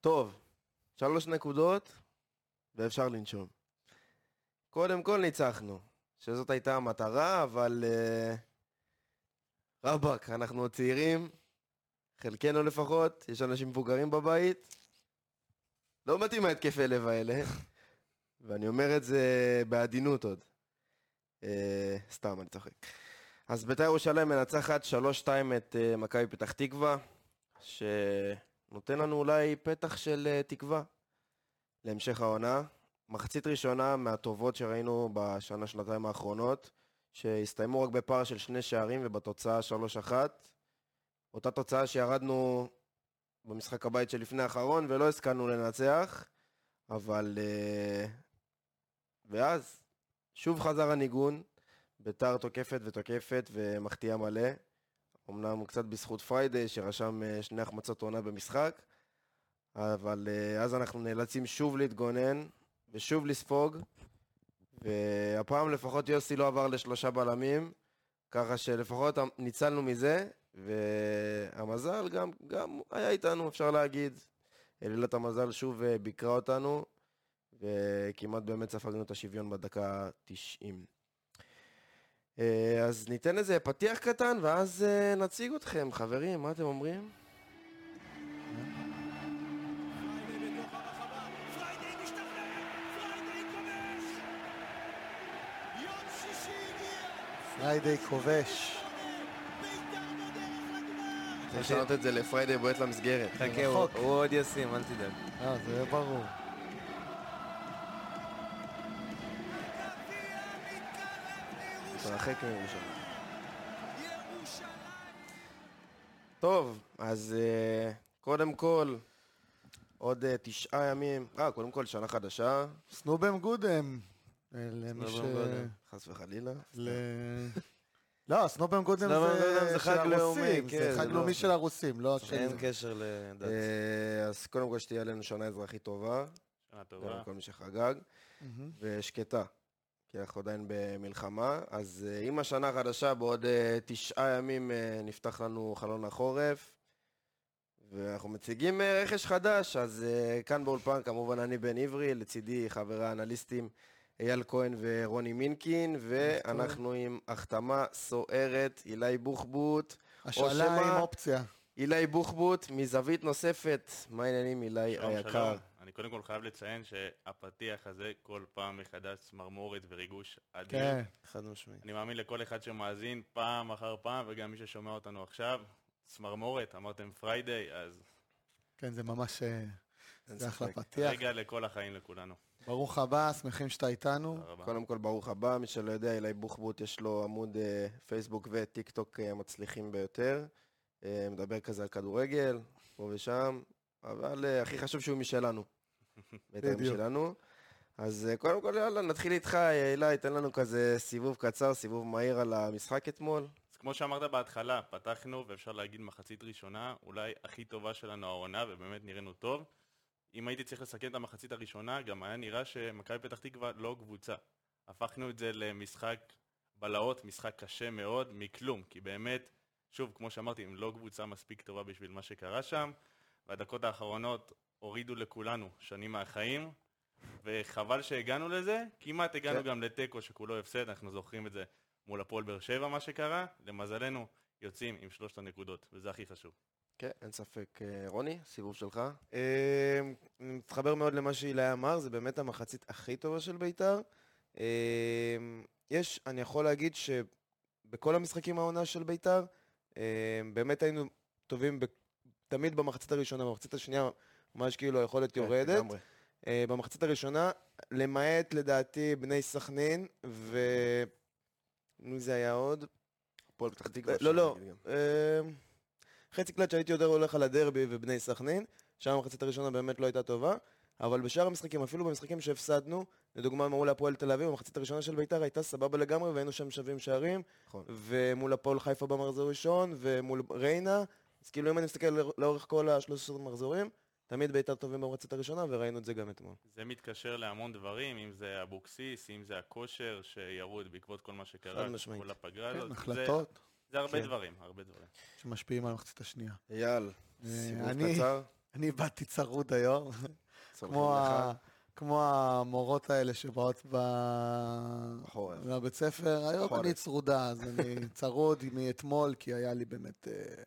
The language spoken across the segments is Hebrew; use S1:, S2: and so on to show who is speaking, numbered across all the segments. S1: טוב, שלוש נקודות, ואפשר לנשום. קודם כל ניצחנו, שזאת הייתה המטרה, אבל... אה, רבאק, אנחנו עוד צעירים, חלקנו לפחות, יש אנשים מבוגרים בבית. לא מתאים ההתקפי לב האלה, ואני אומר את זה בעדינות עוד. אה, סתם, אני צוחק. אז בית"ר ירושלים מנצחת 3-2 את אה, מכבי פתח תקווה, שנותן לנו אולי פתח של אה, תקווה להמשך העונה. מחצית ראשונה מהטובות שראינו בשנה-שנתיים האחרונות, שהסתיימו רק בפער של שני שערים ובתוצאה 3-1. אותה תוצאה שירדנו במשחק הבית שלפני האחרון ולא הסכמנו לנצח, אבל... אה, ואז שוב חזר הניגון, ביתר תוקפת ותוקפת ומחטיאה מלא. אמנם קצת בזכות פריידי שרשם אה, שני החמצות עונה במשחק, אבל אה, אז אנחנו נאלצים שוב להתגונן ושוב לספוג, והפעם לפחות יוסי לא עבר לשלושה בלמים, ככה שלפחות אמ, ניצלנו מזה, והמזל גם, גם היה איתנו, אפשר להגיד. אלילת המזל שוב אה, ביקרה אותנו, וכמעט באמת ספגנו את השוויון בדקה 90. אה, אז ניתן איזה פתיח קטן, ואז אה, נציג אתכם, חברים, מה אתם אומרים?
S2: פריידי בתוך הרחבה, פריידי משתחרר! פריידי כובש! יום שישי הגיע!
S3: פריידי כובש.
S2: בית"ר בדרך לגמר!
S1: צריך לשנות את זה לפריידי בועט למסגרת.
S4: חכה, הוא
S3: רחוק.
S4: הוא עוד ישים, אל תדאג.
S3: אה, זה ברור.
S2: הגביע מתקרב לירושלים!
S1: מתרחק מירושלים.
S2: ירושלים!
S1: טוב, אז אה, קודם כל, עוד אה, תשעה ימים, אה, קודם כל שנה חדשה,
S3: סנובם גודם. אה, למי ש...
S4: סנובם גודם.
S1: חס וחלילה.
S3: ל- לא, סנובם גודם
S4: סנובם גודם
S3: זה
S4: זה
S3: של
S4: חג
S3: הרוסים.
S4: לאומי,
S3: זה
S4: כן,
S3: חג
S4: זה
S3: לאומי
S4: לא- כן.
S3: של הרוסים, לא של...
S4: אין קשר לדת.
S1: כן. אה, אז קודם כל שתהיה לנו שנה אזרחית טובה,
S5: שנה טובה.
S1: גם לכל מי שחגג,
S3: מהמם.
S1: ושקטה, כי אנחנו עדיין במלחמה. אז אה, עם השנה החדשה, בעוד אה, תשעה ימים אה, נפתח לנו חלון החורף, ואנחנו מציגים אה, רכש חדש, אז אה, כאן באולפן כמובן אני בן עברי, לצידי חברי האנליסטים אייל כהן ורוני מינקין, ואנחנו עם החתמה סוערת, אילי בוחבוט. או
S3: השאלה
S1: שמא-
S3: עם אופציה.
S1: אילי בוחבוט, מזווית נוספת, מה העניינים אילי
S5: שלום,
S1: היקר?
S5: שלום. אני קודם כל חייב לציין שהפתיח הזה כל פעם מחדש צמרמורת וריגוש אדיר.
S3: כן.
S4: חד משמעי.
S5: אני מאמין לכל אחד שמאזין פעם אחר פעם, וגם מי ששומע אותנו עכשיו. צמרמורת, אמרתם פריידיי, אז
S3: כן, זה ממש... אה, זה אחלה
S1: ספק.
S3: פתיח.
S5: רגע לכל החיים לכולנו.
S3: ברוך הבא, שמחים שאתה איתנו.
S4: אה,
S5: תודה רבה.
S1: קודם כל, ברוך הבא. מי שלא יודע, אילי בוחבוט, יש לו עמוד אה, פייסבוק וטיק טוק אה, מצליחים ביותר. אה, מדבר כזה על כדורגל, פה ושם, אבל אה, הכי חשוב שהוא משלנו. בדיוק.
S3: בדיוק.
S1: שלנו. אז אה, קודם כל, יאללה, נתחיל איתך, אה, אילי, תן לנו כזה סיבוב קצר, סיבוב מהיר על המשחק אתמול.
S5: אז כמו שאמרת בהתחלה, פתחנו, ואפשר להגיד מחצית ראשונה, אולי הכי טובה שלנו העונה, ובאמת נראינו טוב. אם הייתי צריך לסכם את המחצית הראשונה, גם היה נראה שמכבי פתח תקווה לא קבוצה. הפכנו את זה למשחק בלהות, משחק קשה מאוד, מכלום, כי באמת, שוב, כמו שאמרתי, הם לא קבוצה מספיק טובה בשביל מה שקרה שם, והדקות האחרונות הורידו לכולנו שנים מהחיים, וחבל שהגענו לזה, כמעט הגענו
S1: כן.
S5: גם לתיקו שכולו הפסד, אנחנו זוכרים את זה מול הפועל באר שבע, מה שקרה, למזלנו יוצאים עם שלושת הנקודות, וזה הכי חשוב.
S1: כן, אין ספק. אה, רוני, סיבוב שלך.
S4: אה, אני מתחבר מאוד למה שהילה אמר, זה באמת המחצית הכי טובה של בית"ר. אה, יש, אני יכול להגיד שבכל המשחקים העונה של בית"ר, אה, באמת היינו טובים ב- תמיד במחצית הראשונה, במחצית השנייה ממש כאילו היכולת
S1: כן,
S4: יורדת.
S1: לגמרי.
S4: אה, במחצית הראשונה, למעט לדעתי בני סכנין, ו... מי זה היה עוד?
S1: הפועל פתח תקווה.
S4: לא,
S1: אפשר
S4: לא.
S1: להגיד גם.
S4: אה, חצי קלט שהייתי יותר הולך על הדרבי ובני סכנין, שם המחצית הראשונה באמת לא הייתה טובה, אבל בשאר המשחקים, אפילו במשחקים שהפסדנו, לדוגמה מול הפועל תל אביב, המחצית הראשונה של בית"ר הייתה סבבה לגמרי והיינו שם שווים שערים,
S1: נכון.
S4: ומול הפועל חיפה במחזור ראשון, ומול ריינה, אז כאילו אם אני מסתכל לר- לאורך כל ה-13 מחזורים, תמיד בית"ר טובים במחצית הראשונה, וראינו את זה גם אתמול.
S5: זה מתקשר להמון דברים, אם זה אבוקסיס, אם זה הכושר שירוד בעקבות כל מה שקרה,
S4: חד משמעית.
S5: כל הפגרה
S4: לא,
S3: כן,
S5: הזאת. זה,
S3: החלטות
S5: זה הרבה
S4: כן.
S5: דברים, הרבה דברים.
S3: שמשפיעים על המחצית השנייה.
S1: אייל,
S3: אה,
S1: סיבוב
S3: אני-
S1: קצר.
S3: אני איבדתי צרוד היום,
S1: סולחים
S3: כמו
S1: לך.
S3: ה- כמו המורות האלה שבאות ב...
S1: בחורף.
S3: לבית ספר, היום
S1: חורף.
S3: אני צרודה, אז אני צרוד מאתמול, כי היה לי באמת... אה,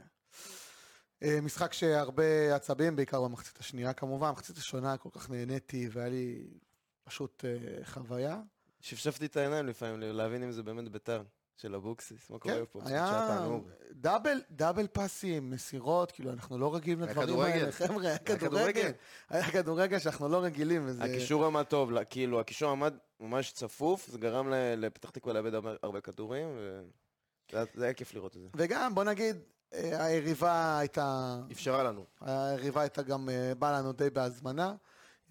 S3: אה, משחק שהרבה עצבים, בעיקר במחצית השנייה כמובן, במחצית השונה כל כך נהניתי, והיה לי פשוט אה, חוויה.
S4: שפשפתי את העיניים לפעמים, להבין אם זה באמת ביתר של אבוקסיס, מה
S3: כן,
S4: קורה פה?
S3: היה
S1: תענוג.
S3: דאבל, דאבל פסים, מסירות, כאילו, אנחנו לא רגילים
S1: היה
S3: לדברים
S1: כדורגל.
S3: האלה, חבר'ה, היה כדורגל.
S1: כדורגל.
S3: היה כדורגל שאנחנו לא רגילים, וזה...
S4: הקישור עמד טוב, לא- כאילו, הקישור עמד ממש צפוף, זה גרם ל- לפתח תקווה לאבד הרבה- הרבה כדורים, ו... זה היה- זה היה כיף לראות את זה.
S3: וגם, בוא נגיד, אה, היריבה הייתה...
S1: אפשרה לנו.
S3: היריבה הייתה גם, אה, באה לנו די בהזמנה.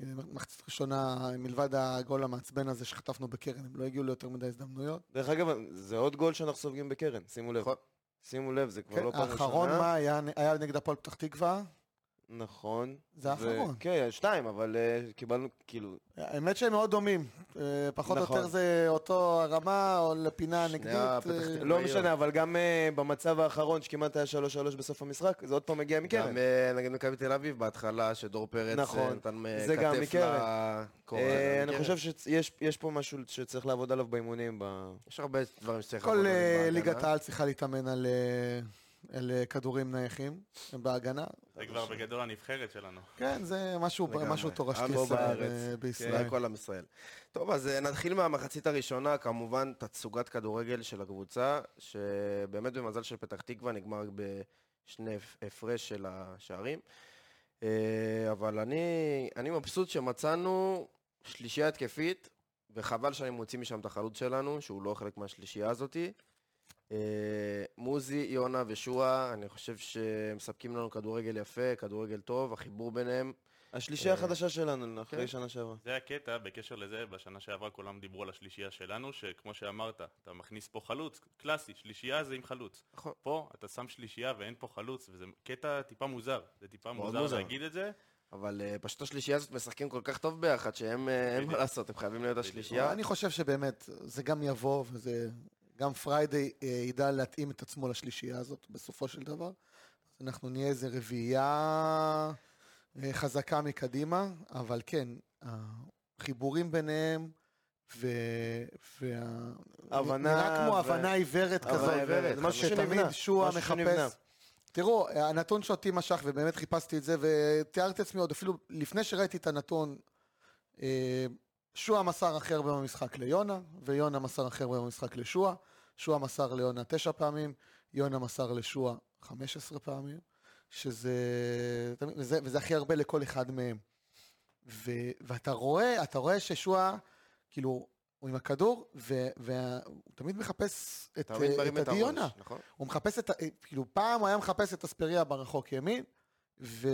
S3: אה, מחצית ראשונה, מלבד הגול המעצבן הזה שחטפנו בקרן, הם לא הגיעו ליותר מדי הזדמנויות.
S4: דרך אגב, זה עוד גול שאנחנו סופגים בקרן, שימו לב.
S1: נכון.
S4: שימו לב, זה כבר
S3: כן,
S4: לא פעם ראשונה.
S3: האחרון מה היה? היה נגד הפועל פתח תקווה?
S4: נכון.
S3: זה האחרון.
S4: ו- כן, שתיים, אבל אה, קיבלנו, כאילו,
S3: האמת שהם מאוד דומים. אה, פחות או
S4: נכון.
S3: יותר זה אותו הרמה, או לפינה
S1: שני
S3: הנגדית.
S1: הפתח
S3: אה,
S1: תקווה.
S4: לא
S1: מהיר.
S4: משנה, אבל גם אה, במצב האחרון, שכמעט היה 3-3 בסוף המשחק, זה עוד פעם מגיע מקרן.
S1: גם אה, נגד מכבי תל אביב בהתחלה, שדור פרץ
S4: כן. נכון.
S1: אה, נתן אה,
S4: זה גם
S1: כתף
S4: מקרן.
S1: לקורה.
S4: אה,
S1: מקרן.
S4: אני חושב שיש יש פה משהו שצריך לעבוד עליו באימונים. ב-
S1: יש הרבה דברים שצריך
S3: כל
S1: לעבוד עליהם
S3: אה,
S1: בהגנה.
S3: ליגת העל צריכה להתאמן על אה, על, אה, כדורים נייחים בהגנה.
S5: זה כבר בגדול הנבחרת שלנו.
S3: כן, זה משהו
S1: לגמרי.
S3: משהו תורשתי
S1: פה
S3: אצלנו,
S1: בארץ.
S3: אה,
S1: כן,
S3: בישראל.
S1: זה הכל עם ישראל. טוב, אז אה, נתחיל מהמחצית הראשונה, כמובן תצוגת כדורגל של הקבוצה, שבאמת במזל של פתח תקווה נגמר בשני הפ- הפרש של השערים. אה, אבל אני, אני מבסוט שמצאנו שלישייה התקפית, וחבל שאני מוציא משם את החלוץ שלנו, שהוא לא חלק מהשלישייה הזאתי. אה, מוזי, יונה ושועה, אני חושב שמספקים לנו כדורגל יפה, כדורגל טוב, החיבור ביניהם
S4: השלישייה
S1: אה,
S4: החדשה שלנו,
S1: כן.
S4: אחרי שנה שעברה.
S5: זה הקטע בקשר לזה, בשנה שעברה כולם דיברו על השלישייה שלנו, שכמו שאמרת, אתה מכניס פה חלוץ, קלאסי, שלישייה זה עם חלוץ.
S1: נכון.
S5: פה אתה שם שלישייה ואין פה חלוץ, וזה קטע טיפה מוזר. זה טיפה
S1: מאוד
S5: מוזר
S1: מוזר.
S5: להגיד את זה.
S1: אבל אה, פשוט השלישייה הזאת משחקים כל כך טוב ביחד, שהם, אה, אין מה
S5: בדיוק.
S1: לעשות, הם חייבים להיות
S5: בדיוק.
S1: השלישייה.
S3: אה, לא, אני חושב שבאמת, זה גם יבוא, וזה... גם פריידי אה, ידע להתאים את עצמו לשלישייה הזאת, בסופו של דבר. אז אנחנו נהיה איזה רביעייה אה, חזקה מקדימה, אבל כן, החיבורים ביניהם, ו... וה...
S4: הבנה
S3: נראה כמו
S4: ו-
S3: הבנה עיוורת
S4: הבנה
S3: כזאת.
S4: עיוורת,
S1: זה
S4: משהו
S3: שתמיד
S4: שנבנה,
S3: שועה
S4: משהו שנבנה.
S3: מחפש. תראו, הנתון שאותי משך, ובאמת חיפשתי את זה, ותיארתי לעצמי עוד אפילו לפני שראיתי את הנתון, אה, שועה מסר הכי הרבה במשחק ליונה, ויונה מסר הכי הרבה במשחק לשועה. שועה מסר ליונה תשע פעמים, יונה מסר לשועה חמש עשרה פעמים, שזה... וזה, וזה הכי הרבה לכל אחד מהם. ו, ואתה רואה, אתה רואה ששועה, כאילו, הוא עם הכדור, והוא תמיד מחפש את,
S1: תמיד
S3: אה,
S1: מרים
S3: את
S1: את
S3: עדי
S1: הראש,
S3: יונה.
S1: נכון?
S3: הוא מחפש את ה... כאילו, פעם הוא היה מחפש את אספריה ברחוק ימין, ו...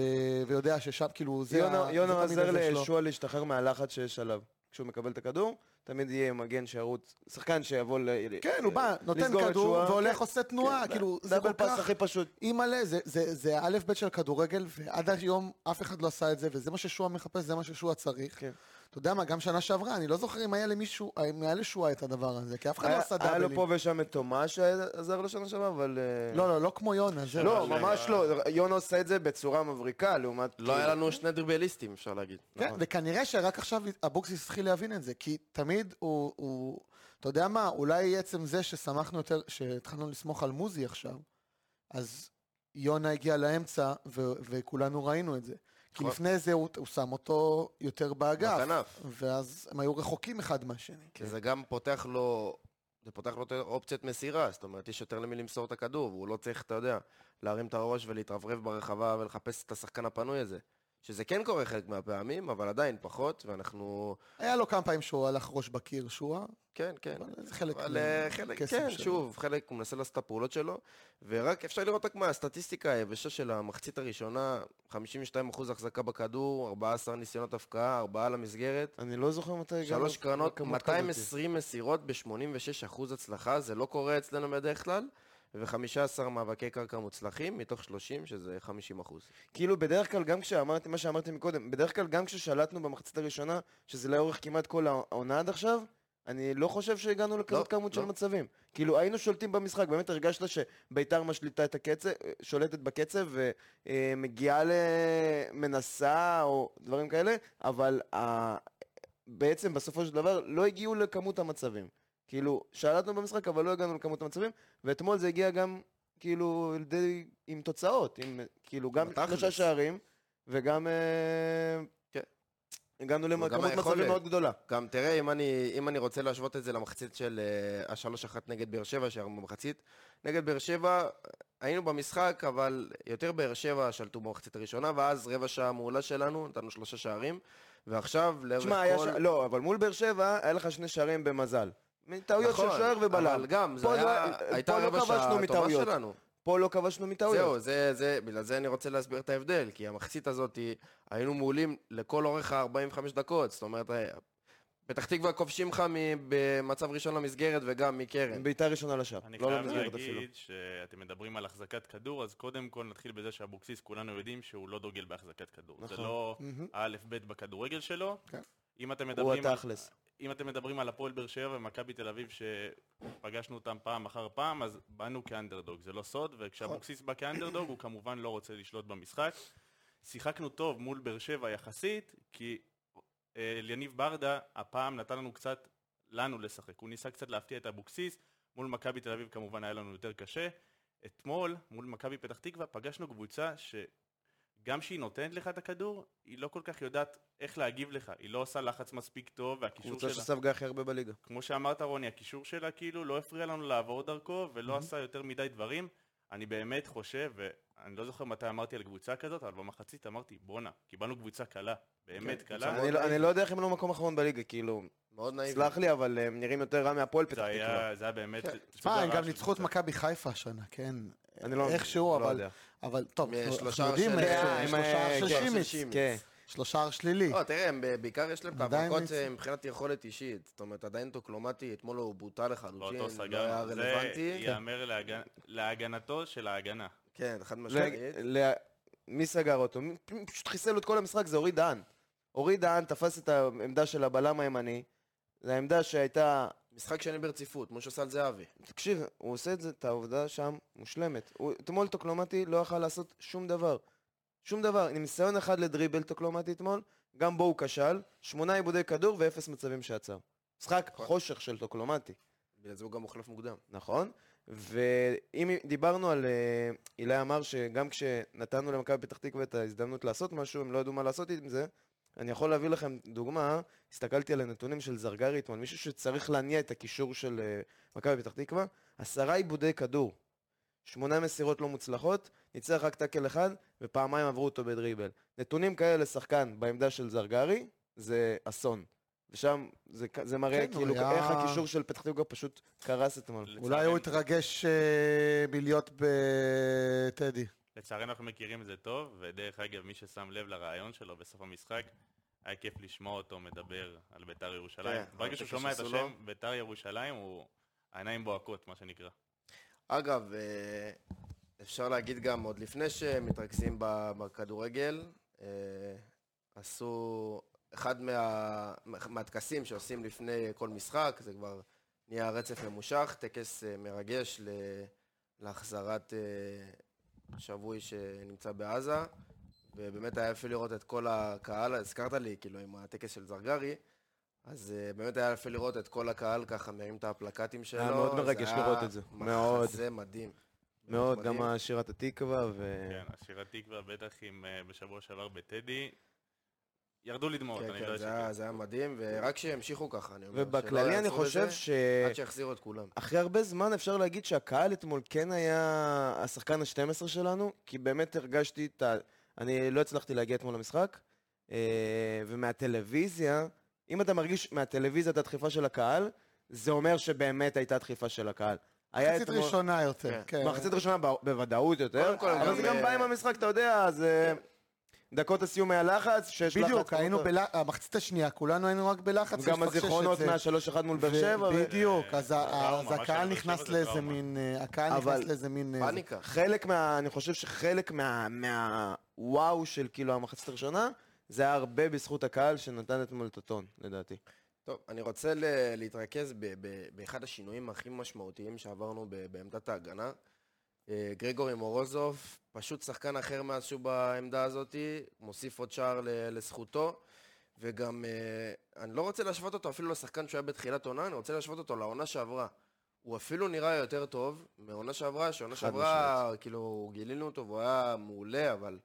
S3: ויודע ששם, כאילו, זה...
S4: יונה-
S3: ה-
S4: יונה
S3: זה תמיד
S4: עוזר
S3: הזה שלו.
S4: לשועה להשתחרר מהלחץ שיש עליו. כשהוא מקבל את הכדור, תמיד יהיה מגן שירוץ, שחקן שיבוא ל...
S3: כן, הוא בא, נותן
S4: אה, לסגור את
S3: כדור,
S4: שועה.
S3: והולך,
S4: כן,
S3: עושה תנועה,
S4: כן,
S3: כאילו, זה כל
S4: דאבל פאס
S3: כך...
S4: הכי פשוט.
S3: אימא'לה, זה- זה זה האלף בית של הכדורגל, ועד היום אף אחד לא עשה את זה, וזה מה ששועה מחפש, זה מה ששועה צריך.
S4: כן.
S3: אתה יודע מה, גם שנה שעברה, אני לא זוכר אם היה למישהו, אם היה לשועה את הדבר הזה, כי אף אחד לא
S4: היה
S3: עשה
S4: היה לו
S3: דאבלים.
S4: פה ושם את תומש שעזר לו שנה שעברה, אבל... אה,
S3: לא, לא, לא כמו יונה, זה...
S4: לא,
S5: אבל-
S4: ממש לא. יונה עושה את זה בצורה מבריקה, לעומת...
S1: אה, לא היה לנו שני דריבליסטים, אפשר להגיד.
S3: כן,
S1: נכון.
S3: וכנראה שרק עכשיו אבוקסיס התחיל להבין את זה, כי תמיד הוא, הוא, אתה יודע מה, אולי עצם זה ששמחנו יותר, שהתחלנו לסמוך על מוזי עכשיו, אז יונה הגיע לאמצע, ו- וכולנו ראינו את זה. כי
S1: נכון.
S3: לפני זה הוא, הוא שם אותו יותר
S4: נכון,
S3: באגף,
S1: בכנף.
S3: ואז הם היו רחוקים אחד מהשני.
S4: כן.
S1: זה גם פותח לו... זה פותח לו יותר אופציית מסירה, זאת אומרת, יש יותר למי למסור את הכדור, והוא לא צריך, אתה יודע, להרים את הראש ולהתרברב ברחבה ולחפש את השחקן הפנוי הזה. שזה כן קורה חלק מהפעמים, אבל עדיין פחות, ואנחנו...
S3: היה לו כמה פעמים שהוא הלך ראש בקיר שועה,
S1: כן, כן.
S3: אבל זה חלק
S1: אבל אה, חלק,
S3: מהקסם
S1: כן,
S3: שלו.
S1: שוב, חלק, הוא מנסה לעשות את הפעולות שלו, ורק אפשר לראות רק מהסטטיסטיקה היבשה של המחצית הראשונה, 52% החזקה בכדור, 14 ניסיונות הפקעה, 4 על המסגרת,
S4: אני לא זוכר מתי הגענו.
S1: שלוש קרנות,
S3: לא-
S4: לכמות כזאת.
S1: 220 מסירות ב-86% הצלחה, זה לא קורה אצלנו בדרך כלל, ו-15 מאבקי קרקע מוצלחים, מתוך 30, שזה 50%.
S4: כאילו בדרך כלל, גם כשאמרתי מה שאמרתי מקודם, בדרך כלל גם כששלטנו במחצית הראשונה, שזה לאורך כמעט כל העונה עד עכשיו, אני לא חושב שהגענו לכזאת
S1: לא,
S4: כמות של
S1: לא.
S4: מצבים. כאילו, היינו שולטים במשחק, באמת הרגשת שביתר משליטה את הקצב, שולטת בקצב ומגיעה למנסה או דברים כאלה, אבל ה... בעצם בסופו של דבר לא הגיעו לכמות המצבים. כאילו, שלטנו במשחק, אבל לא הגענו לכמות המצבים, ואתמול זה הגיע גם, כאילו, לידי, עם תוצאות, עם, כאילו, גם
S1: בתכלס.
S4: שלושה שערים, וגם... אה,
S1: כן.
S4: הגענו לכמות מצבים
S1: היכולת.
S4: מאוד גדולה.
S1: גם תראה, אם אני, אם אני רוצה להשוות את זה למחצית של אה, השלוש אחת נגד באר שבע, שהיינו במחצית, נגד באר שבע היינו במשחק, אבל יותר באר שבע שלטו במחצית הראשונה, ואז רבע שעה מעולה שלנו, נתנו שלושה שערים, ועכשיו לאורך
S4: תשמע, היה
S1: כל...
S4: ש... לא, אבל מול באר שבע היה לך שני שערים במזל. מטעויות של
S1: נכון,
S4: שוער ובלם.
S1: אבל גם, זה
S4: פה לא-
S1: היה,
S4: פה
S1: הייתה
S4: לא
S1: רבע
S4: כבשנו
S1: שעה טובה
S4: מטעויות.
S1: שלנו.
S4: פה לא כבשנו מטעויות.
S1: זהו, זה, זה, בגלל זה אני רוצה להסביר את ההבדל, כי המחצית הזאת, היא- היינו מעולים לכל אורך ה-45 דקות, זאת אומרת, אה, פתח תקווה כובשים לך מ- במצב ראשון למסגרת וגם מקרן.
S4: בעיטה ראשונה לשער.
S5: אני
S4: לא
S5: חייב
S4: למסגרת אפילו.
S5: להגיד שאתם מדברים על החזקת כדור, אז קודם כל נתחיל בזה שאבוקסיס, כולנו יודעים שהוא לא דוגל בהחזקת כדור. זה
S4: נכון.
S5: לא
S3: מהמם.
S5: האלף-בית בכדורגל שלו.
S3: כן.
S5: אם אתם
S4: הוא
S5: מדברים על
S4: התכלס.
S5: אם אתם מדברים על הפועל באר שבע ומכבי תל אביב שפגשנו אותם פעם אחר פעם, אז באנו כאנדרדוג, זה לא סוד, וכשאבוקסיס בא כאנדרדוג הוא כמובן לא רוצה לשלוט במשחק. שיחקנו טוב מול באר שבע יחסית, כי אה, יניב ברדה הפעם נתן לנו קצת, לנו לשחק. הוא ניסה קצת להפתיע את אבוקסיס, מול מכבי תל אביב כמובן היה לנו יותר קשה. אתמול, מול מכבי פתח תקווה, פגשנו קבוצה ש... גם שהיא נותנת לך את הכדור, היא לא כל כך יודעת איך להגיב לך. היא לא עושה לחץ מספיק טוב, והקישור
S4: קבוצה
S5: שלה...
S4: שספגה הכי הרבה בליגה.
S5: כמו שאמרת רוני, הקישור שלה כאילו לא הפריע לנו לעבור דרכו ולא עשה יותר מדי דברים. אני באמת חושב, ואני לא זוכר מתי אמרתי על קבוצה כזאת, אבל במחצית אמרתי, בואנה, קיבלנו קבוצה קלה, באמת קלה.
S4: אני לא- אני לא יודע איך הם לא מקום אחרון בליגה, כאילו,
S1: מאוד נאיבי.
S4: סלח לי, אבל אה, הם נראים יותר רע מהפועל פתח
S5: זה
S4: תקווה. כן.
S5: היה, זה היה באמת...
S3: תשמע, הם
S5: הרעה
S3: גם
S5: של
S3: ניצחו את
S5: קבוצה.
S3: מכבי חיפה השנה, כן?
S4: אני לא...
S3: איכשהו,
S4: לא
S3: אבל-
S4: יודע.
S3: אבל טוב, אנחנו
S1: שלושה
S3: אנחנו יודעים
S1: של-
S3: איכשהו,
S1: אה,
S4: הם,
S3: שלושה
S4: אה,
S3: של
S4: כן,
S1: של
S3: שימיץ.
S1: שימיץ.
S4: כן.
S3: שלושה הר שלילי.
S1: לא, תראה, הם ב- בעיקר יש להם את
S3: עדיין
S1: ההברקות
S3: נמצא-
S1: אה, מבחינת יכולת אישית. זאת אומרת, עדיין טוקלומטי, אתמול הוא בוטל לחלוטין,
S4: כן,
S5: ואותו
S1: לא היה
S5: סגרנו. זה
S1: רלוונטי.
S5: ייאמר להגנ- להגנתו של ההגנה.
S1: כן, חד משמעית.
S4: ל- ל- מי סגר אותו? מי- פ- פשוט חיסל את כל המשחק, זה אורי דהן. אורי דהן תפס את העמדה של הבלם הימני, זו העמדה שהייתה...
S1: משחק שני ברציפות, משה סל זהבי.
S4: תקשיב, הוא עושה את זה, את העבודה שם מושלמת. הוא- אתמול טוקלומטי לא יכל לעשות שום דבר. שום דבר. עם ניסיון אחד לדריבל טוקלומטי אתמול, גם בו הוא כשל, שמונה עיבודי כדור ואפס מצבים שעצר. משחק
S1: נכון.
S4: חושך של טוקלומטי.
S1: בגלל זה הוא גם הוחלף מוקדם.
S4: נכון. ואם דיברנו על... אה, אילי אמר שגם כשנתנו למכבי פתח תקווה את ההזדמנות לעשות משהו, הם לא ידעו מה לעשות עם זה. אני יכול להביא לכם דוגמה, הסתכלתי על הנתונים של זרגרי אתמול, מישהו שצריך להניע את הקישור של אה, מכבי פתח תקווה, עשרה עיבודי כדור, שמונה מסירות לא מוצלחות, ניצח רק טאקל אחד, ופעמיים עברו אותו בדריבל. נתונים כאלה לשחקן בעמדה של זרגרי, זה אסון. ושם זה, כ- זה מראה
S3: כן, הוא
S4: כאילו
S3: היה-
S4: איך הקישור של פתח תקווה פשוט קרס אתמול.
S3: אולי הוא
S5: לצערנו-
S3: התרגש אה, מלהיות בטדי.
S5: לצערנו אנחנו מכירים את זה טוב, ודרך אגב, מי ששם לב לרעיון שלו בסוף המשחק, היה כיף לשמוע אותו מדבר על ביתר ירושלים.
S1: כן,
S5: ברגע
S1: אבל
S5: שהוא שומע את
S1: כשעשו לו-
S5: השם ביתר ירושלים, הוא... העיניים בוהקות, מה שנקרא.
S1: אגב, אה, אפשר להגיד גם, עוד לפני שמתרכזים ב- בכדורגל, אה, עשו אחד מה- מהטקסים שעושים לפני כל משחק, זה כבר נהיה רצף ממושך, טקס אה, מרגש ל- להחזרת אה, שבוי שנמצא בעזה, ובאמת היה יפה לראות את כל הקהל, הזכרת לי, כאילו, עם הטקס של זרגרי. אז אה, באמת היה יפה לראות את כל הקהל ככה מרים את הפלקטים שלו.
S4: מאוד
S1: זה
S4: מרגש
S1: היה
S4: לראות את זה, מאוד.
S1: מחזה מדהים.
S4: מאוד,
S1: מדהים.
S4: גם שירת התקווה, ו...
S5: כן, השיר התקווה בטח עם אה, בשבוע שעבר בטדי. ירדו לי דמעות,
S1: כן,
S5: אני לא
S1: כן, זה
S5: יודע
S1: היה- זה היה מדהים, ורק שימשיכו ככה, אני אומר. שלא
S4: ובכללי אני
S1: יעצרו
S4: חושב
S1: בזה,
S4: ש...
S1: עד שיחזירו את כולם.
S4: אחרי הרבה זמן אפשר להגיד שהקהל אתמול כן היה השחקן ה-12 שלנו, כי באמת הרגשתי את ה... אני לא הצלחתי להגיע אתמול למשחק, אה, ומהטלוויזיה, אם אתה מרגיש מהטלוויזיה את הדחיפה של הקהל, זה אומר שבאמת הייתה דחיפה של הקהל. היה
S3: מחצית
S4: אתמול-
S3: ראשונה יותר,
S1: כן.
S3: כן.
S4: מחצית ראשונה ב- בוודאות יותר,
S1: קודם כל,
S4: אבל
S1: גם,
S4: זה גם
S1: אה,
S4: בא עם המשחק, אתה יודע, זה... דקות הסיום היה לחץ, שיש לחץ...
S3: בדיוק, היינו
S4: כמובן.
S3: בלחץ, המחצית השנייה, כולנו היינו רק בלחץ.
S4: גם
S3: להתפקשש
S4: הזיכרונות
S3: את זה.
S4: מהשלוש אחד מול באר
S3: ו-
S4: שבע. ו-
S3: בדיוק,
S5: אה,
S3: אז
S5: זה
S3: ה-
S5: טראומה,
S3: אז
S5: מה
S3: הקהל
S5: שלא
S3: נכנס
S5: שבע זה
S3: לאיזה
S5: טראומה.
S3: מין... אה, הקהל
S4: אבל-
S3: נכנס לאיזה מין... אה, זה.
S1: פאניקה.
S4: חלק מה... אני חושב שחלק מה... מהוואו של כאילו המחצית הראשונה, זה היה הרבה בזכות הקהל שנתן אתמול את הטון, לדעתי.
S1: טוב, אני רוצה ל- להתרכז ב- ב- באחד השינויים הכי משמעותיים שעברנו ב- בעמדת ההגנה. אה, גרגורי מורוזוב, פשוט שחקן אחר מאז שהוא בעמדה הזאתי, מוסיף עוד שער ל- לזכותו, וגם, אה, אני לא רוצה להשוות אותו אפילו לשחקן שהוא היה בתחילת עונה, אני רוצה להשוות אותו לעונה שעברה. הוא אפילו נראה יותר טוב מעונה שעברה, שעונה
S4: חד
S1: שעברה, כאילו, גילינו אותו והוא היה מעולה, אבל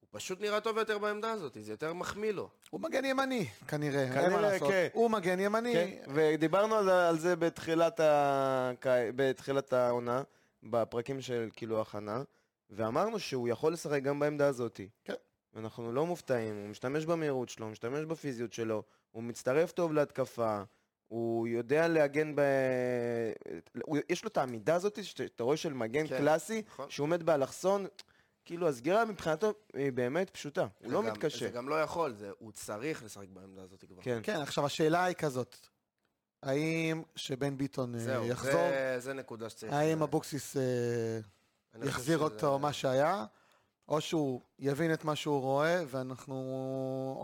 S1: הוא פשוט נראה טוב יותר בעמדה הזאת, זה יותר מחמיא לו.
S3: הוא מגן ימני, כנראה, אין מה
S4: כנראה,
S3: לעשות.
S4: כן.
S3: הוא מגן ימני,
S4: כן, ודיברנו על, על זה בתחילת, ה... בתחילת העונה, בפרקים של כאילו הכנה, ואמרנו שהוא יכול לשחק גם בעמדה הזאת.
S3: כן.
S4: אנחנו לא מופתעים, הוא משתמש במהירות שלו, הוא משתמש בפיזיות שלו, הוא מצטרף טוב להתקפה, הוא יודע להגן ב... הוא... יש לו את העמידה הזאת, שאתה רואה של מגן
S1: כן,
S4: קלאסי,
S1: נכון.
S4: שהוא עומד באלכסון, כאילו הסגירה מבחינתו היא באמת פשוטה, הוא
S1: זה
S4: לא
S1: גם-
S4: מתקשה.
S1: זה גם לא יכול, זה, הוא צריך לשחק בעמדה הזאת כבר.
S4: כן.
S3: כן, עכשיו השאלה היא כזאת, האם שבן ביטון אה,
S1: זהו,
S3: יחזור,
S1: זה, זה נקודה שצריך...
S3: האם
S1: אה,
S3: אבוקסיס אה,
S1: אני חושב
S3: יחזיר
S1: שזה-
S3: אותו מה שהיה, או שהוא יבין את מה שהוא רואה, ואנחנו...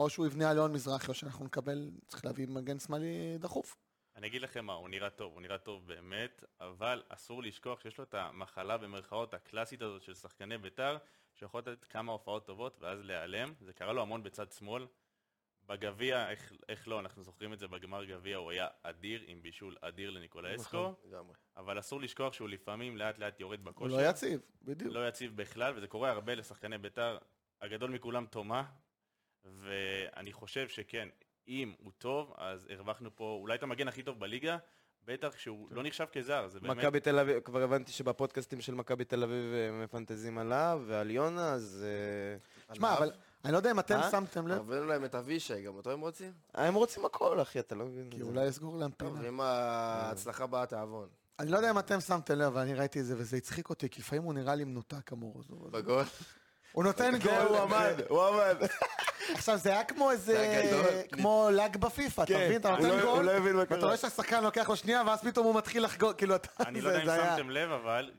S3: או שהוא יבנה על יון מזרחי, או שאנחנו נקבל, צריך להביא מגן שמאלי דחוף.
S5: אני אגיד לכם מה, הוא נראה טוב, הוא נראה טוב באמת, אבל אסור לשכוח שיש לו את המחלה במרכאות הקלאסית הזאת של שחקני בית"ר, שיכול לתת כמה הופעות טובות ואז להיעלם. זה קרה לו המון בצד שמאל. בגביע, איך, איך לא, אנחנו זוכרים את זה בגמר גביע, הוא היה אדיר, עם בישול אדיר לניקולאסקו,
S1: לגמרי.
S5: אבל אסור לשכוח שהוא לפעמים לאט לאט יורד
S3: נכון. הוא
S5: בכושר.
S3: לא יציב, בדיוק.
S5: לא יציב בכלל, וזה קורה הרבה לשחקני בית"ר. הגדול מכולם תומה, ואני חושב שכן, אם הוא טוב, אז הרווחנו פה אולי את המגן הכי טוב בליגה, בטח כשהוא לא נחשב כזר, זה באמת...
S4: מכבי תל אביב, כבר הבנתי שבפודקאסטים של מכבי תל אביב אה, מפנטזים עליו ועל יונה, אז... אה,
S3: שמע, אבל אני לא כן. יודע אם אתם
S4: אה?
S3: שמתם לב,
S1: הבאנו להם את אבישי, גם אותו הם רוצים?
S4: הם רוצים הכל, אחי, אתה לא מבין.
S3: כי אולי יסגור להם
S1: טוב,
S3: פינה.
S1: אם ההצלחה באה תעוון.
S3: אני לא יודע אם אתם שמתם לב, אבל אני ראיתי את זה, וזה הצחיק אותי, כי לפעמים הוא נראה לי מנותק המורוזוב הזה.
S1: בגול.
S3: הוא נותן
S4: כן, הוא
S3: גול,
S4: עמד, הוא עמד.
S3: עכשיו זה היה כמו איזה,
S1: זה היה גדול.
S3: כמו לאג בפיפ"א, אתה
S4: כן,
S3: מבין? אתה
S4: הוא
S3: נותן
S4: לא- הוא
S3: גול,
S4: לא הבין מה
S3: ואתה
S4: קרה.
S3: רואה שהשחקן לוקח לו שנייה, ואז פתאום הוא מתחיל לחגוג, כאילו אתה...
S5: אני
S3: זה-
S5: לא יודע
S3: זה
S5: אם
S3: היה-
S5: שמתם לב, אבל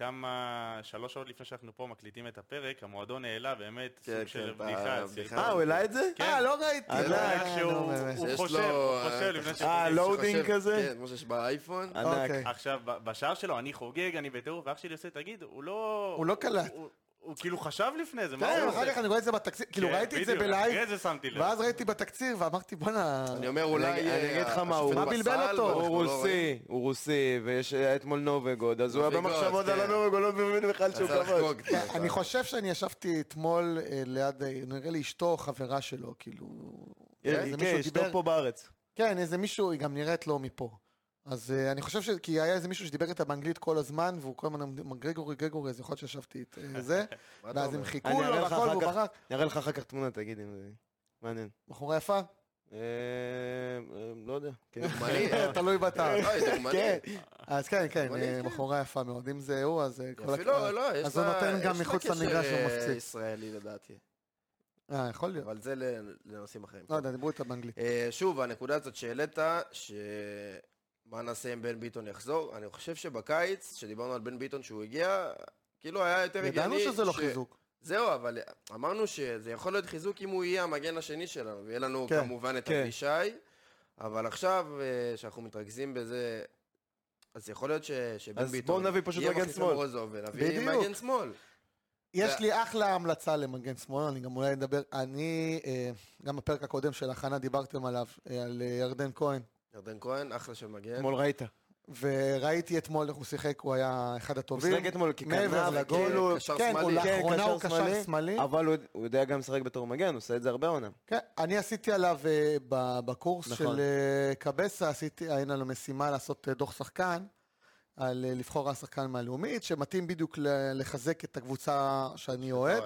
S5: כמה... שלוש שעות לפני שאנחנו פה מקליטים את הפרק, המועדון העלה באמת
S1: כן,
S5: סוג
S1: כן,
S5: של
S1: את
S5: בדיחה.
S1: הבדיחה.
S5: סרטון.
S4: אה, הוא העלה את זה?
S5: כן.
S3: אה, לא ראיתי.
S4: אה,
S5: זה
S4: ענק.
S5: היה כשהוא-
S3: נו, באמת.
S4: לא,
S5: הוא
S1: שיש
S5: חושב,
S1: לו,
S5: הוא חושב
S1: אה,
S5: לפני ש...
S4: אה, לואודינג
S1: שחושב-
S4: כזה?
S1: כן, כמו שיש באייפון.
S4: ענק.
S3: אוקיי.
S5: עכשיו, ב- בשער שלו, אני חוגג, אני בטירוף, ואח שלי עושה, תגיד, הוא לא...
S3: הוא לא קלט.
S5: הוא- הוא כאילו חשב לפני זה, מה
S3: כן,
S5: הוא
S3: אחר
S5: עושה?
S3: כך אני רואה את זה בתקציר, כאילו
S5: כן,
S3: ראיתי את זה
S5: בדיוק,
S3: בלייב,
S5: אחרי זה שמתי לב.
S3: ואז ראיתי בתקציר ואמרתי בואנה,
S1: אני אומר אולי...
S4: אני- אני
S1: אה,
S4: אגיד לך מה,
S1: השופט
S4: הוא-
S3: מה בלבל
S1: פסל,
S3: אותו?
S1: ואנחנו
S4: הוא
S1: לא רואים.
S4: רוסי, הוא רוסי, ויש היה אתמול נובגוד, אז הוא היה
S1: נובגוד,
S4: במחשבות
S1: כן.
S4: על הנובגוד, לא מבין בכלל שהוא
S1: רצה
S4: כבש.
S1: לחגוג.
S3: כן, אני חושב שאני ישבתי אתמול אה, ליד, אה, נראה לי אשתו או חברה שלו, כאילו, איזה
S4: כן,
S3: אה, מישהו
S4: אשתו
S3: דיבר,
S4: פה בארץ.
S3: כן איזה מישהו, היא גם נראית לו מפה, אז אה, אני חושב ש... כי היה איזה מישהו שדיבר איתה באנגלית כל הזמן, והוא כל הזמן אמר גרגורי גרגורי, אז יכול להיות שישבתי את אה,
S1: מה
S3: זה,
S1: אתה לא
S3: ואז הם
S1: אומר?
S3: חיכו
S4: אני
S3: לו
S4: אראה לך
S3: והכל,
S4: אחר
S3: והוא
S4: כך.
S3: ברק,
S4: אני אראה לך אחר כך תמונה, תגיד אם זה... מעניין.
S3: בחורה יפה,
S4: אה, אה, לא יודע. כן.
S1: דוגמני.
S3: אה, תלוי בטעם,
S1: אוי, דוגמני.
S4: כן.
S3: אז כן, כן,
S1: אבל היא-
S3: אה, בחורה יפה מאוד, אם זה הוא, אז אה, כל
S1: אפילו,
S3: הכ-
S1: לא, יש לה...
S3: אז הוא נותן
S1: יש
S3: גם
S1: לה
S3: מחוץ
S1: קשר,
S3: למגרש, הוא
S1: אה,
S3: מפסיק.
S1: ישראלי לדעתי.
S3: אה, יכול להיות,
S1: אבל זה ל- לנושאים אחרים.
S3: לא יודע, דיברו איתה באנגלית.
S1: אה, שוב, הנקודה הזאת שהעלית, ש... מה נעשה אם בן ביטון יחזור? אני חושב שבקיץ, שדיברנו על בן ביטון שהוא הגיע, כאילו היה יותר הגיוני...
S3: ידענו שזה לא
S1: ש-
S3: חיזוק.
S1: זהו, אבל אמרנו שזה יכול להיות חיזוק אם הוא יהיה המגן השני שלנו, ויהיה לנו
S3: כן,
S1: כמובן את
S4: כן.
S1: אבישי, אבל עכשיו, אה, שאנחנו מתרכזים בזה, אז יכול להיות ש... שבן
S4: אז
S1: ביטון...
S4: בואו נביא פשוט
S1: יהיה
S4: מגן
S1: מחליף
S4: שמאל.
S1: למורוזוב, ונביא
S3: בדיוק.
S1: מגן שמאל.
S3: יש
S1: זה-
S3: לי אחלה המלצה למגן שמאל, אני גם אולי אדבר, אני, אה, גם בפרק הקודם של הכנה דיברתם עליו, אה, על אה, ירדן כהן,
S1: ירדן כהן, אחלה של מגן.
S4: אתמול ראית.
S3: וראיתי אתמול איך הוא שיחק, הוא היה אחד
S4: הוא
S3: הטובים.
S4: שיחק אתמול
S3: מעבר
S4: ככנף,
S3: לגול,
S1: הוא
S4: כאילו,
S1: קשר
S3: כן, הוא
S1: שמאלי.
S4: כן,
S3: לאחרונה
S4: קשר
S3: הוא קשר
S4: שמאלי,
S3: שמאלי.
S4: אבל הוא- הוא יודע גם לשחק בתור מגן, הוא עושה את זה הרבה עונה.
S3: כן, אני עשיתי עליו אה, ב- בקורס
S4: נכון.
S3: של אה, קבסה, עשיתי, היינו לו משימה לעשות אה, דוח שחקן, על אה, לבחור השחקן מהלאומית, שמתאים בדיוק ל- לחזק את הקבוצה שאני
S1: לא,
S3: אוהד.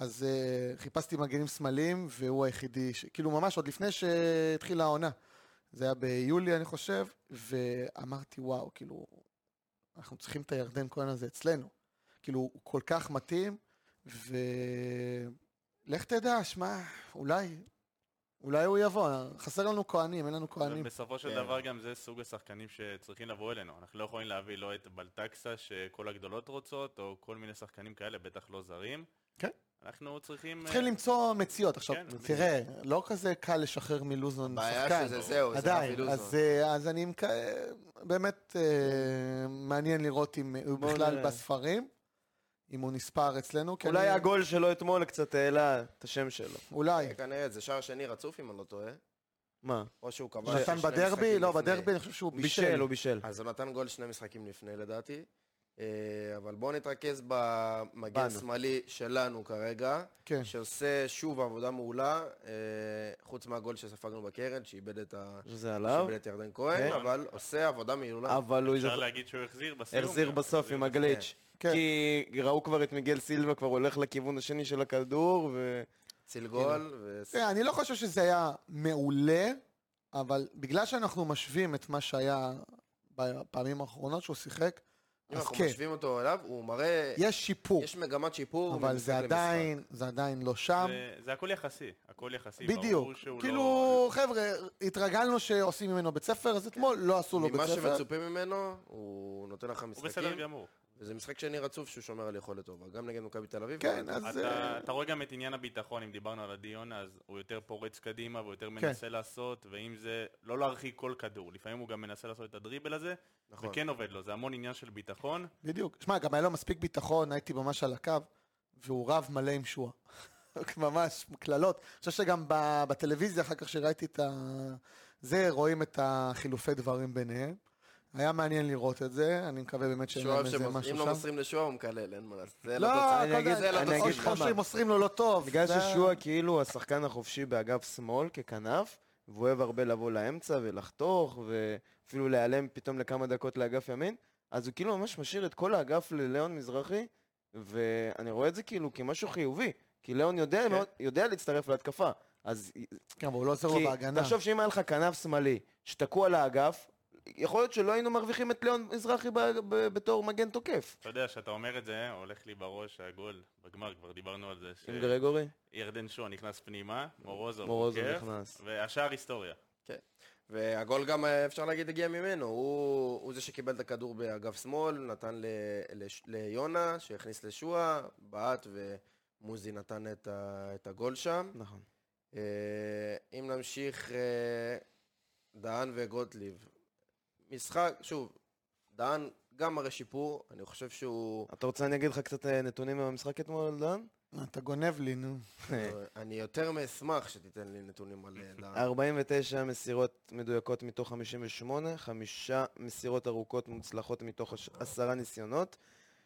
S3: אז uh, חיפשתי מגנים שמאליים, והוא היחידי, ש... כאילו ממש עוד לפני שהתחילה העונה. זה היה ביולי, אני חושב, ואמרתי, וואו, כאילו, אנחנו צריכים את הירדן כהן הזה אצלנו. כאילו, הוא כל כך מתאים, ולך תדע, שמע, אולי, אולי הוא יבוא, חסר לנו כהנים, אין לנו כהנים.
S5: בסופו של
S1: כן.
S5: דבר גם זה סוג השחקנים שצריכים לבוא אלינו. אנחנו לא יכולים להביא לא את בלטקסה שכל הגדולות רוצות, או כל מיני שחקנים כאלה, בטח לא זרים.
S3: כן.
S5: אנחנו צריכים...
S3: צריכים
S5: אה,
S3: למצוא מציאות. עכשיו,
S5: כן, בדיוק.
S3: תראה, לא כזה קל לשחרר מלוזון
S6: הבעיה
S3: שחקן.
S6: שזה זהו, זה
S1: לא,
S6: רפי
S3: עדיין,
S6: לוזון.
S3: אז, אה, אז אני מק... אה, באמת אה, מעניין לראות אם הוא
S4: בוא
S3: בכלל
S4: נראה.
S3: בספרים, אם הוא נספר אצלנו. כי
S4: אולי
S3: אני-
S4: הגול שלו אתמול קצת העלה את השם שלו.
S3: אולי.
S1: כנראה, זה שער שני רצוף אם אני לא טועה.
S4: מה?
S1: או שהוא
S3: הוא
S1: כבש...
S3: נתן
S1: שני
S3: בדרבי?
S1: משחקים
S3: לא,
S1: לפני.
S3: בדרבי אני חושב שהוא
S4: הוא בישל,
S3: בישל.
S4: הוא בישל.
S1: אז הוא נתן גול שני משחקים לפני לדעתי. אה, אבל בואו נתרכז במגן
S4: בנו.
S1: השמאלי שלנו כרגע,
S3: כן.
S1: שעושה שוב עבודה מעולה, אה, חוץ מהגול שספגנו בקרן, שאיבד את ה...
S4: שזה
S3: לא.
S4: עליו,
S1: שאיבד את ירדן כהן,
S4: כן.
S1: אבל עושה עבודה מעולה.
S4: אבל הוא
S5: אפשר להגיד שהוא החזיר בסיום.
S4: החזיר
S5: גם,
S4: בסוף
S5: החזיר
S4: עם הגליץ'.
S3: כן.
S4: כי ראו כבר את מיגל סילבה כבר הולך לכיוון השני של הכדור, ו...
S1: הציל גול, ו...
S3: תראה, אני לא חושב שזה היה מעולה, אבל בגלל שאנחנו משווים את מה שהיה בפעמים האחרונות שהוא שיחק,
S1: אם
S3: אז
S1: אנחנו
S3: כן,
S1: משווים אותו אליו, הוא מראה...
S3: יש שיפור,
S1: יש מגמת שיפור.
S3: אבל
S1: ממשחק
S3: זה
S1: למשחק.
S3: עדיין, זה עדיין לא שם.
S5: זה- זה הכל יחסי, הכל יחסי.
S3: בדיוק.
S5: ברור שהוא
S3: כאילו,
S5: לא-
S3: חבר'ה, התרגלנו שעושים ממנו בית ספר, אז אתמול לא עשו לו בית
S1: ממה
S3: ספר.
S1: שמצופים ממנו, הוא נותן לך
S5: הוא בסדר
S1: משחקים,
S5: גמור.
S1: וזה משחק שני רצוף שהוא שומר על יכולת טובה, גם נגד מכבי תל אביב.
S3: כן,
S1: אבל-
S3: אז... אה,
S5: אתה, אתה רואה גם את עניין הביטחון, אם דיברנו על הדיון, אז הוא יותר פורץ קדימה והוא
S3: כן.
S5: יותר מנסה לעשות, ואם זה לא להרחיק כל כדור, לפעמים הוא גם מנסה לעשות את הדריבל הזה,
S1: נכון.
S5: וכן עובד לו, זה המון עניין של ביטחון.
S3: בדיוק. שמע, גם היה לו מספיק ביטחון, הייתי ממש על הקו, והוא רב מלא עם שועה. ממש, קללות. אני חושב שגם ב- בטלוויזיה, אחר כך שראיתי את ה... זה, רואים את החילופי דברים ביניהם. היה מעניין לראות את זה, אני מקווה באמת שאין
S1: שואב
S3: להם איזה
S1: שמוסרים,
S3: משהו
S1: אם
S3: שם.
S1: לא מוסרים לשועה הוא מקלל, אין מה לעשות. זה
S3: לא,
S1: לא תוצאה.
S3: הכל
S4: אגיד-
S3: זה לא
S4: אני
S3: תוצאה.
S4: אגיד לך
S3: או
S4: מה.
S3: שמוסרים לו לא טוב.
S4: בגלל
S3: זה-
S4: ששועה כאילו השחקן החופשי באגף שמאל ככנף, והוא אוהב הרבה לבוא לאמצע ולחתוך, ואפילו להיעלם פתאום לכמה דקות לאגף ימין, אז הוא כאילו ממש משאיר את כל האגף לליאון מזרחי, ואני רואה את זה כאילו כמשהו חיובי, כי ליאון יודע, מאוד, יודע להצטרף להתקפה. אז
S3: כן, אבל הוא לא עוזר לו
S4: כי
S3: בהגנה.
S4: תחשוב שאם היה לך כנף שמאלי שתקוע על האגף, יכול להיות שלא היינו מרוויחים את ליאון מזרחי ב- ב- בתור מגן תוקף.
S5: אתה יודע, כשאתה אומר את זה, הולך לי בראש הגול בגמר, כבר דיברנו על זה,
S3: כן,
S4: עם גרגורי,
S5: שירדן שואה נכנס פנימה, מורוזוב
S4: מורוזוב
S5: עוקף,
S4: נכנס.
S5: והשאר היסטוריה.
S1: והגול גם, אה, אפשר להגיד, הגיע ממנו. הוא הוא זה שקיבל את הכדור באגף שמאל, נתן ל- לש- ליונה, שהכניס לשועה, בעט ומוזי נתן את ה- את הגול שם.
S4: נכון.
S1: אה, אם נמשיך, אה, דהן וגוטליב. משחק, שוב, דהן גם מראה שיפור, אני חושב שהוא...
S4: אתה רוצה אני אגיד לך קצת אה, נתונים מהמשחק אתמול, דן?
S3: אתה גונב לי, נו.
S4: אה.
S1: אני יותר מאשמח שתיתן לי נתונים על אה, דהן.
S4: 49 מסירות מדויקות מתוך 58, חמישה מסירות ארוכות מוצלחות מתוך הש- עשרה ניסיונות,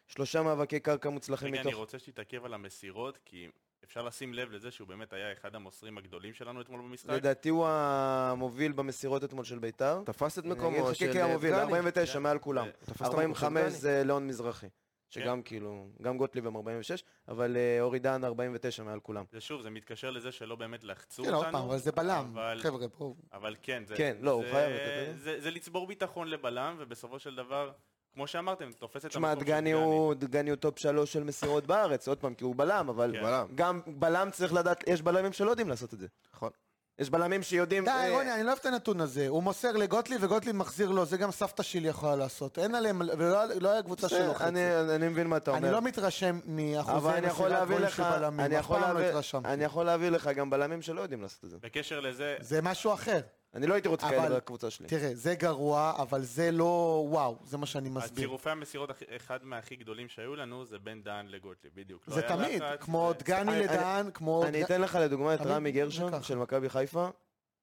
S4: שלושה מאבקי קרקע מוצלחים
S5: רגע, אני
S4: מתוך...
S5: רוצה שתתעכב על המסירות, כי אפשר לשים לב לזה שהוא באמת היה אחד המוסרים הגדולים שלנו אתמול במשחק.
S4: לדעתי הוא המוביל במסירות אתמול של ביתר.
S1: תפס את
S4: אני אגיד
S1: מקומו
S4: לך, כן,
S1: של
S4: כן,
S1: אה,
S4: המוביל,
S1: דגני. אה,
S4: 49, מעל כולם.
S5: הוא
S1: תפס את המקום של
S4: 45
S1: דגני.
S4: זה ליאון מזרחי,
S5: כן.
S4: שגם כאילו, גם גוטליב עם 46, אבל אה, אורי דן 49 מעל כולם.
S5: זה שוב, זה מתקשר לזה שלא באמת לחצו
S3: כן,
S5: אותנו.
S3: עוד פעם, אבל זה בלם.
S5: אבל-
S3: חבר'ה, פה...
S5: אבל כן, זה...
S4: כן, לא, הוא
S5: זה-
S4: חייב, אתה יודע.
S5: זה- זה לצבור ביטחון לבלם, ובסופו של דבר, כמו שאמרתם, תופס את
S4: תשמע,
S5: המקום של
S4: דגני הוא דגני הוא טופ שלוש של מסירות בארץ, עוד פעם, כי הוא בלם, אבל
S5: כן.
S1: בלם.
S4: גם בלם צריך לדעת, יש בלמים שלא יודעים לעשות את זה.
S1: נכון.
S4: יש בלמים שיודעים...
S3: די,
S4: אה,
S3: רוני, אני לא אוהב את הנתון הזה. הוא מוסר לגוטליב וגוטליב מחזיר לו, זה גם סבתא שלי יכולה לעשות. אין עליהם, ולא לא היה קבוצה שלו חצי.
S4: אה, אני- אני מבין מה אתה אומר.
S3: אני לא מתרשם
S4: אבל
S3: מאחוזי
S4: אני יכול
S3: מסירת
S4: להביא
S3: גול
S4: לך,
S3: של בלמים.
S4: אני
S3: אף
S4: יכול
S3: פעם לא
S4: להביא-
S3: התרשמתי.
S4: אני יכול להביא לך גם בלמים שלא יודעים לעשות את זה.
S5: בקשר לזה,
S3: זה משהו אחר.
S4: אני לא הייתי רוצה
S3: אבל-
S4: כאלה בקבוצה שלי.
S3: תראה, זה גרוע, אבל זה לא וואו, זה מה שאני מסביר.
S5: צירופי המסירות, הכי- אחד מהכי גדולים שהיו לנו, זה בין דהן לגוטליב, בדיוק. לא
S3: זה
S5: היה
S3: תמיד,
S5: לחץ,
S3: כמו
S5: זה-
S3: דגני
S4: אני-
S3: לדהן, כמו...
S4: אני אתן לך לדוגמה את
S3: תמיד
S4: רמי
S3: זה
S4: גרשון
S3: ככה.
S4: של מכבי חיפה.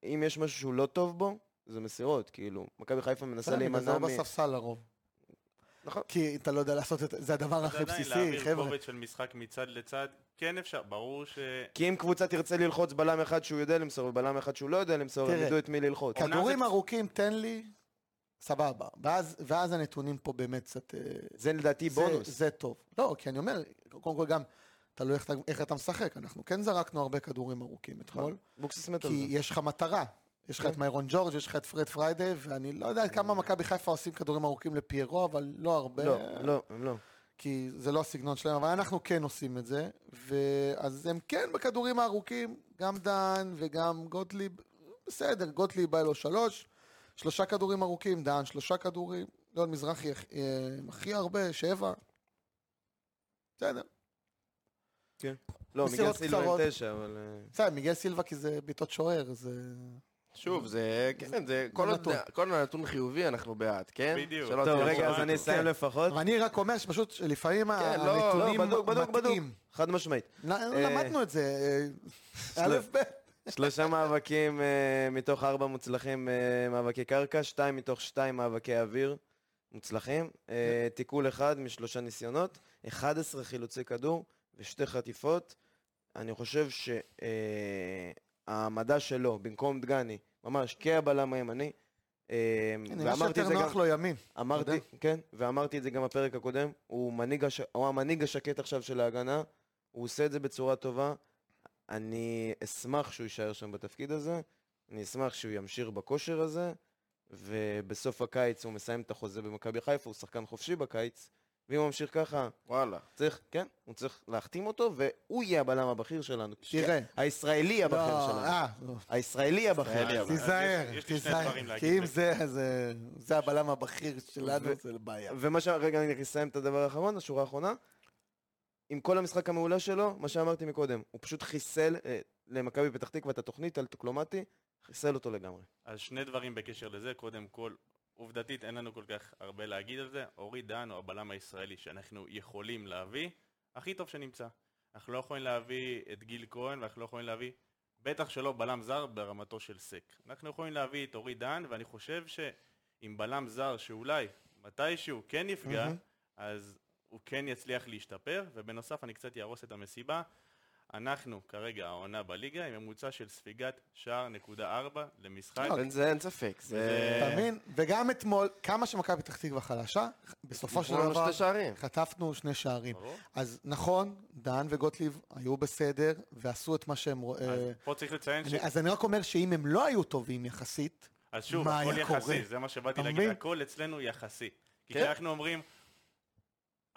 S4: אם יש משהו שהוא לא טוב בו, זה מסירות. כאילו, מכבי חיפה מנסה
S3: זה
S4: להימנע
S3: לא
S4: מ...
S3: בספסל לרוב.
S4: נכון.
S3: כי אתה לא יודע לעשות את זה הדבר
S5: זה
S3: הכי
S5: עדיין
S3: בסיסי,
S5: להעביר
S3: חבר'ה.
S5: כובד של משחק מצד לצד, כן אפשר, ברור ש...
S4: כי אם קבוצה תרצה ללחוץ בלם אחד שהוא יודע למסור ובלם אחד שהוא לא יודע למסור, הם
S3: תראה.
S4: ידעו את מי ללחוץ.
S5: אומנם
S3: כדורים
S5: זה-
S3: ארוכים, תן לי, סבבה. ואז- ואז הנתונים פה באמת קצת... אה,
S4: זה לדעתי
S3: זה-
S4: בונוס.
S3: זה טוב. לא, כי אני אומר, קודם כל גם, תלוי איך אתה- איך אתה משחק. אנחנו כן זרקנו הרבה כדורים ארוכים אתמול,
S4: בוקסס מת על
S3: כי
S4: זה.
S3: יש לך מטרה. יש לך את מיירון ג'ורג', יש לך את פרד פריידי, ואני לא יודע כמה מכבי חיפה עושים כדורים ארוכים לפיירו, אבל לא הרבה.
S4: לא, לא, הם לא.
S3: כי זה לא הסגנון שלהם, אבל אנחנו כן עושים את זה. ואז הם כן בכדורים הארוכים, גם דן וגם גוטליב. בסדר, גוטליב בא לו שלוש, שלושה כדורים ארוכים, דן שלושה כדורים, לא, ליאון מזרחי אה, הכי הרבה, שבע. בסדר.
S4: לא, מיגל
S3: מסירות
S4: סילבה עם
S3: קצרות.
S4: תשע, אבל... אה,
S3: בסדר, מיגל סילבה כי זה בעיטות שוער, זה...
S1: שוב, זה, כן, זה, כל עוד
S3: נתון.
S1: כל עוד הנתון חיובי, אנחנו בעד, כן?
S5: בדיוק.
S1: שלא
S4: טוב,
S1: תהיה
S4: רגע,
S1: פה
S4: אז
S1: משהו.
S4: אני אסיים לפחות.
S3: אבל אני רק אומר שפשוט לפעמים ה-
S1: כן, לא, לא,
S3: הנתונים
S4: בדוק, בדוק, בדוק.
S3: מטעים.
S4: חד משמעית.
S3: נ-
S4: אה,
S3: למדנו את זה, אה, א' ב'.
S4: שלושה מאבקים אה, מתוך ארבע מוצלחים אה, מאבקי קרקע, שתיים מתוך שתיים מאבקי אוויר מוצלחים, אה, תיקול אחד משלושה ניסיונות, 11 חילוצי כדור ושתי חטיפות. אני חושב שהעמדה שלו במקום דגני, ממש כהבלם הימני, אה,
S3: נראה שיותר נוח לו ימין. אתה
S4: אמרתי,
S3: יודע?
S4: כן, ואמרתי את זה גם בפרק הקודם, הוא, מנהיג הש... הוא המנהיג השקט עכשיו של ההגנה, הוא עושה את זה בצורה טובה. אני אשמח שהוא יישאר שם בתפקיד הזה, אני אשמח שהוא ימשיך בכושר הזה, ובסוף הקיץ הוא מסיים את החוזה במכבי חיפה, הוא שחקן חופשי בקיץ, ואם הוא ממשיך ככה,
S1: וואלה.
S4: צריך, כן, הוא צריך להחתים אותו, והוא יהיה הבלם הבכיר שלנו.
S3: תראה.
S4: הישראלי הבכיר
S3: לא,
S4: שלנו.
S3: אה,
S4: הישראלי
S1: ישראלי
S4: הבכיר
S1: הבכיר.
S4: שלנו.
S5: יש-
S3: תיזהר,
S5: יש לי שני
S3: תיזהר,
S5: דברים להגיד
S3: כי אם
S5: בהקשר.
S3: זה, זה- זה הבלם הבכיר שלנו,
S4: ו-
S3: זה בעיה.
S4: ומה ש... רגע, אני אסיים את הדבר האחרון, השורה האחרונה. עם כל המשחק המעולה שלו, מה שאמרתי מקודם, הוא פשוט חיסל אה, למכבי פתח תקווה את התוכנית על טוקלומטי, חיסל אותו לגמרי.
S5: אז שני דברים בקשר לזה, קודם כל, עובדתית אין לנו כל כך הרבה להגיד על זה, אורי דן הוא הבלם הישראלי שאנחנו יכולים להביא, הכי טוב שנמצא. אנחנו לא יכולים להביא את גיל כהן ואנחנו לא יכולים להביא, בטח שלא בלם זר ברמתו של סק. אנחנו יכולים להביא את אורי דן, ואני חושב שעם בלם זר שאולי, מתישהו כן יפגע, אז הוא כן יצליח להשתפר, ובנוסף אני קצת אהרוס את המסיבה. אנחנו כרגע העונה בליגה עם ממוצע של ספיגת שער נקודה ארבע למשחק.
S3: אוקיי.
S1: אין זה אין ספק, זה...
S3: אתה מבין? וגם אתמול, כמה שמכבי פתח תקווה חלשה, בסופו של
S1: נתנו לנו
S3: דבר
S1: שתי נכון, שערים.
S5: כן.
S3: חטפנו שני שערים.
S5: ברור.
S3: אז נכון, דן וגוטליב היו בסדר, ועשו את מה שהם... רוא-
S5: אז
S3: אה,
S5: פה צריך לציין ש...
S3: אני- אז אני רק אומר שאם הם לא היו טובים יחסית,
S5: אז שוב,
S3: מה
S5: הכל
S3: היה
S5: יחסי,
S3: קורה?
S5: זה מה שבאתי
S3: אתה
S5: להגיד,
S3: מבין?
S5: הכל אצלנו יחסי. כי
S1: כן.
S5: כשאנחנו אומרים,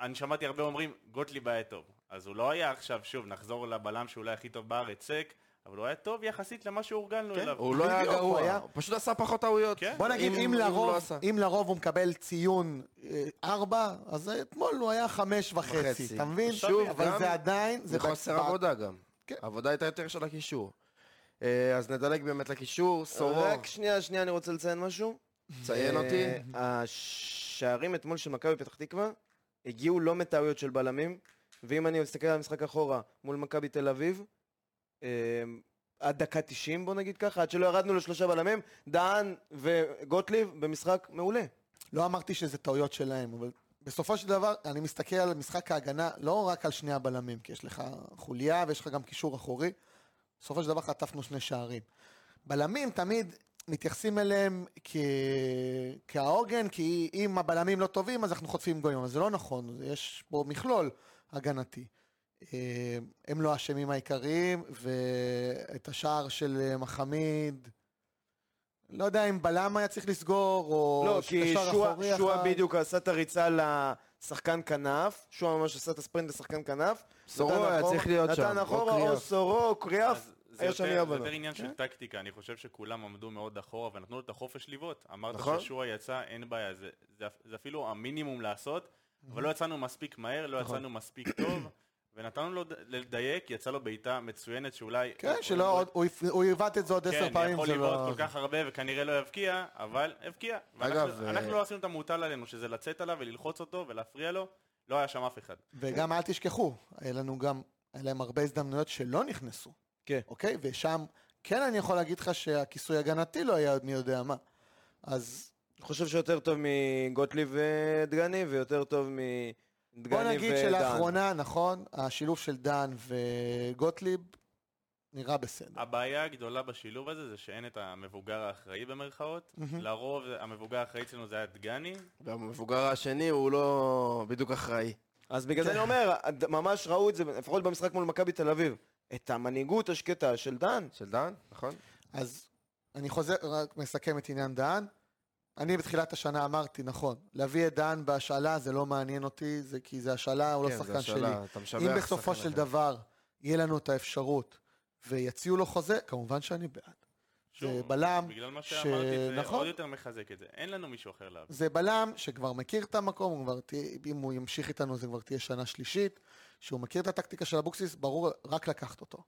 S5: אני שמעתי הרבה אומרים, גוטליב היה טוב. אז הוא לא היה עכשיו, שוב, נחזור לבלם שאולי הכי טוב בארץ, סק, אבל הוא היה טוב יחסית למה
S3: כן.
S5: שהורגלנו אליו.
S1: הוא לא היה
S3: בדיוק, הוא
S1: גרוע,
S3: היה-
S1: הוא פשוט עשה פחות טעויות.
S5: כן.
S3: בוא נגיד,
S1: אם-
S3: אם
S1: אם לא
S3: לרוב,
S1: עשה.
S3: אם לרוב הוא מקבל ציון 4, אז אתמול הוא היה 5 וחצי,
S1: וחצי.
S3: אתה מבין?
S1: שוב,
S3: אבל
S1: גם-
S3: זה עדיין,
S1: זה
S3: זה
S1: חוסר
S3: בהצבעה.
S1: עבודה גם.
S3: כן.
S1: העבודה הייתה יותר של הקישור. אה, אז נדלג באמת לקישור, סורו,
S4: רק שנייה, שנייה, אני רוצה לציין משהו.
S1: ציין אותי.
S4: אה, השערים אתמול של מכבי פתח תקווה הגיעו לא מטעויות של בלמים, ואם אני מסתכל על המשחק אחורה מול מכבי תל אביב, אה, עד דקה 90 בוא נגיד ככה, עד שלא ירדנו לשלושה בלמים, דהן וגוטליב במשחק מעולה.
S3: לא אמרתי שזה טעויות שלהם, אבל בסופו של דבר, אני מסתכל על משחק ההגנה, לא רק על שני הבלמים, כי יש לך חוליה ויש לך גם קישור אחורי. בסופו של דבר חטפנו שני שערים. בלמים תמיד מתייחסים אליהם כ... כהעוגן, כי אם הבלמים לא טובים, אז אנחנו חוטפים גולים. אבל זה לא נכון, יש פה מכלול הגנתי. אה, הם לא האשמים העיקריים, ואת השער של אה, מחמיד, לא יודע אם בלם היה צריך לסגור, או
S4: לא, כי
S3: קשר
S4: שועה-
S3: אחורי
S4: שועה
S3: אחד.
S4: בדיוק עשה את הריצה לשחקן כנף, שועה ממש עשה את הספרינט לשחקן כנף.
S1: סורו
S4: נתן
S1: היה
S4: אחורה-
S1: צריך להיות שם,
S4: נתן
S1: או
S4: אחורה או
S1: קריאף.
S4: סורו או קריאף,
S5: אז זה
S4: היה
S5: יותר,
S4: שם
S5: זה
S4: אי הבנות.
S5: יותר עניין של טקטיקה, אני חושב שכולם עמדו מאוד אחורה ונתנו לו את החופש לבעוט. אמרת
S1: נכון.
S5: ששועה יצא, אין בעיה, זה, זה, אפ- זה אפילו המינימום לעשות, אבל לא יצאנו מספיק מהר, לא
S3: נכון.
S5: יצאנו מספיק טוב, ונתנו לו ד- לדייק, יצא לו בעיטה מצוינת שאולי...
S3: כן, שלא עוד, הוא יפ- הוא עיוות את זה עוד עשר
S5: כן,
S3: פעמים,
S5: יכול
S3: זה
S5: לבעוט
S3: לא...
S5: כל כך הרבה וכנראה לא יבקיע, אבל הבקיע.
S1: אגב,
S5: ואנחנו
S1: אה,
S5: אנחנו לא עשינו את המוטל עלינו, שזה לצאת עליו וללחוץ אותו ולהפריע לו, לא היה שם אף אחד.
S3: וגם אל תשכחו, היה לנו גם, היה להם הרבה הזדמנויות שלא נכנסו.
S4: כן.
S3: אוקיי? ושם, כן אני יכול להגיד לך שהכיסוי הגנתי לא היה מי יודע מה. אז
S4: אני חושב שיותר טוב מגוטליב ודגני, ויותר טוב מדגני
S3: בוא
S4: ודן.
S3: נגיד
S5: אה,
S3: שלאחרונה, נכון, השילוב של דן וגוטליב נראה בסדר.
S5: הבעיה הגדולה בשילוב הזה זה שאין את המבוגר האחראי במרכאות. לרוב המבוגר האחראי אצלנו זה היה דגני,
S1: והמבוגר השני הוא לא בדיוק אחראי.
S4: אז בגלל זה אני אומר, הד- ממש ראו את זה, לפחות במשחק מול מכבי תל אביב, את המנהיגות השקטה של דן.
S1: של דן, נכון?
S3: אז אני חוזר, רק מסכם את עניין דן. אני בתחילת השנה אמרתי, נכון, להביא את דן בהשאלה זה לא מעניין אותי, זה כי זה השאלה,
S5: כן,
S3: הוא לא שחקן שלי.
S1: כן, אתה משבח
S3: אם בסופו
S1: שחקן
S3: של
S1: אחר.
S3: דבר יהיה לנו את האפשרות ויציעו לו חוזה, כמובן שאני בעד.
S5: שוב,
S3: זה בלם
S5: בגלל מה
S3: ש-
S5: שאמרתי, זה
S3: נכון.
S5: עוד יותר מחזק את זה. אין לנו מישהו אחר להביא.
S3: זה בלם שכבר מכיר את המקום, הוא כבר תהיה, אם הוא ימשיך איתנו זה כבר תהיה שנה שלישית, שהוא מכיר את הטקטיקה של אבוקסיס, ברור רק לקחת אותו.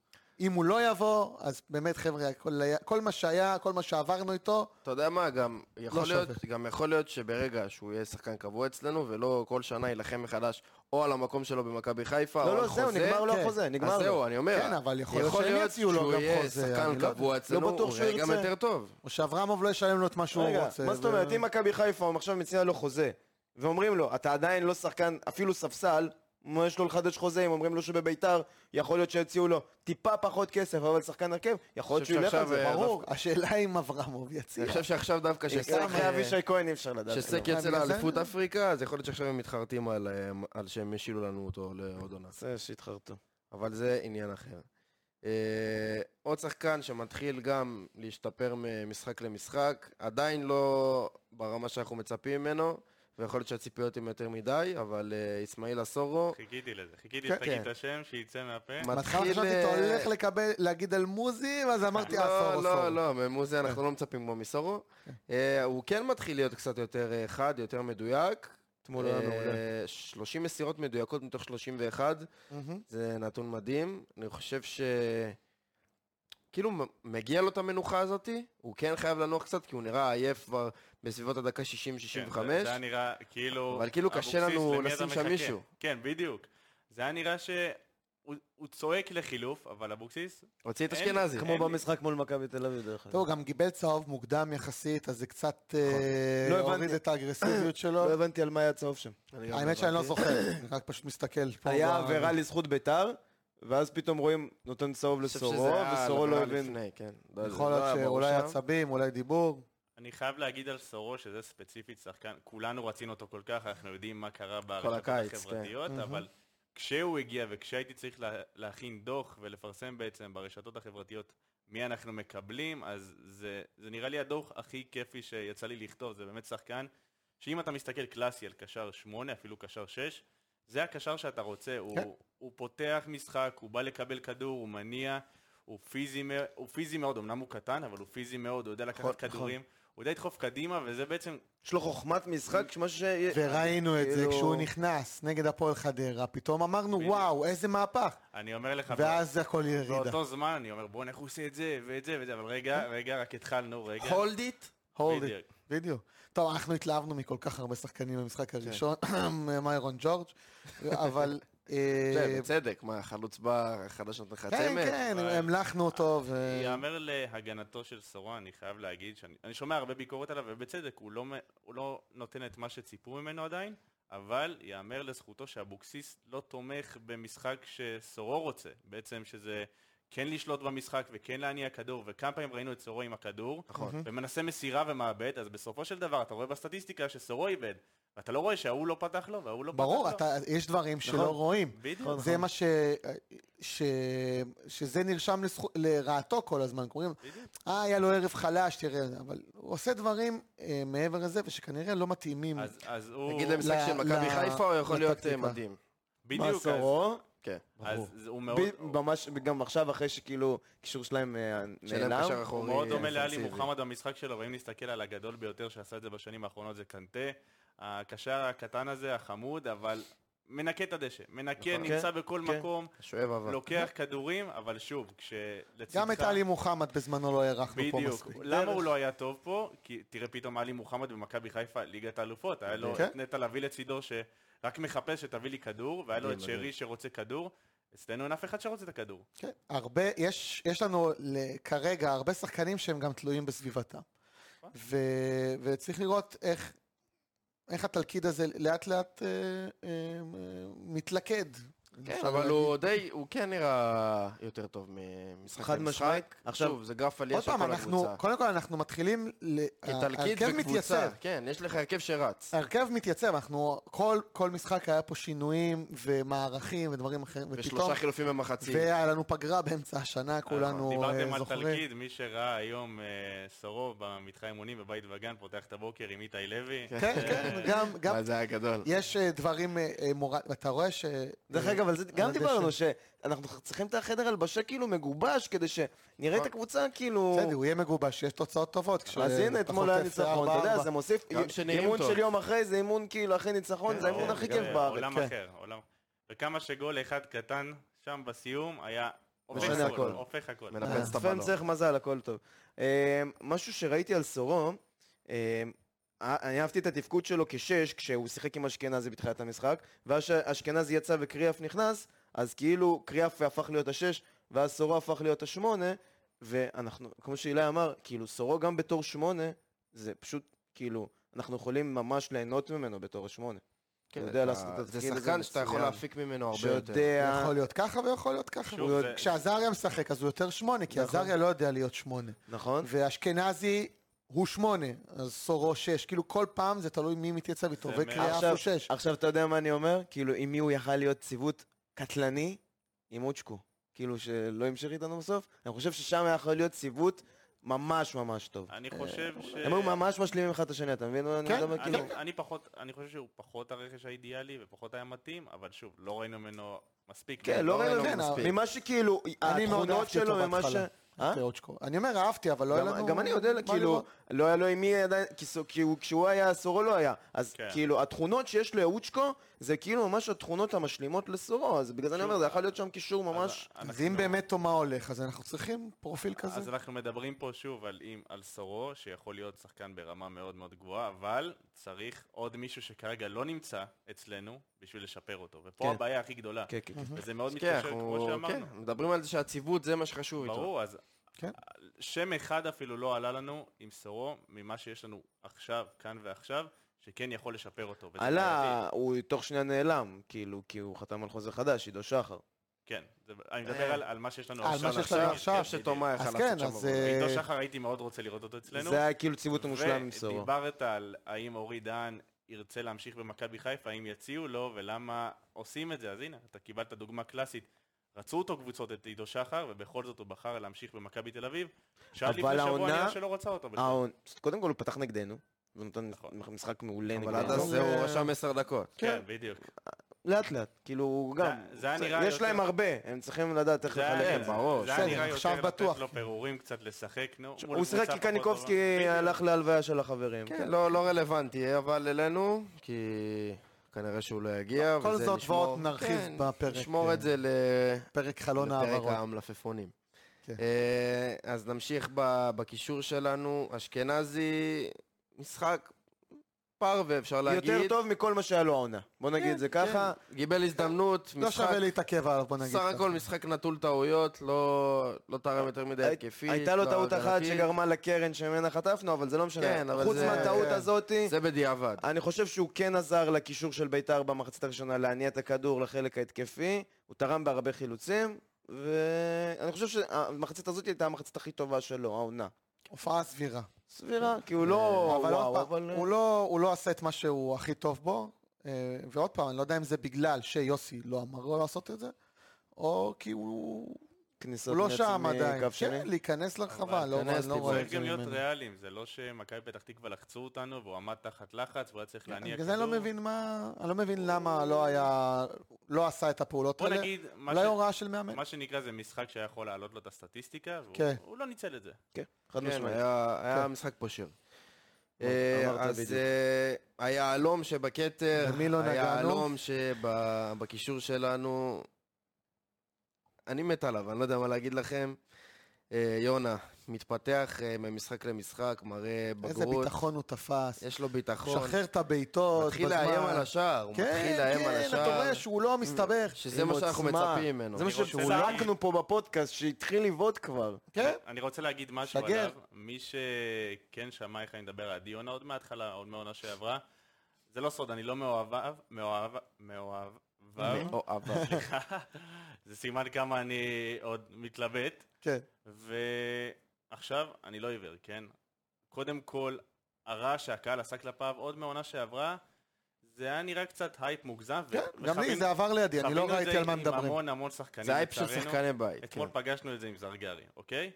S3: אם הוא לא יבוא, אז באמת חבר'ה, כל, כל מה שהיה, כל מה שעברנו איתו,
S1: אתה יודע מה, גם יכול,
S3: לא
S1: לא להיות,
S3: שווה.
S1: גם יכול להיות שברגע שהוא יהיה שחקן קבוע אצלנו, ולא כל שנה יילחם מחדש או על המקום שלו במכבי חיפה, או
S4: לא,
S1: על
S4: לא,
S1: חוזה,
S4: זהו, נגמר לו
S3: כן.
S4: החוזה,
S1: אז
S4: נגמר לו.
S1: זהו, אני אומר,
S3: כן, אבל יכול להיות
S1: יכול
S3: שהם
S1: להיות
S3: יציעו לו
S1: שהוא
S3: גם
S1: יהיה
S3: חוזה, אני
S1: שחקן
S3: לא יודע.
S1: קבוע אצלנו,
S4: בטוח
S1: הוא
S4: שהוא
S1: יהיה גם
S4: ירצה.
S1: יותר טוב.
S3: או שאברמוב לא ישלם לו את מה שהוא
S4: רגע,
S3: רוצה.
S4: מה זאת
S3: ו-
S4: אומרת, אם מכבי חיפה הוא עכשיו מציע לו חוזה, ואומרים לו, אתה עדיין לא שחקן, אפילו ספסל, מה יש לו לחדש חוזה, אם אומרים לו שבביתר, יכול להיות שיציעו לו טיפה פחות כסף, אבל שחקן הרכב, יכול להיות
S1: חושב
S4: שהוא ילך על
S1: שעכשיו,
S4: זה,
S1: אה,
S4: ברור. אה,
S3: ברור, השאלה אם אברמוב יציע.
S1: אני חושב שעכשיו דווקא
S4: גם
S1: שסק,
S4: אחרי אבישי כהן אי אפשר לדעת. כאילו.
S1: שסק
S4: כלום.
S1: יוצא
S3: בגלל זה-
S1: לאליפות אפריקה, אז יכול להיות שעכשיו הם מתחרטים על, אה, על שהם השילו לנו אותו לעוד עונה.
S4: זה שהתחרטו.
S1: אבל זה עניין אחר. אה, עוד שחקן שמתחיל גם להשתפר ממשחק למשחק, עדיין לא ברמה שאנחנו מצפים ממנו, ויכול להיות שהציפיות הן יותר מדי, אבל אה, אסמאעיל אסורו
S5: חיכיתי לזה, חיכיתי
S3: כן,
S5: שתגיד
S1: כן.
S5: את השם, שיצא מהפה.
S3: בהתחלה
S1: מתחיל...
S3: חשבתי, אתה
S1: אה,
S3: הולך לקבל, להגיד על מוזי, ואז אמרתי, אה, סורו,
S1: לא,
S3: סורו.
S1: לא, לא, ממוזה
S4: כן.
S1: אנחנו לא מצפים כמו מסורו. אה, הוא כן מתחיל להיות קצת יותר אה, חד, יותר מדויק.
S4: אתמול היה
S1: אה,
S4: מעולה.
S1: 30 מסירות מדויקות מתוך 31,
S3: מהמם.
S1: זה נתון מדהים. אני חושב ש... כאילו, מ- מגיע לו את המנוחה הזאתי, הוא כן חייב לנוח קצת, כי הוא נראה עייף כבר בסביבות הדקה 60-65.
S5: כן, זה- זה היה נראה כאילו...
S1: אבל כאילו קשה
S5: אבוקסיס,
S1: לנו
S5: למי אתה
S1: לשים שם
S5: מחכה?
S1: מישהו.
S5: כן, בדיוק. זה היה נראה שהוא הוא צועק לחילוף, אבל אבוקסיס...
S1: הוציא את
S5: אין-
S1: אשכנזי.
S5: כמו
S4: כמו
S5: אין לי-
S4: במשחק מול מכבי תל אביב, דרך
S3: טוב,
S4: אגב.
S3: הוא גם גיבל צהוב מוקדם יחסית, אז זה קצת אה,
S4: לא הבנתי.
S3: הוריד את האגרסיביות שלו.
S4: לא הבנתי על מה היה צהוב שם.
S1: גם
S3: האמת שאני לא
S1: הבנתי.
S3: זוכר, אני רק פשוט מסתכל. פה
S4: היה
S3: ב-
S4: עבירה לזכות ביתר, ואז פתאום רואים נותן צהוב
S1: אני חושב שזה
S4: לסורו,
S1: היה
S4: וסורו לא
S1: עבירה
S4: הבין.
S1: לפני, כן. לא יודע,
S3: יכול
S1: לא
S3: להיות
S1: היה ברור
S3: שאולי
S1: שם.
S3: עצבים, אולי דיבור.
S5: אני חייב להגיד על סורו שזה ספציפית שחקן, כולנו רצינו אותו כל כך, אנחנו יודעים מה קרה ברשתות
S1: הקיץ, כן.
S5: החברתיות, אבל כשהוא הגיע וכשהייתי צריך לה, להכין דוח ולפרסם בעצם ברשתות החברתיות מי אנחנו מקבלים, אז זה, זה נראה לי הדוח הכי כיפי שיצא לי לכתוב, זה באמת שחקן שאם אתה מסתכל קלאסי על קשר 8, אפילו קשר 6, זה הקשר שאתה רוצה, הוא,
S3: כן.
S5: הוא פותח משחק, הוא בא לקבל כדור, הוא מניע, הוא פיזי, מא- הוא פיזי מאוד, אמנם הוא קטן, אבל הוא פיזי מאוד, הוא יודע
S1: נכון,
S5: לקחת
S1: נכון.
S5: כדורים, הוא יודע לדחוף קדימה, וזה בעצם,
S4: יש לו חוכמת משחק, שמה ש...
S3: וראינו את זה
S4: כאילו-
S3: כשהוא נכנס נגד הפועל חדרה, פתאום אמרנו,
S5: בדיוק.
S3: וואו, איזה מהפך.
S5: אני אומר לך,
S3: ואז הכל ירידה. כן.
S5: באותו זמן אני אומר, בוא'נה, איך הוא עושה את זה, ואת זה, ואת זה, אבל רגע, רגע, רק התחלנו, רגע.
S1: Hold it.
S3: hold it.
S5: בדיוק.
S3: בדיוק. טוב, אנחנו התלהבנו מכל כך הרבה שחקנים במשחק הראשון, מיירון ג'ורג', אבל... אה,
S1: זה, בצדק, מה, חלוץ בר, חדש נותן לך
S3: כן,
S1: צמד?
S3: כן, המלכנו אותו, ו...
S5: ייאמר להגנתו של סורן, אני חייב להגיד שאני אני שומע הרבה ביקורת עליו, ובצדק, הוא לא, מ- הוא לא נותן את מה שציפו ממנו עדיין, אבל ייאמר לזכותו שאבוקסיס לא תומך במשחק שסורו רוצה, בעצם שזה כן לשלוט במשחק וכן להניע כדור, וכמה פעמים ראינו את סורו עם הכדור,
S1: נכון.
S5: ומנסה מסירה ומאבד, אז בסופו של דבר אתה רואה בסטטיסטיקה שסורו איבד, ואתה לא רואה שההוא לא פתח לו וההוא לא פתח לו.
S3: ברור, אתה- יש דברים שלא רואים.
S5: בדיוק.
S3: זה מה ש... ש... שזה נרשם לזכו... לרעתו כל הזמן, קוראים,
S5: בדיוק.
S3: אה, היה לו ערב חלש, תראה, אבל הוא עושה דברים אה, מעבר לזה, ושכנראה לא מתאימים.
S5: אז- אז הוא...
S1: נגיד למשחק
S3: ל-
S1: של מכבי
S3: ל-
S1: חיפה, הוא יכול להיות אה,
S3: לטקטיקה.
S1: מדהים.
S5: בדיוק,
S4: מה
S5: אז-
S4: סורו?
S1: כן.
S5: אז
S4: ברור.
S5: זה- הוא מאוד...
S4: ב- ממש, גם עכשיו, אחרי שכאילו, קישור שלהם אה,
S1: שלהם
S4: נעלם.
S1: קשר אחורי.
S5: הוא מאוד דומה לאלי
S1: אינטנסיבי.
S5: מוחמד במשחק שלו, ואם נסתכל על הגדול ביותר שעשה את זה בשנים האחרונות זה קנטה. הקשר הקטן הזה, החמוד, אבל מנקה את הדשא. מנקה,
S1: נכון.
S5: נמצא בכל
S4: כן.
S5: מקום,
S1: שואב אבל.
S5: לוקח כדורים, אבל שוב, כשלצדך...
S3: גם את עלי מוחמד בזמנו לא הארכנו פה
S5: בדיוק.
S3: מספיק. כן,
S5: למה
S4: דרך.
S5: הוא לא היה טוב פה? כי תראה פתאום עלי מוחמד במכבי חיפה, ליגת האלופות. היה לו
S3: כן.
S5: את נטע לביא לצידו שרק מחפש שתביא לי כדור, והיה לו את
S1: מדהים, מדהים.
S5: שרי שרוצה כדור. אצלנו אין אף אחד שרוצה את הכדור.
S3: כן, הרבה, יש, יש לנו ל- כרגע הרבה שחקנים שהם גם תלויים בסביבתם.
S5: נכון.
S3: ו, וצריך לראות איך, איך התלכיד הזה לאט לאט אה, אה, אה, מתלכד.
S1: כן,
S3: אפשר
S1: אבל
S3: להגיד.
S1: הוא די, הוא כן נראה יותר טוב ממשחק
S4: חד משמעית.
S1: למשחק.
S4: עכשיו-
S1: שוב, זה גרף עלייה
S3: עוד
S1: של
S3: פעם,
S1: כל
S3: אנחנו,
S1: הקבוצה.
S3: קודם כל אנחנו מתחילים, ל-
S1: כתלקיד
S3: ההרכב מתייצב. אה,
S1: וקבוצה, כן, יש לך הרכב שרץ.
S3: ההרכב מתייצב, אנחנו, כל, כל משחק היה פה שינויים ומערכים ודברים אחרים, ופתאום,
S1: ושלושה חילופים במחצית.
S3: והיה לנו פגרה באמצע השנה, כולנו
S5: נכון,
S3: אה,
S5: דיברתם על
S3: זוכרים.
S5: תלכיד, מי שראה היום אה, סורו במתחם אימונים בבית וגן, פותח את הבוקר עם איתי לוי. אה,
S3: כן, כן, גם, גם
S1: מה, זה היה גדול.
S3: יש אה, דברים אה, אה, מורל... אתה רואה ש...
S4: דרך אגב, על זה גם
S3: הדשא.
S4: דיברנו, שאנחנו צריכים את החדר הלבשה כאילו מגובש, כדי שנראה את הקבוצה כאילו...
S3: נכון. בסדר, הוא יהיה מגובש, יש תוצאות טובות. כש-
S4: אז הנה,
S3: אתה
S4: אתמול היה
S3: חוטף
S4: ניצחון, אתה
S3: ארבע,
S4: יודע,
S3: ארבע.
S4: זה מוסיף,
S1: גם שנראים
S4: אימון
S1: טוב.
S4: של יום אחרי זה אימון כאילו אחרי ניצחון,
S5: כן,
S4: זה האימון
S5: כן,
S4: הכי
S5: זה
S4: כיף בארץ.
S5: עולם
S4: כן.
S5: אחר, עולם. וכמה שגול אחד קטן שם בסיום היה הופך
S1: משנה
S5: הכל,
S1: הכל.
S5: הופך הכל.
S1: מנפץ את
S4: לפעמים
S1: הבלון.
S4: אה, צריך מזל, הכל טוב. אה, משהו שראיתי על סורו, אה, אה, אני אהבתי את התפקוד שלו כשש, כשהוא שיחק עם אשכנזי בתחילת המשחק, ואז שאשכנזי יצא וקריאף נכנס, אז כאילו קריאף הפך להיות השש, ואז סורו הפך להיות השמונה, ואנחנו, כמו שאילי אמר, כאילו סורו גם בתור שמונה, זה פשוט, כאילו, אנחנו יכולים ממש ליהנות ממנו בתור השמונה.
S1: כן,
S4: הוא יודע
S1: אתה-
S4: לעשות את
S1: זה
S4: התפקיד הזה
S1: שחקן שאתה יכול
S4: מצוין.
S1: להפיק ממנו הרבה יותר.
S4: שיודע...
S3: יכול להיות ככה ויכול להיות ככה.
S5: שוב, זה-
S3: כשעזריה משחק אז הוא יותר שמונה, כי
S4: נכון.
S3: עזריה לא יודע להיות שמונה.
S4: נכון?
S3: ואשכנזי הוא שמונה, אז סורו שש. כאילו כל פעם זה תלוי מי מתייצב איתו,
S5: זה
S3: וקריאה
S4: עכשיו-
S3: הוא שש.
S4: עכשיו אתה יודע מה אני אומר? כאילו, עם מי הוא יכל להיות ציוות קטלני? עם אוצ'קו. כאילו, שלא המשיך איתנו בסוף. אני חושב ששם היה יכול להיות ציוות ממש ממש טוב.
S5: אני חושב ש...
S4: אה, הם היו ממש משלימים אחד את השני, אתה מבין? מה אני
S3: כן,
S4: מדבר?
S5: אני-
S4: כאילו,
S5: אני פחות, אני חושב שהוא פחות הרכש האידיאלי ופחות היה מתאים, אבל שוב, לא ראינו ממנו מספיק.
S4: כן, לא ראינו
S3: כן,
S4: כן, ממה שכאילו,
S3: אני מאוד
S4: התכונות
S3: אהבתי אותו
S4: שלו, ממה ש...
S3: בהתחלה.
S4: אה?
S3: את אוצ'קו. אני אומר אהבתי, אבל לא היה
S4: גם,
S3: לנו...
S4: גם אני יודע,
S3: מה
S4: כאילו,
S3: לראות.
S4: לא היה לו עם מי עדיין, כי סו- כי הוא- כשהוא היה, סורו לא היה. אז
S5: כן.
S4: כאילו, התכונות שיש לאוצ'קו, זה כאילו ממש התכונות המשלימות לסורו, אז בגלל זה אני אומר, זה יכול להיות שם קישור ממש...
S3: אז אם באמת תומה הולך, אז אנחנו צריכים פרופיל
S5: לא- אז
S3: כזה.
S5: אנחנו מדברים פה שוב על, עם, על סורו, שיכול להיות שחקן ברמה מאוד מאוד גבוהה, אבל צריך עוד מישהו שכרגע לא נמצא אצלנו בשביל לשפר אותו. ופה
S4: כן.
S5: הבעיה הכי גדולה.
S4: כן, כן, כן.
S5: וזה מאוד
S1: כן,
S5: מתקשר, כמו
S1: אנחנו
S5: שאמרנו.
S1: כן, מדברים על זה שהציוות זה מה שחשוב איתו.
S5: ברור, אז
S3: כן.
S5: שם אחד אפילו לא עלה לנו עם סורו ממה שיש לנו עכשיו, כאן ועכשיו, שכן יכול לשפר אותו. וזה בעייתי.
S4: עלה, הוא תוך שנייה נעלם, כאילו, כי הוא חתם על חוזה חדש, עידו שחר.
S5: כן, זה- אני מדבר על- על מה שיש לנו
S3: אה, על
S5: עכשיו.
S3: מה שיש לנו עכשיו.
S1: אני חושב שתומה יכל
S3: אז
S1: לעשות
S3: כן,
S1: שם
S3: אז,
S1: עבודה.
S3: אה,
S5: עידו שחר הייתי מאוד רוצה לראות אותו אצלנו.
S4: זה היה כאילו ציוות מושלם עם סורו.
S5: ודיברת על האם אורי דהן ירצה להמשיך במכבי חיפה, האם יציעו לו ולמה עושים את זה. אז הנה, אתה קיבלת דוגמה קלאסית. רצו אותו קבוצות את עידו שחר, ובכל זאת הוא בחר להמשיך במכבי תל אביב. שעד
S4: אבל
S5: לפני שבוע
S4: העונה-
S5: נראה שלא רצה אותו. בכלל.
S4: אה, קודם כל הוא פתח נגדנו, הוא נותן
S5: נכון.
S4: משחק מעולה
S1: אבל עד
S4: נגדנו.
S1: אז
S3: אה,
S1: הוא רשם עשר דקות.
S5: כן, בדיוק.
S4: לאט לאט, כאילו, הוא גם...
S5: זה היה נראה
S4: יש
S5: יותר-
S4: להם הרבה, הם צריכים לדעת איך
S5: זה היה-
S4: לחלק.
S1: כן, ברור,
S5: זה היה
S3: בסדר,
S5: נראה
S3: עכשיו
S5: יותר לתת
S3: בטוח.
S5: לו פירורים קצת לשחק, נו. מול
S4: הוא שיחק
S5: קבוצה
S4: כי
S5: פחות
S4: קניקובסקי
S5: טובה.
S4: הלך להלוויה של החברים.
S1: כן, לא לא רלוונטי, אבל אלינו, כי כנראה שהוא לא יגיע.
S3: כל
S1: וזה
S3: זאת
S1: נשמור-
S3: ועוד נרחיב
S1: כן,
S3: בפרק,
S1: נשמור
S3: אה,
S1: את זה ל...
S3: פרק חלון
S1: לפרק
S3: העברות.
S1: המלפפונים.
S3: כן.
S1: אה, אז נמשיך ב- בקישור שלנו. אשכנזי, משחק פרווה, אפשר להגיד.
S4: יותר טוב מכל מה שהיה לו העונה. בוא נגיד את זה ככה.
S1: כן, גיבל הזדמנות,
S3: לא
S1: משחק...
S3: שווה להתעכב עליו, בוא נגיד.
S1: סך
S3: ככה.
S1: הכל משחק נטול טעויות, לא לא תרם יותר מדי
S4: הי-
S1: התקפית.
S4: הייתה לו
S1: לא
S4: טעות אחת
S1: הגנתית.
S4: שגרמה לקרן שממנה חטפנו, אבל זה לא משנה.
S1: כן, אבל
S4: חוץ
S1: זה-
S4: מהטעות
S1: כן.
S4: הזאתי...
S1: זה בדיעבד.
S4: אני חושב שהוא כן עזר לקישור של בית"ר במחצית הראשונה להניע את הכדור לחלק ההתקפי, הוא תרם בהרבה חילוצים, ואני חושב שהמחצית הזאת הייתה המחצית הכי טובה שלו, העונה.
S3: הופעה סבירה.
S4: סבירה, כי הוא לא...
S3: אה, אבל
S4: וואו,
S3: עוד פעם,
S4: אבל...
S3: הוא לא- הוא לא עשה את מה שהוא הכי טוב בו, אה, ועוד פעם, אני לא יודע אם זה בגלל שיוסי לא אמר לו לעשות את זה, או כי הוא
S4: כניסות
S3: הוא לא
S4: מעצם
S3: שם עדיין.
S4: מקו שני.
S3: כן, להיכנס לרחבה,
S5: אבל
S3: לא
S1: להיכנס,
S3: לא רואה את
S5: צריך
S3: זה
S5: גם להיות
S1: כן.
S3: ממנו.
S5: ריאליים, זה לא שמכבי פתח תקווה לחצו אותנו והוא עמד תחת לחץ והוא היה
S4: כן,
S5: צריך להניע
S3: בגלל זה אני לא
S5: כדור.
S3: מבין מה, אני לא מבין למה לא היה, לא עשה את הפעולות
S5: בוא
S3: האלה.
S5: נגיד, מה
S3: אולי
S5: ש-
S3: הוראה של מאמן.
S5: מה שנקרא זה משחק שהיה יכול להעלות לו את הסטטיסטיקה, והוא
S3: כן.
S5: הוא לא ניצל את זה.
S4: כן, חד
S1: כן,
S4: משמעית.
S1: היה היה
S3: כן.
S1: משחק פושר.
S4: אמרת
S1: אה,
S4: בדיוק.
S1: אז אה, היהלום שבכתר,
S3: במי לא נגענו?
S1: היהלום שבקישור שלנו, אני מת עליו, אני לא יודע מה להגיד לכם. אה, יונה, מתפתח אה, ממשחק למשחק, מראה
S3: איזה
S1: בגרות,
S3: ביטחון הוא תפס.
S1: יש לו ביטחון,
S3: שחרר את הבעיטות.
S1: מתחיל
S3: בזמן.
S1: לאיים על השער, הוא מתחיל
S3: כן,
S1: לאיים על
S3: כן, אתה
S1: השער,
S3: רואה שהוא לא מסתבך.
S1: שזה
S4: עם
S1: מה שאנחנו
S4: עוצמה.
S1: מצפים ממנו.
S4: זה מה
S5: אני רוצה
S4: שהולקנו
S5: להגיד-
S4: פה בפודקאסט, שהתחיל לבעוט כבר.
S3: כן,
S5: אני רוצה להגיד משהו
S3: שגר.
S5: עליו. מי שכן שמע איך אני מדבר על דיונה עוד מההתחלה, עוד מהעונה שעברה, זה לא סוד, אני לא מאוהביו, מאוהב, מאוהביו,
S1: או, אבל-
S5: סליחה. זה סימן כמה אני עוד מתלבט.
S3: כן.
S5: ועכשיו, אני לא עיוור, כן? קודם כל, הרע שהקהל עשה כלפיו עוד מהעונה שעברה, זה היה נראה קצת הייפ מוגזם. ו-
S3: כן, גם לי
S5: וחווינו-
S3: זה עבר לידי, אני לא
S5: חווינו את
S3: ראיתי
S5: זה
S3: על מה
S5: עם
S3: מדברים.
S5: המון המון שחקנים,
S1: זה הייפ של
S5: לצערנו.
S1: שחקני בית.
S5: לא- אתמול
S1: כן.
S5: פגשנו את זה עם זרגרי, אוקיי?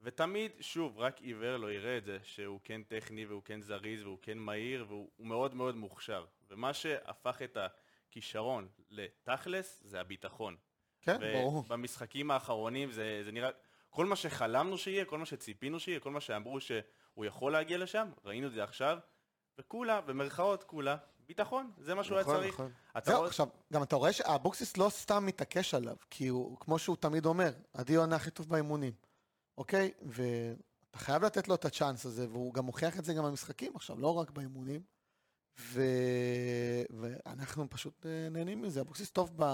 S5: ותמיד, שוב, רק עיוור לא יראה את זה, שהוא כן טכני והוא כן זריז והוא כן מהיר והוא הוא מאוד מאוד מוכשר. ומה שהפך את הכישרון לתכלס זה הביטחון.
S3: כן, ברור.
S5: ובמשחקים האחרונים זה, זה נראה... כל מה שחלמנו שיהיה, כל מה שציפינו שיהיה, כל מה שאמרו שהוא יכול להגיע לשם, ראינו את זה עכשיו, וכולה, במרכאות כולה, ביטחון, זה מה שהוא היה
S1: נכון,
S5: צריך.
S1: נכון.
S5: אתה
S3: זהו,
S5: רואה-
S3: עכשיו, גם אתה רואה שאבוקסיס לא סתם מתעקש עליו, כי הוא, כמו שהוא תמיד אומר, עדי יונה הכי טוב באימונים, אוקיי? ואתה חייב לתת לו את הצ'אנס הזה, והוא גם הוכיח את זה גם במשחקים עכשיו, לא רק באימונים. ו... ואנחנו פשוט אה, נהנים מזה, אבוקסיס טוב ב...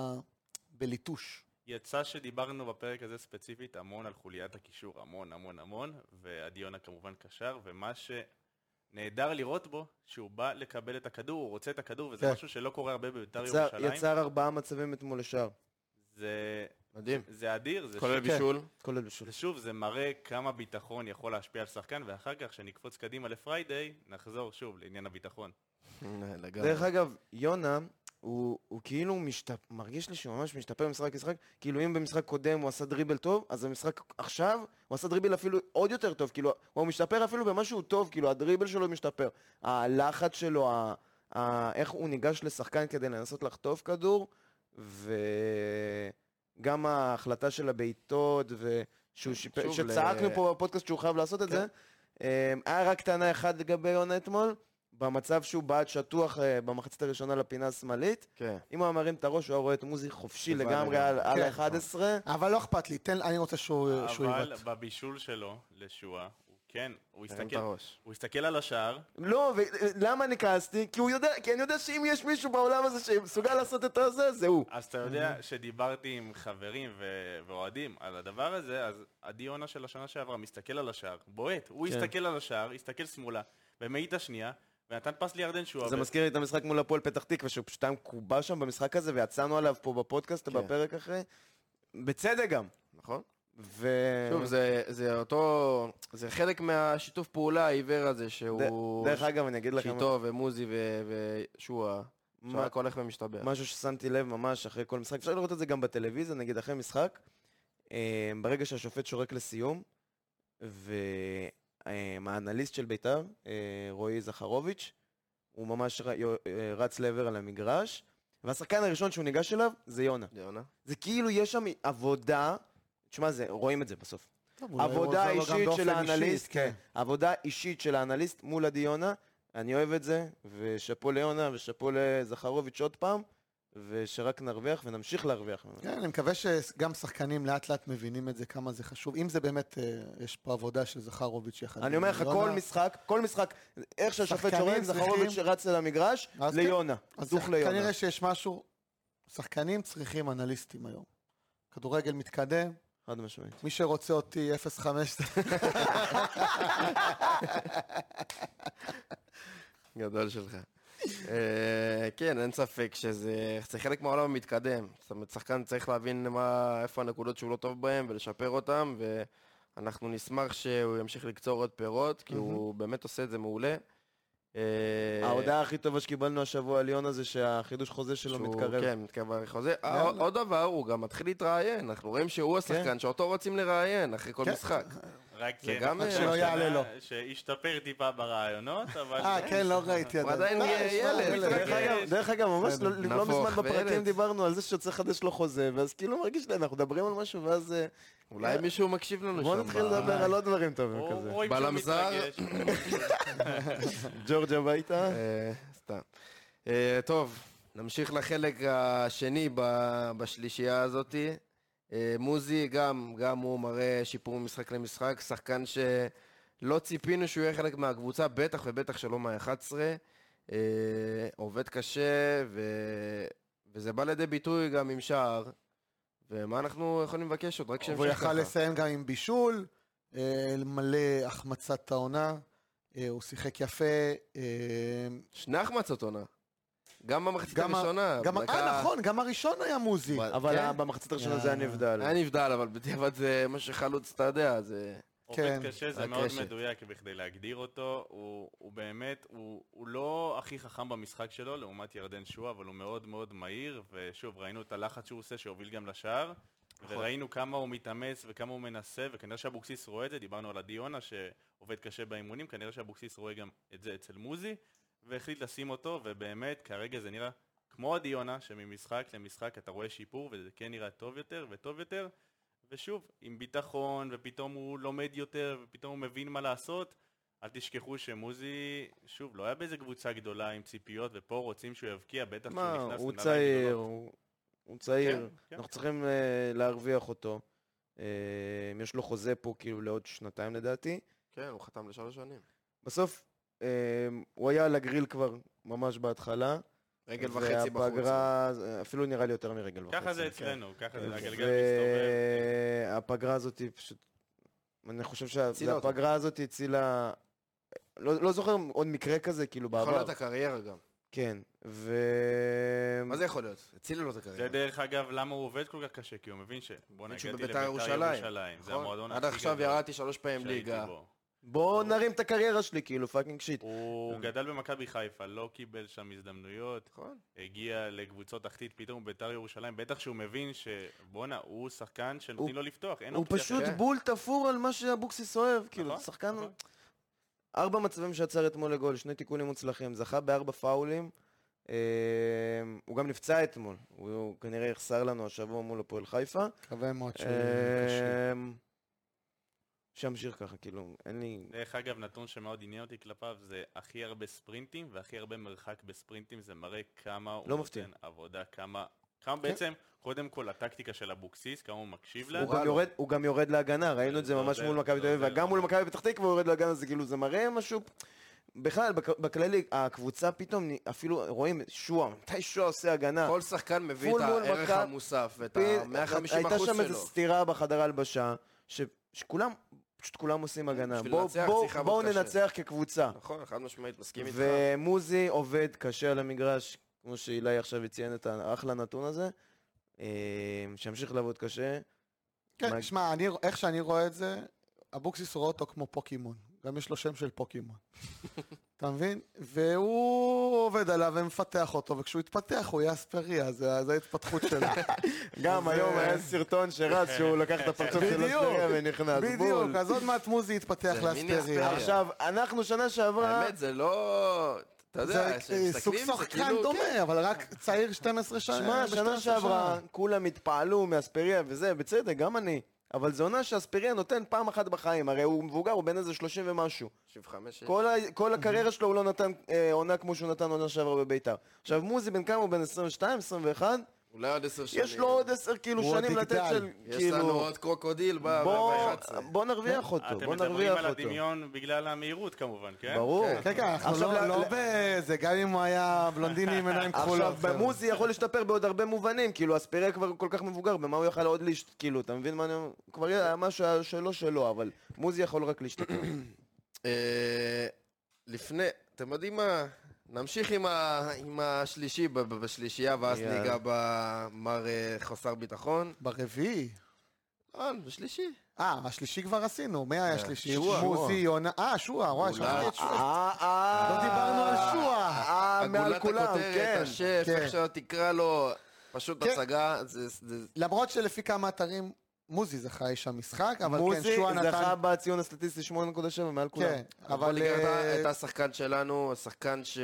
S3: בליטוש.
S5: יצא שדיברנו בפרק הזה ספציפית המון על חוליית הקישור, המון המון המון, ועדי יונה כמובן קשר, ומה שנהדר לראות בו, שהוא בא לקבל את הכדור, הוא רוצה את הכדור, וזה
S4: כן.
S5: משהו שלא קורה הרבה בביתר
S4: יצר-
S5: ירושלים.
S4: יצר ארבעה מצבים אתמול לשער,
S5: זה-
S1: כן. מדהים.
S5: זה אדיר, זה
S1: כולל
S5: ש-
S1: בישול.
S4: כולל בשול.
S5: זה שוב, זה מראה כמה ביטחון יכול להשפיע על שחקן, ואחר כך, כשנקפוץ קדימה לפריידיי, נחזור שוב לעניין הביטחון.
S1: לגמרי.
S4: דרך אגב, יונה, הוא, הוא כאילו משת... מרגיש לי שהוא ממש משתפר ממשחק למשחק, כאילו אם במשחק קודם הוא עשה דריבל טוב, אז במשחק עכשיו הוא עשה דריבל אפילו עוד יותר טוב, כאילו הוא משתפר אפילו במשהו טוב, כאילו הדריבל שלו משתפר, הלחץ שלו, ה... ה... איך הוא ניגש לשחקן כדי לנסות לחטוף כדור, וגם ההחלטה של הבעיטות, ושהוא שיפר,
S1: כן, שוב,
S4: שצעקנו
S1: ל- כן.
S4: פה בפודקאסט שהוא חייב לעשות את זה. אה, היה רק טענה אחת לגבי יונה אתמול, במצב שהוא בעט שטוח אה, במחצית הראשונה לפינה השמאלית.
S1: כן.
S4: אם הוא היה מרים את הראש, הוא היה רואה את מוזי חופשי
S1: לבד
S4: לגמרי
S1: לגמרי.
S4: על על
S3: כן.
S4: ה-11.
S3: אבל לא אכפת לי, תן, אני רוצה
S1: אה,
S3: שהוא אה, שהוא
S5: אבל
S3: יבעט.
S5: בבישול שלו, לשועה, הוא כן, הוא
S1: תרים את
S5: הסתכל-
S1: הראש.
S5: הוא הסתכל על השער,
S4: לא, ולמה אני כעסתי? כי הוא יודע, כי אני יודע שאם יש מישהו בעולם הזה שמסוגל לעשות את הזה, זה הוא.
S5: אז אתה יודע שדיברתי עם חברים ו- ואוהדים על הדבר הזה, אז עדי יונה של השנה שעברה מסתכל על השער, בועט. הוא
S4: כן.
S5: הסתכל על השער, הסתכל שמאלה, ומעיט השנייה, ונתן פס לירדן שועה.
S4: זה
S5: ו-
S4: מזכיר לי את המשחק מול הפועל פתח תקווה, שהוא פשוט היה מקובע שם במשחק הזה, ויצאנו עליו פה בפודקאסט,
S1: כן.
S4: בפרק אחרי. בצדק גם.
S1: נכון?
S4: ו...
S1: שוב, זה- זה אותו... זה חלק מהשיתוף פעולה העיוור הזה שהוא...
S4: דרך אגב, אני אגיד לכם...
S1: שאיתו ומוזי ו- ושועה.
S4: מה-
S1: שרק הולך ומשתבח.
S4: משהו ששמתי לב ממש אחרי כל משחק, אפשר לראות את זה גם בטלוויזיה, נגיד אחרי משחק, אה, ברגע שהשופט שורק לסיום, והאנליסט של בית"ר, אה, רועי זכרוביץ', הוא ממש ר- יו- אה, רץ לעבר על המגרש, והשחקן הראשון שהוא ניגש אליו זה יונה.
S1: יונה.
S4: זה כאילו יש שם עבודה, תשמע, זה- רואים את זה בסוף.
S3: טוב, אולי הוא
S4: עבודה
S3: עוזר לו גם
S4: אישית של
S3: באופן אישי,
S4: האנליסט,
S3: כן.
S4: עבודה אישית של האנליסט מול עדי יונה, אני אוהב את זה, ושאפו ליונה ושאפו לזכרוביץ' עוד פעם, ושרק נרוויח ונמשיך להרוויח. ממנו.
S3: כן, אני מקווה שגם שחקנים לאט לאט מבינים את זה, כמה זה חשוב. אם זה באמת, אה, יש פה עבודה של זכרוביץ' יחד.
S4: אני
S3: עם
S4: אומר לך,
S3: יונה,
S4: כל משחק, כל משחק, איך שהשופט
S3: שחקנים
S4: שורק,
S3: צריכים-
S4: זכרוביץ' רץ אל המגרש,
S3: אז כן.
S4: ליונה,
S3: אז
S4: דוך ליונה.
S3: כנראה שיש משהו, שחקנים צריכים אנליסטים היום. כדורגל מתקדם,
S4: חד משמעית.
S3: מי שרוצה אותי 05,
S1: גדול שלך. אה, כן, אין ספק שזה זה חלק מהעולם המתקדם. זאת אומרת, שחקן צריך להבין מה, איפה הנקודות שהוא לא טוב בהן ולשפר אותן, ואנחנו נשמח שהוא ימשיך לקצור עוד פירות, כי הוא באמת עושה את זה מעולה. אה,
S4: ההודעה הכי טובה שקיבלנו השבוע על יונה זה שהחידוש חוזה שלו
S1: שהוא-
S4: מתקרב.
S1: כן, מתקרב לחוזה.
S3: יאללה.
S1: אה, עוד דבר, הוא גם מתחיל להתראיין. אנחנו רואים
S4: כן.
S1: שהוא השחקן שאותו רוצים לראיין אחרי כל
S3: כן.
S1: משחק.
S5: רק
S1: זה
S5: כן,
S1: גם-
S5: רק
S1: רק
S3: שלא יעלה לו.
S5: שהשתפר טיפה ברעיונות, אבל...
S3: אה, כן, לא ראיתי.
S1: הוא
S3: עדיין.
S1: עדיין
S3: אה,
S1: ילד.
S3: יש לו ילד.
S4: דרך אגב- דרך אגב, ממש לא
S1: בסדר.
S4: לא
S1: נבוך
S4: מזמן בפרקים
S1: וילד.
S4: דיברנו על זה שצריך לחדש לו חוזה, ואז כאילו מרגיש לי, אנחנו מדברים על משהו, ואז... אה,
S1: אולי מישהו מקשיב לנו שם.
S4: בוא נתחיל
S1: ב-
S4: לדבר על עוד דברים טובים
S5: או-
S4: כזה.
S5: רואים שהוא
S1: בלם זר.
S5: מתרגש.
S4: ג'ורג' הביתה.
S1: אה, סתם. אה, טוב, נמשיך לחלק השני ב- בשלישייה הזאתי. אה, מוזי גם, גם הוא מראה שיפור ממשחק למשחק, שחקן שלא ציפינו שהוא יהיה חלק מהקבוצה, בטח ובטח שלא מה-11. אה, עובד קשה, ו... וזה בא לידי ביטוי גם עם שער. ומה אנחנו יכולים לבקש עוד? רק
S3: הוא
S1: שימשיך
S3: יכל
S1: ככה.
S3: לסיים גם עם בישול, אה, מלא החמצת העונה. אה, הוא שיחק יפה. אה,
S1: שני החמצות עונה. גם במחצית
S3: גם ה-
S1: הראשונה.
S3: גם-
S1: בדקה-
S3: אה, נכון, גם הראשון היה מוזי.
S1: ב-
S4: אבל
S1: כן?
S4: ה- במחצית הראשונה זה היה
S3: יאללה.
S4: נבדל.
S1: היה נבדל, אבל בדיעבד זה מה שחלוץ, אתה יודע, זה...
S5: עובד
S3: כן,
S5: קשה, זה
S1: רק
S5: מאוד
S1: רשת.
S5: מדויק בכדי להגדיר אותו. הוא, הוא באמת, הוא, הוא לא הכי חכם במשחק שלו, לעומת ירדן שועה, אבל הוא מאוד מאוד מהיר, ושוב, ראינו את הלחץ שהוא עושה, שהוביל גם לשער, וראינו כמה הוא מתאמץ וכמה הוא מנסה, וכנראה שאבוקסיס רואה את זה, דיברנו על עדי יונה שעובד קשה באימונים, כנראה שאבוקסיס רואה גם את זה אצל מוזי, והחליט לשים אותו, ובאמת, כרגע זה נראה כמו עדי יונה, שממשחק למשחק אתה רואה שיפור, וזה כן נראה טוב יותר וטוב יותר. ושוב, עם ביטחון, ופתאום הוא לומד יותר, ופתאום הוא מבין מה לעשות, אל תשכחו שמוזי, שוב, לא היה באיזה קבוצה גדולה עם ציפיות, ופה רוצים שהוא יבקיע, בטח שהוא נכנס
S4: מה, הוא
S5: כן, לנעליים
S4: צעיר,
S5: גדולות.
S4: הוא- הוא צעיר,
S5: כן, כן.
S4: אנחנו צריכים אה, להרוויח אותו. אה, יש לו חוזה פה כאילו לעוד שנתיים לדעתי.
S1: כן, הוא חתם לשלוש שנים.
S4: בסוף, אה, הוא היה על הגריל כבר ממש בהתחלה.
S1: רגל וחצי בחוץ.
S4: והפגרה, אפילו נראה לי יותר מרגל וחצי.
S5: ככה זה
S4: כן.
S5: אצלנו, ככה זה, הגלגל מסתובב.
S4: והפגרה הזאת היא פשוט... אני חושב
S1: הצילה אותו.
S4: שהפגרה הזאת הצילה... לא, לא זוכר עוד מקרה כזה, כאילו,
S1: יכול
S4: בעבר.
S1: להיות הקריירה גם.
S4: כן, ו...
S1: מה זה יכול להיות? הצילו לו את הקריירה.
S5: זה דרך אגב למה הוא עובד כל כך קשה, כי הוא מבין ש... בוא נגיד,
S1: שהוא
S5: הגעתי
S1: בבית"ר
S5: לבית"ר
S1: ירושלים,
S5: ירושלים. זה
S1: נכון?
S5: המועדון
S1: עד
S5: הכי
S1: עכשיו
S5: גדול
S1: ירדתי שלוש פעמים
S5: שהייתי
S1: ליגה.
S5: בו.
S4: בוא נרים את הקריירה שלי, כאילו, פאקינג שיט.
S5: הוא גדל במכבי חיפה, לא קיבל שם הזדמנויות,
S1: נכון.
S5: הגיע לקבוצות תחתית, פתאום בית"ר ירושלים, בטח שהוא מבין שבואנה, הוא שחקן שנותנים לו לפתוח, אין
S4: הוא
S5: אופציה
S4: פשוט
S5: אחרת.
S4: בול תפור על מה שאבוקסיס אוהב, כאילו,
S5: נכון,
S4: זה שחקן...
S5: נכון.
S4: ארבע מצבים שעצר אתמול לגול, שני תיקונים מוצלחים, זכה בארבע פאולים. אה, הוא גם נפצע אתמול, הוא- הוא כנראה יחסר לנו השבוע מול הפועל חיפה.
S3: מקווה מאוד
S1: אה,
S3: שהוא קשה.
S4: אמ, שימשיך ככה, כאילו, אין לי...
S5: דרך אגב, נתון שמאוד עניין אותי כלפיו, זה הכי הרבה ספרינטים והכי הרבה מרחק בספרינטים, זה מראה כמה הוא
S4: לא מפתיע. כן.
S5: נותן עבודה, כמה... כמה בעצם, קודם כל הטקטיקה של אבוקסיס, כמה הוא מקשיב
S1: לא,
S5: לה.
S4: הוא גם יורד- הוא גם יורד להגנה, ראינו את
S5: זה
S4: זה ממש
S5: עוזר,
S4: מול מכבי
S5: זה
S4: תל אביב,
S5: עוזר.
S4: גם מול מכבי פתח תקווה הוא יורד להגנה, זה כאילו, זה מראה משהו... בכלל, בכ- בכללי, הקבוצה פתאום, נ- אפילו רואים שועה, מתי שועה עושה הגנה?
S1: כל שחקן מביא את
S4: פול מול
S1: הערך
S4: מכבי-
S1: המוסף ואת
S4: פתאום-
S1: ה-150
S4: הייתה
S1: אחוז
S4: שם איזו
S1: שלו.
S4: סתירה בחדר הלבשה, ש- שכולם, פשוט כולם עושים הגנה.
S1: כן, בשביל
S4: בואו-
S1: לנצח
S4: בואו-
S1: צריך לעבוד
S4: בואו
S1: קשה.
S4: ננצח כקבוצה.
S1: נכון, חד משמעית, מסכים איתך.
S4: ומוזי עובד קשה על המגרש, כמו שאילי עכשיו הציין את האחלה נתון הזה. אה, שימשיך לעבוד קשה.
S3: כן,
S4: מה-
S3: תשמע, אני- איך שאני רואה את זה, אבוקסיס רואה אותו כמו פוקימון. גם יש לו שם של פוקימון. אתה מבין? והוא עובד עליו ומפתח אותו, וכשהוא יתפתח הוא יהיה אספריה, זה זה ההתפתחות שלו.
S4: גם
S3: אז,
S4: היום
S3: אה,
S4: היה סרטון שרץ שהוא לקח את הפרצוף של
S3: בדיוק,
S4: אספריה ונכנס.
S3: בדיוק,
S4: בול.
S3: אז עוד מעט מוזי יתפתח
S1: זה מיני
S3: לאספריה.
S1: אספריה.
S4: עכשיו, אנחנו שנה שעברה...
S1: האמת, זה לא... אתה יודע,
S3: זה סוג
S1: כשמסתכלים, זה
S3: שחקן
S1: כאילו...
S3: דומה, אבל רק צעיר 12 שנה.
S4: שמע, שנה
S3: 12
S4: שעברה
S3: שנה.
S4: כולם התפעלו מאספריה וזה, בצדק, גם אני. אבל זו עונה שאספריה נותן פעם אחת בחיים, הרי הוא מבוגר, הוא בן איזה 30 ומשהו.
S1: 75
S4: כל, ה... כל הקריירה שלו הוא לא נתן אה, עונה כמו שהוא נתן עונה שעברה בביתר. עכשיו, מוזי בן כמה הוא? בן 22, 21?
S1: אולי עוד 10 שנים.
S4: יש לו עוד 10 כאילו
S3: הוא עוד
S4: שנים לתת
S3: יגדל.
S4: של...
S1: יש לנו
S4: כאילו...
S1: עוד קרוקודיל ב-
S4: בוא,
S1: ב-11.
S4: בוא נרוויח אותו,
S5: אתם
S4: בוא
S5: מדברים
S4: נרוויח
S5: על
S4: אותו.
S5: הדמיון בגלל המהירות כמובן, כן?
S4: ברור.
S3: כן, כן, אנחנו
S4: עכשיו
S3: לא-
S4: ל-
S3: לא
S4: ל-
S3: בזה, גם אם הוא היה בלונדיני עם עיניים
S4: עכשיו,
S3: כחולות.
S4: במוזי יכול להשתפר בעוד הרבה מובנים, כאילו, אספיריה כבר כל כך מבוגר, במה הוא יכל עוד להשת... כאילו, אתה מבין מה אני אומר? כבר היה משהו שלא שלו, אבל מוזי יכול רק להשתפר.
S1: אה, לפני, אתם יודעים מה? נמשיך עם, ה, עם השלישי ב, ב, בשלישייה, ואז
S4: יאללה.
S1: ניגע במר אה, חסר ביטחון.
S3: כן. ברביעי.
S1: אה, בשלישי.
S3: אה, השלישי כבר עשינו, מי
S4: כן.
S3: היה השלישי?
S1: שועה.
S3: מוזי, יונה, אה, שועה, וואי,
S1: אולי.
S3: שכחתי את
S4: אה,
S3: שועה.
S4: אה,
S3: לא דיברנו על שועה.
S4: אה, מעל
S1: הגולת
S4: כולם,
S1: הכותרת,
S4: כן.
S1: השף,
S3: כן.
S1: איך שלא תקרא לו, פשוט
S3: כן.
S1: הצגה, זה, זה,
S3: למרות שלפי כמה אתרים מוזי זכה יש שם משחק, אבל כן,
S4: מוזי
S3: שועה נתן...
S4: זכה בציון הסטטיסטי 8.7 מעל כולם.
S3: כן,
S1: אבל
S3: אבל...
S1: ליגרדה
S3: אה,
S1: הייתה שחקן שלנו, שחקן ש...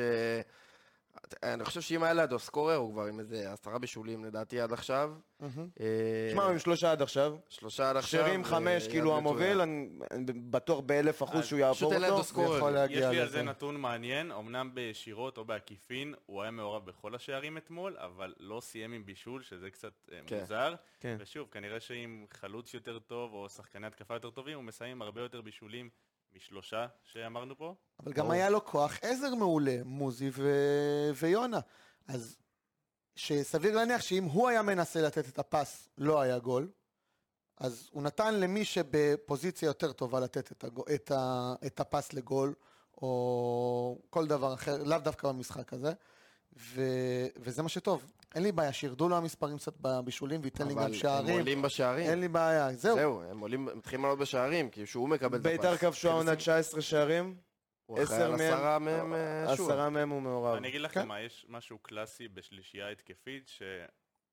S1: אני חושב שאם היה לידו סקורר, הוא כבר עם איזה עשרה בישולים לדעתי עד עכשיו.
S3: מהמם.
S1: אה,
S4: שמע, הוא עם שלושה עד עכשיו.
S1: שלושה עד עכשיו.
S4: שרים חמש,
S1: אה,
S4: כאילו
S1: יד
S4: המוביל,
S1: נטויה.
S4: אני אני בטוח באלף אחוז
S5: אז
S4: שהוא
S1: פשוט
S4: יעבור
S1: אין לידו
S4: אותו.
S1: סקורר.
S3: יכול
S5: יש
S3: להגיע
S5: לי על זה
S3: לזה.
S5: נתון מעניין, אמנם בישירות או בעקיפין, הוא היה מעורב בכל השערים אתמול, אבל לא סיים עם בישול, שזה קצת אה,
S1: כן.
S5: מוזר.
S4: כן.
S5: ושוב, כנראה שעם חלוץ יותר טוב, או שחקני התקפה יותר טובים, הוא מסיים עם הרבה יותר בישולים משלושה שאמרנו פה.
S3: אבל גם היה לו כוח עזר מעולה, מוזי ו- ויונה. אז שסביר להניח שאם הוא היה מנסה לתת את הפס, לא היה גול. אז הוא נתן למי שבפוזיציה יותר טובה לתת את, הגו, את, ה, את הפס לגול, או כל דבר אחר, לאו דווקא במשחק הזה. ו, וזה מה שטוב. אין לי בעיה, שירדו לו המספרים קצת בבישולים וייתן לי
S1: אבל
S3: גם שערים.
S1: הם עולים בשערים.
S3: אין לי בעיה, זהו.
S1: זהו, הם עולים, מתחילים לעלות בשערים, כי שהוא מקבל את הפס.
S4: ביתר כבשו העונה
S1: עושים-
S4: 19 שערים,
S1: הוא אחראי על
S4: עשר מהם- לא,
S1: עשרה מהם אה, שוב.
S4: עשרה מהם הוא מעורב.
S5: אני אגיד
S3: כן.
S5: לכם מה, יש משהו קלאסי בשלישייה התקפית,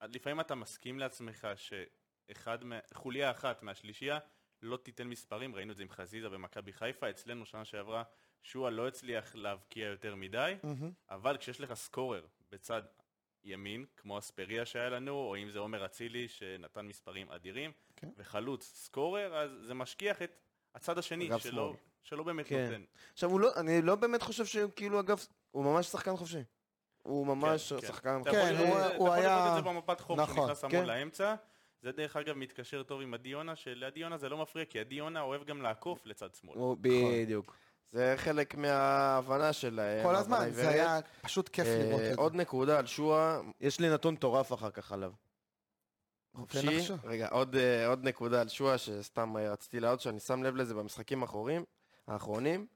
S5: שלפעמים אתה מסכים לעצמך שאחד, מה- חוליה אחת מהשלישייה לא תיתן מספרים, ראינו את זה עם חזיזה במכבי חיפה, אצלנו שנה שעברה שועה לא הצליח להבקיע יותר מדי,
S3: מהמם.
S5: אבל כשיש לך סקורר בצד ימין, כמו אספריה שהיה לנו, או אם זה עומר אצילי שנתן מספרים אדירים,
S3: כן.
S5: וחלוץ סקורר, אז זה משגיח את הצד השני
S1: אגב,
S5: שלא, שלא באמת
S4: כן.
S5: נותן.
S4: עכשיו, הוא לא, אני לא באמת חושב שהוא כאילו, אגב, הוא ממש שחקן חופשי. הוא ממש
S5: כן, כן.
S4: שחקן
S5: אתה
S4: חופשי.
S5: יכול
S3: כן,
S5: לראות
S3: הוא-
S5: את זה- אתה
S3: הוא
S5: יכול לראות את
S3: היה-
S5: זה במפת חום
S3: נכון,
S5: שנכנס המון
S4: כן.
S5: לאמצע. זה דרך אגב מתקשר טוב עם עדי יונה, שליד יונה זה לא מפריע, כי עדי יונה אוהב גם לעקוף לצד שמאל.
S4: הוא- בדיוק.
S1: זה חלק מההבנה שלהם.
S3: כל
S1: ההבנה
S3: הזמן, זה
S1: העיוורת.
S3: היה פשוט כיף
S1: אה,
S3: לראות את זה.
S1: עוד נקודה על שועה,
S4: יש לי נתון מטורף אחר כך עליו.
S1: חופשי.
S3: אוקיי, נחשוב.
S1: רגע, עוד, אה, עוד נקודה על שועה שסתם אה, רציתי להעלות, שאני שם לב לזה במשחקים האחורים, האחרונים.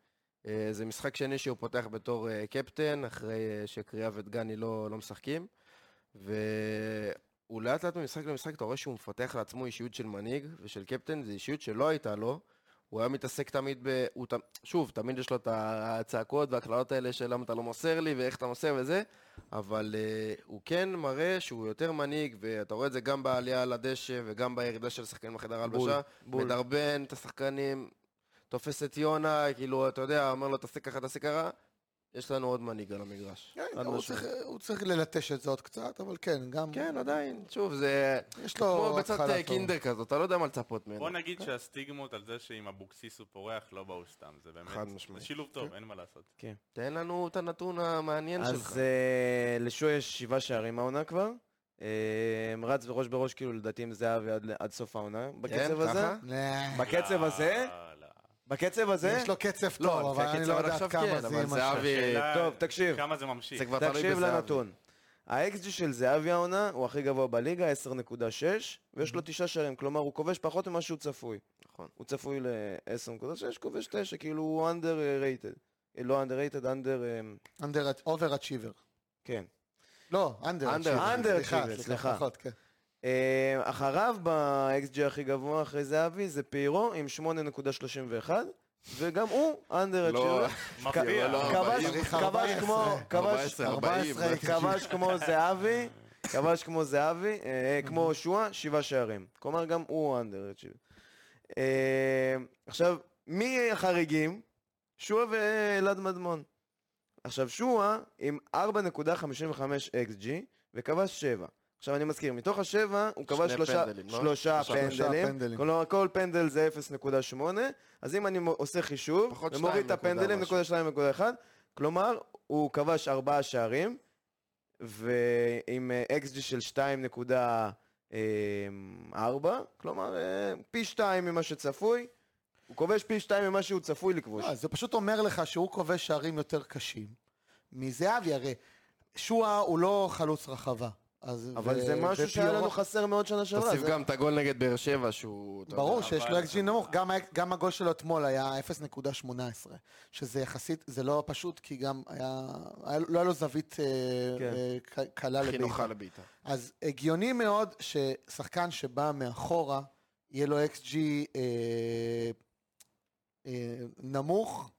S1: אה, זה משחק שני שהוא פותח בתור אה, קפטן, אחרי אה, שקריאה ודגני לא, לא משחקים. והוא לאט לאט ממשחק למשחק, אתה רואה שהוא מפתח לעצמו אישיות של מנהיג ושל קפטן, זו אישיות שלא הייתה לו. הוא היה מתעסק תמיד ב... הוא ת... שוב, תמיד יש לו את הצעקות והקללות האלה של למה אתה לא מוסר לי ואיך אתה מוסר וזה, אבל uh, הוא כן מראה שהוא יותר מנהיג, ואתה רואה את זה גם בעלייה על הדשא וגם בירידה של שחקנים לחדר
S4: בול,
S1: ההלבשה.
S4: בול.
S1: מדרבן את השחקנים, תופס את יונה, כאילו, אתה יודע, אומר לו, תעשה ככה, תעשה ככה. יש לנו עוד מנהיג על המגרש.
S3: כן,
S1: חד
S3: הוא
S1: משמעית.
S3: צריך- הוא צריך ללטש את זה עוד קצת, אבל כן, גם...
S1: כן, עדיין, שוב, זה
S4: לא,
S3: יש
S1: כמו
S3: לו
S1: ביצת
S3: התחלה
S1: אה,
S3: טובה.
S1: קינדר כזאת, אתה לא יודע מה לצפות ממנו.
S5: בוא נגיד שהסטיגמות על זה שעם אבוקסיס הוא פורח לא באו סתם, זה באמת,
S1: חד
S5: זה
S1: משמעית.
S5: שילוב טוב, אין מה לעשות.
S1: תן לנו את הנתון המעניין שלך. כן?
S4: אז אה, לשועה יש שבעה שערים העונה כבר. אה, רץ בראש בראש, כאילו, לדעתי עם זהבי עד- עד סוף העונה. בקצב הזה.
S1: כן? ככה?
S3: לא,
S4: בקצב
S5: לא,
S4: הזה.
S1: אה.
S5: לא.
S4: בקצב הזה.
S3: יש לו קצב
S1: לא,
S3: טוב, אבל אני לא יודעת כמה זה
S1: אבל
S3: יימשך.
S1: זהבי...
S5: השאלה-
S4: טוב, תקשיב.
S5: כמה זה ממשיך.
S1: זה כבר תלוי
S4: תקשיב
S1: בזהבי.
S4: לנתון. ה-XG של זהבי העונה הוא הכי גבוה בליגה, 10.6, ויש לו תשעה שערים, כלומר הוא כובש פחות ממה שהוא צפוי.
S1: נכון.
S4: הוא צפוי ל-10.6, כובש 9, כאילו הוא underrated. אה, לא underrated, under... אמ,
S3: אנדר אובר אצ'יבר.
S4: כן.
S3: לא, אנדר אצ'יבר.
S4: underachiever, סליחה.
S3: פחות, כן.
S4: אה, אחריו ב-XG הכי גבוה אחרי זהבי זה פיירו עם 8.31, וגם הוא under
S1: לא,
S5: מפריע.
S1: לא, לא,
S4: כבש-
S1: ארבעים.
S4: כבש כמו- כבש
S1: 14, 40.
S3: ארבע עשרה.
S4: כבש כמו זהבי, כבש כמו זהבי, אה, כמו שועה, שבעה שערים. כלומר, גם הוא אנדר אה, עכשיו, מי החריגים? שועה ואלעד מדמון. עכשיו, שועה עם 4.55 XG וכבש 7. עכשיו, אני מזכיר, מתוך השבע הוא כבש
S1: שני
S4: שלושה
S1: פנדלים, לא?
S4: שלושה
S1: שלושה
S4: פנדלים.
S3: פנדלים.
S4: כלומר, כל פנדל זה 0.8, אז אם אני מ- עושה חישוב,
S1: פחות
S4: ומוריד את
S1: שתיים נקודה
S4: הפנדלים,
S1: משהו.
S4: נקודה 2.1, כלומר, הוא כבש ארבעה שערים, ועם אה, XG של 2.4, כלומר, אה, פי שתיים ממה שצפוי. הוא כובש פי שתיים ממה שהוא צפוי לכבוש.
S3: לא, זה פשוט אומר לך שהוא כובש שערים יותר קשים מזהבי, הרי שועה הוא לא חלוץ רחבה. אז-
S4: אבל
S3: ו-
S4: זה משהו שהיה
S3: ופיורו-
S4: לנו חסר מאוד שנה שעברה.
S1: תוסיף
S4: לא, זה-
S1: גם את הגול נגד באר שבע שהוא... אתה
S3: ברור
S1: יודע,
S3: שיש
S5: אבל-
S3: לו אקג'י נמוך, גם ה- גם הגול שלו אתמול היה 0.18, שזה יחסית, זה לא פשוט, כי גם היה, היה- לא היה לו זווית אה,
S4: כן.
S3: אה, ק- קלה
S1: הכי
S3: לבית.
S1: נוחה לבעיטה.
S3: אז הגיוני מאוד ששחקן שבא מאחורה, יהיה לו אקסג'י אה, אה, נמוך,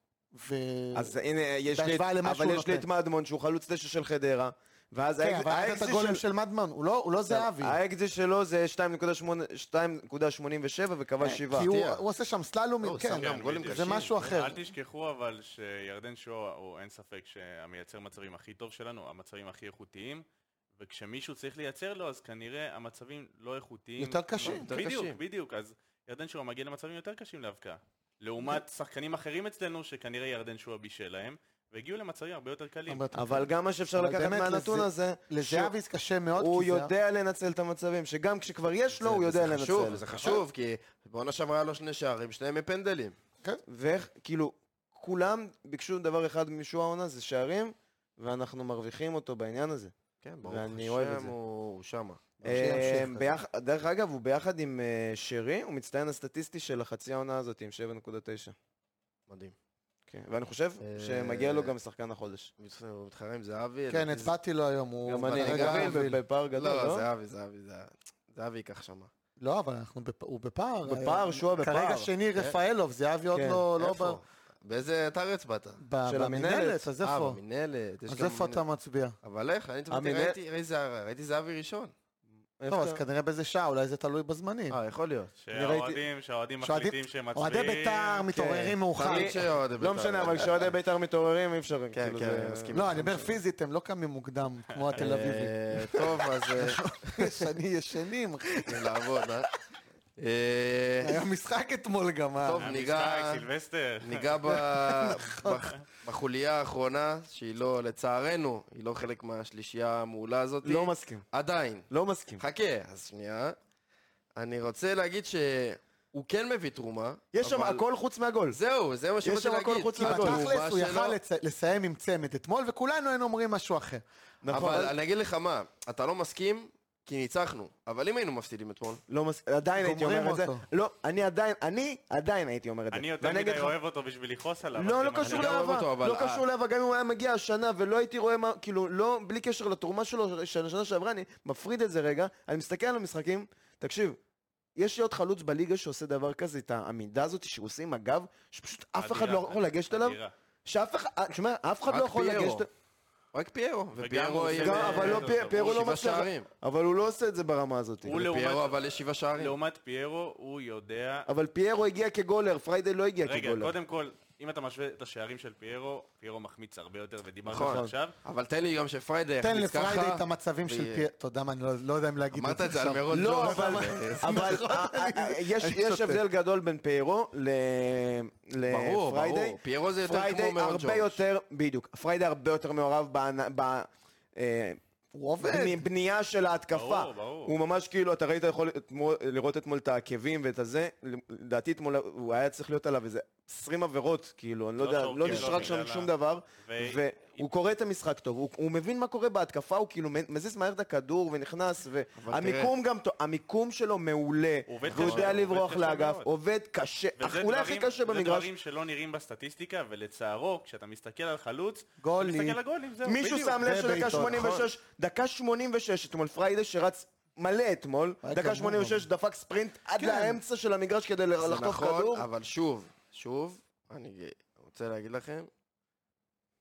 S3: ו...
S4: אז הנה, יש לי,
S3: בהשוואה למה
S4: אבל
S3: שהוא
S4: יש לי את
S3: נותן.
S4: מדמון שהוא חלוץ תשע של חדרה, ואז
S3: כן,
S4: האקס-
S3: אבל היה את
S4: האקס
S3: הגולם
S4: של-
S3: של מדמן, הוא לא, הוא לא זהבי.
S4: האקזיט שלו זה 2.8 2.87 וכבש שבעה.
S3: כן, כי הוא,
S1: הפתיע.
S3: הוא עושה שם סללומים,
S1: לא, הוא שם
S3: כן,
S1: גם גולים
S5: בדיוק.
S1: קשים.
S3: זה משהו אחר.
S5: אל תשכחו אבל שירדן שואה הוא אין ספק שהמייצר מצבים הכי טוב שלנו, המצבים הכי איכותיים, וכשמישהו צריך לייצר לו, אז כנראה המצבים לא איכותיים.
S3: יותר קשים,
S5: לא,
S1: יותר
S5: בדיוק,
S1: קשים.
S5: בדיוק, אז ירדן שואה מגיע למצבים יותר קשים להבקעה. לעומת שחקנים אחרים אצלנו, שכנראה ירדן שואה בישל להם, והגיעו למצבים הרבה יותר קלים.
S3: הרבה יותר
S4: אבל גם מה שאפשר
S3: אבל
S4: לקחת
S3: באמת,
S4: מהנתון
S3: לזה-
S4: הזה,
S3: לזהבי זה קשה מאוד,
S4: הוא
S3: כי זה-
S4: יודע לנצל את המצבים, שגם כשכבר יש לו, הוא יודע
S1: זה חשוב,
S4: לנצל.
S1: זה חשוב, כי בעונה שעברה היה לו שני שערים, שניהם מפנדלים.
S4: ואיך, כאילו, כולם ביקשו דבר אחד משוע העונה, זה שערים, ואנחנו מרוויחים אותו בעניין הזה.
S1: כן,
S4: ברוך
S1: ברוך
S4: השם,
S1: השם, הוא שמה.
S4: אה,
S3: כזה.
S4: ביח- דרך אגב, הוא ביחד עם אה, שרי, הוא מצטיין הסטטיסטי של החצי העונה הזאת, עם 7.9.
S1: מדהים.
S4: כן, ואני חושב
S1: אה,
S4: שמגיע לו גם שחקן החודש.
S1: הוא מתחרה עם זהבי.
S3: כן,
S1: לדעתי זה-
S3: הצבעתי לו היום, הוא...
S4: גם
S3: הוא
S4: אני,
S3: כרגע לא
S4: גם
S1: גביל
S3: מוביל.
S4: בפער גדול,
S1: לא,
S4: לא?
S1: זהבי, זהבי, זהבי. זהבי ייקח שמה.
S3: לא, אבל אנחנו בפ- הוא בפער.
S4: בפער, שועה בפער.
S3: כרגע שני רפאלוב, זהבי עוד
S4: כן,
S3: לא... לא
S1: איפה?
S3: ב-
S1: באיזה אתר הצבעת?
S3: ב-
S4: של המינהלת.
S3: במינהלת, אז
S1: אה,
S3: איפה?
S1: במינהלת. יש
S3: אז
S1: גם
S3: איפה אתה
S1: מינהלת.
S3: מצביע?
S1: אבל איך? אני הצבעתי,
S4: המינהל-
S1: ראיתי- ראיתי זהבי- ראיתי זהבי ראשון.
S4: איפה
S1: לא,
S3: טוב,
S4: אתה?
S3: אז כנראה באיזה שעה, אולי זה תלוי בזמנים.
S1: אה, יכול להיות.
S5: שהאוהדים, שהאוהדים
S3: שאוהדים-
S5: מחליטים שהם מצביעים.
S3: אוהדי
S5: כן.
S3: בית"ר מתעוררים מאוחר.
S1: תמיד שאוהדי
S4: לא
S1: בית"ר.
S4: משנה, אבל כשאוהדי בית"ר מתעוררים אי אפשר,
S1: כן,
S4: כאילו
S1: כן,
S4: זה...
S1: אני מסכים.
S3: לא, אני אומר פיזית, הם לא קמים מוקדם, כמו התל אביבים.
S1: אה, טוב, אז אה,
S3: שני ישנים, אחי.
S1: לעבוד, אה? אה,
S3: היה משחק אתמול גם. אה?
S1: טוב,
S5: היה
S1: ניגע-
S5: משחק, סילבסטר.
S1: ניגע ב...
S4: נכון.
S1: בח- בחוליה האחרונה, שהיא לא, לצערנו, היא לא חלק מהשלישייה המעולה הזאת.
S4: לא מסכים,
S1: עדיין.
S4: לא מסכים.
S1: חכה, אז שנייה. אני רוצה להגיד שהוא כן מביא תרומה.
S4: יש שם
S1: אבל-
S4: הכל חוץ מהגול.
S1: זהו, זה מה
S4: יש
S1: שרציתי
S4: שם
S1: להגיד. כאילו,
S4: הכל חוץ
S3: כי
S4: מהגול.
S1: התרומה
S3: בתכלס הוא
S1: שלו-
S3: יכל לצ- לסיים עם צמד אתמול, וכולנו היינו אומרים משהו אחר.
S4: נכון,
S1: אבל אני אגיד לך מה, אתה לא מסכים, כי ניצחנו. אבל אם היינו מפסידים אתמול,
S4: לא מס... עדיין הייתי
S3: גומרים
S4: אומר את זה.
S3: אותו.
S4: לא, אני עדיין, אני עדיין הייתי אומר את זה.
S5: אני יותר
S4: ואני אגיד
S5: מדי
S4: לא, לך-
S5: אוהב אותו בשביל לכעוס עליו.
S4: לא,
S5: אז
S4: לא
S5: אם
S4: קשור
S5: אני גם-
S1: לאהבה.
S4: לאהבה,
S1: אותו, אבל-
S4: לא קשור לאהבה, גם אם הוא היה מגיע השנה ולא הייתי רואה מה, כאילו, לא, בלי קשר לתרומה שלו של השנה שעברה, אני מפריד את זה רגע, אני מסתכל על המשחקים, תקשיב, יש לי עוד חלוץ בליגה שעושה דבר כזה, את העמידה הזאת שהוא עושה עם הגב, שפשוט אף אחד
S5: אדירה,
S4: לא יכול לגשת אליו,
S5: אדירה.
S4: שאף אחד, אה, תשמע, אף אחד
S1: רק
S4: לא יכול
S1: פיירו.
S4: לגשת,
S1: רק פיירו.
S5: הוא
S1: ופיירו
S5: עושה אה,
S1: היה...
S5: גם-
S4: אבל לא, פי- פיירו לא
S1: שבעה
S4: מצליח,
S1: שערים.
S4: אבל הוא לא עושה את זה ברמה הזאת.
S5: כן, הוא לעומת-
S1: פיירו אבל יש שבעה שערים.
S5: לעומת פיירו, הוא יודע...
S4: אבל פיירו הגיע כגולר, פריידי לא הגיע
S5: רגע,
S4: כגולר.
S5: קודם כל, אם אתה משווה את השערים של פיירו, פיירו מחמיץ הרבה יותר, ודיברנו על
S1: נכון.
S5: זה עכשיו.
S1: אבל תן לי גם שפריידי
S3: תן
S1: יחמיץ ככה.
S3: לפריידי את המצבים של
S1: ויהיה.
S3: פי... אתה יודע מה, אני לא- לא יודע אם להגיד
S1: אמרת את זה על מרון
S4: לא,
S1: ג'ונס.
S4: אבל- אבל
S5: נכון.
S4: אה, אה, אה, יש
S3: אני
S4: יש
S3: שותק.
S4: הבדל גדול בין פיירו ל-
S1: ברור,
S4: לפריידי.
S1: ברור. פיירו זה יותר
S4: פריידי
S1: כמו מרון
S4: הרבה
S1: ג'ונס.
S4: יותר, בדיוק, פריידי הרבה יותר מעורב בבנייה
S3: הוא עובד.
S4: של ההתקפה.
S5: ברור, ברור.
S4: הוא ממש כאילו, אתה ראית יכול אתמול- לראות אתמול את העקבים ואת הזה, לדעתי אתמול הוא היה צריך להיות עליו איזה 20 עבירות, כאילו, אני לא
S5: לא
S4: יודע,
S5: טוב,
S4: לא
S5: כן,
S4: נשרק
S5: לא,
S4: שם
S5: בגלל ה-
S4: שום דבר.
S5: ו-
S4: והוא קורא את המשחק טוב, הוא, הוא מבין מה קורה בהתקפה, הוא כאילו מ- מזיז מהר את הכדור ונכנס,
S1: אבל
S4: והמיקום גם, טוב, המיקום שלו מעולה,
S5: הוא עובד
S4: והוא
S5: קשה,
S4: יודע
S5: הוא עובד
S4: לברוח
S5: קשה
S4: לאגף,
S5: מאוד.
S4: עובד קשה, אך,
S5: וזה
S4: אולי הכי
S5: דברים-
S4: קשה
S5: זה
S4: במגרש,
S5: דברים שלא נראים בסטטיסטיקה, ולצערו, כשאתה מסתכל על חלוץ, אתה
S3: גולים.
S5: מסתכל על גולים, זהו.
S4: מישהו
S5: בדיוק. נכון.
S4: שם לב
S3: זה
S4: שדקה
S3: בעיטות,
S4: 86, דקה 86 אתמול פריידה שרץ מלא אתמול,
S3: היה גמור,
S4: דקה 86 דפק ספרינט עד
S3: כן.
S4: לאמצע של המגרש כדי ל-
S1: זה
S4: לחטוף כדור,
S1: נכון, אבל שוב, שוב, אני רוצה להגיד לכם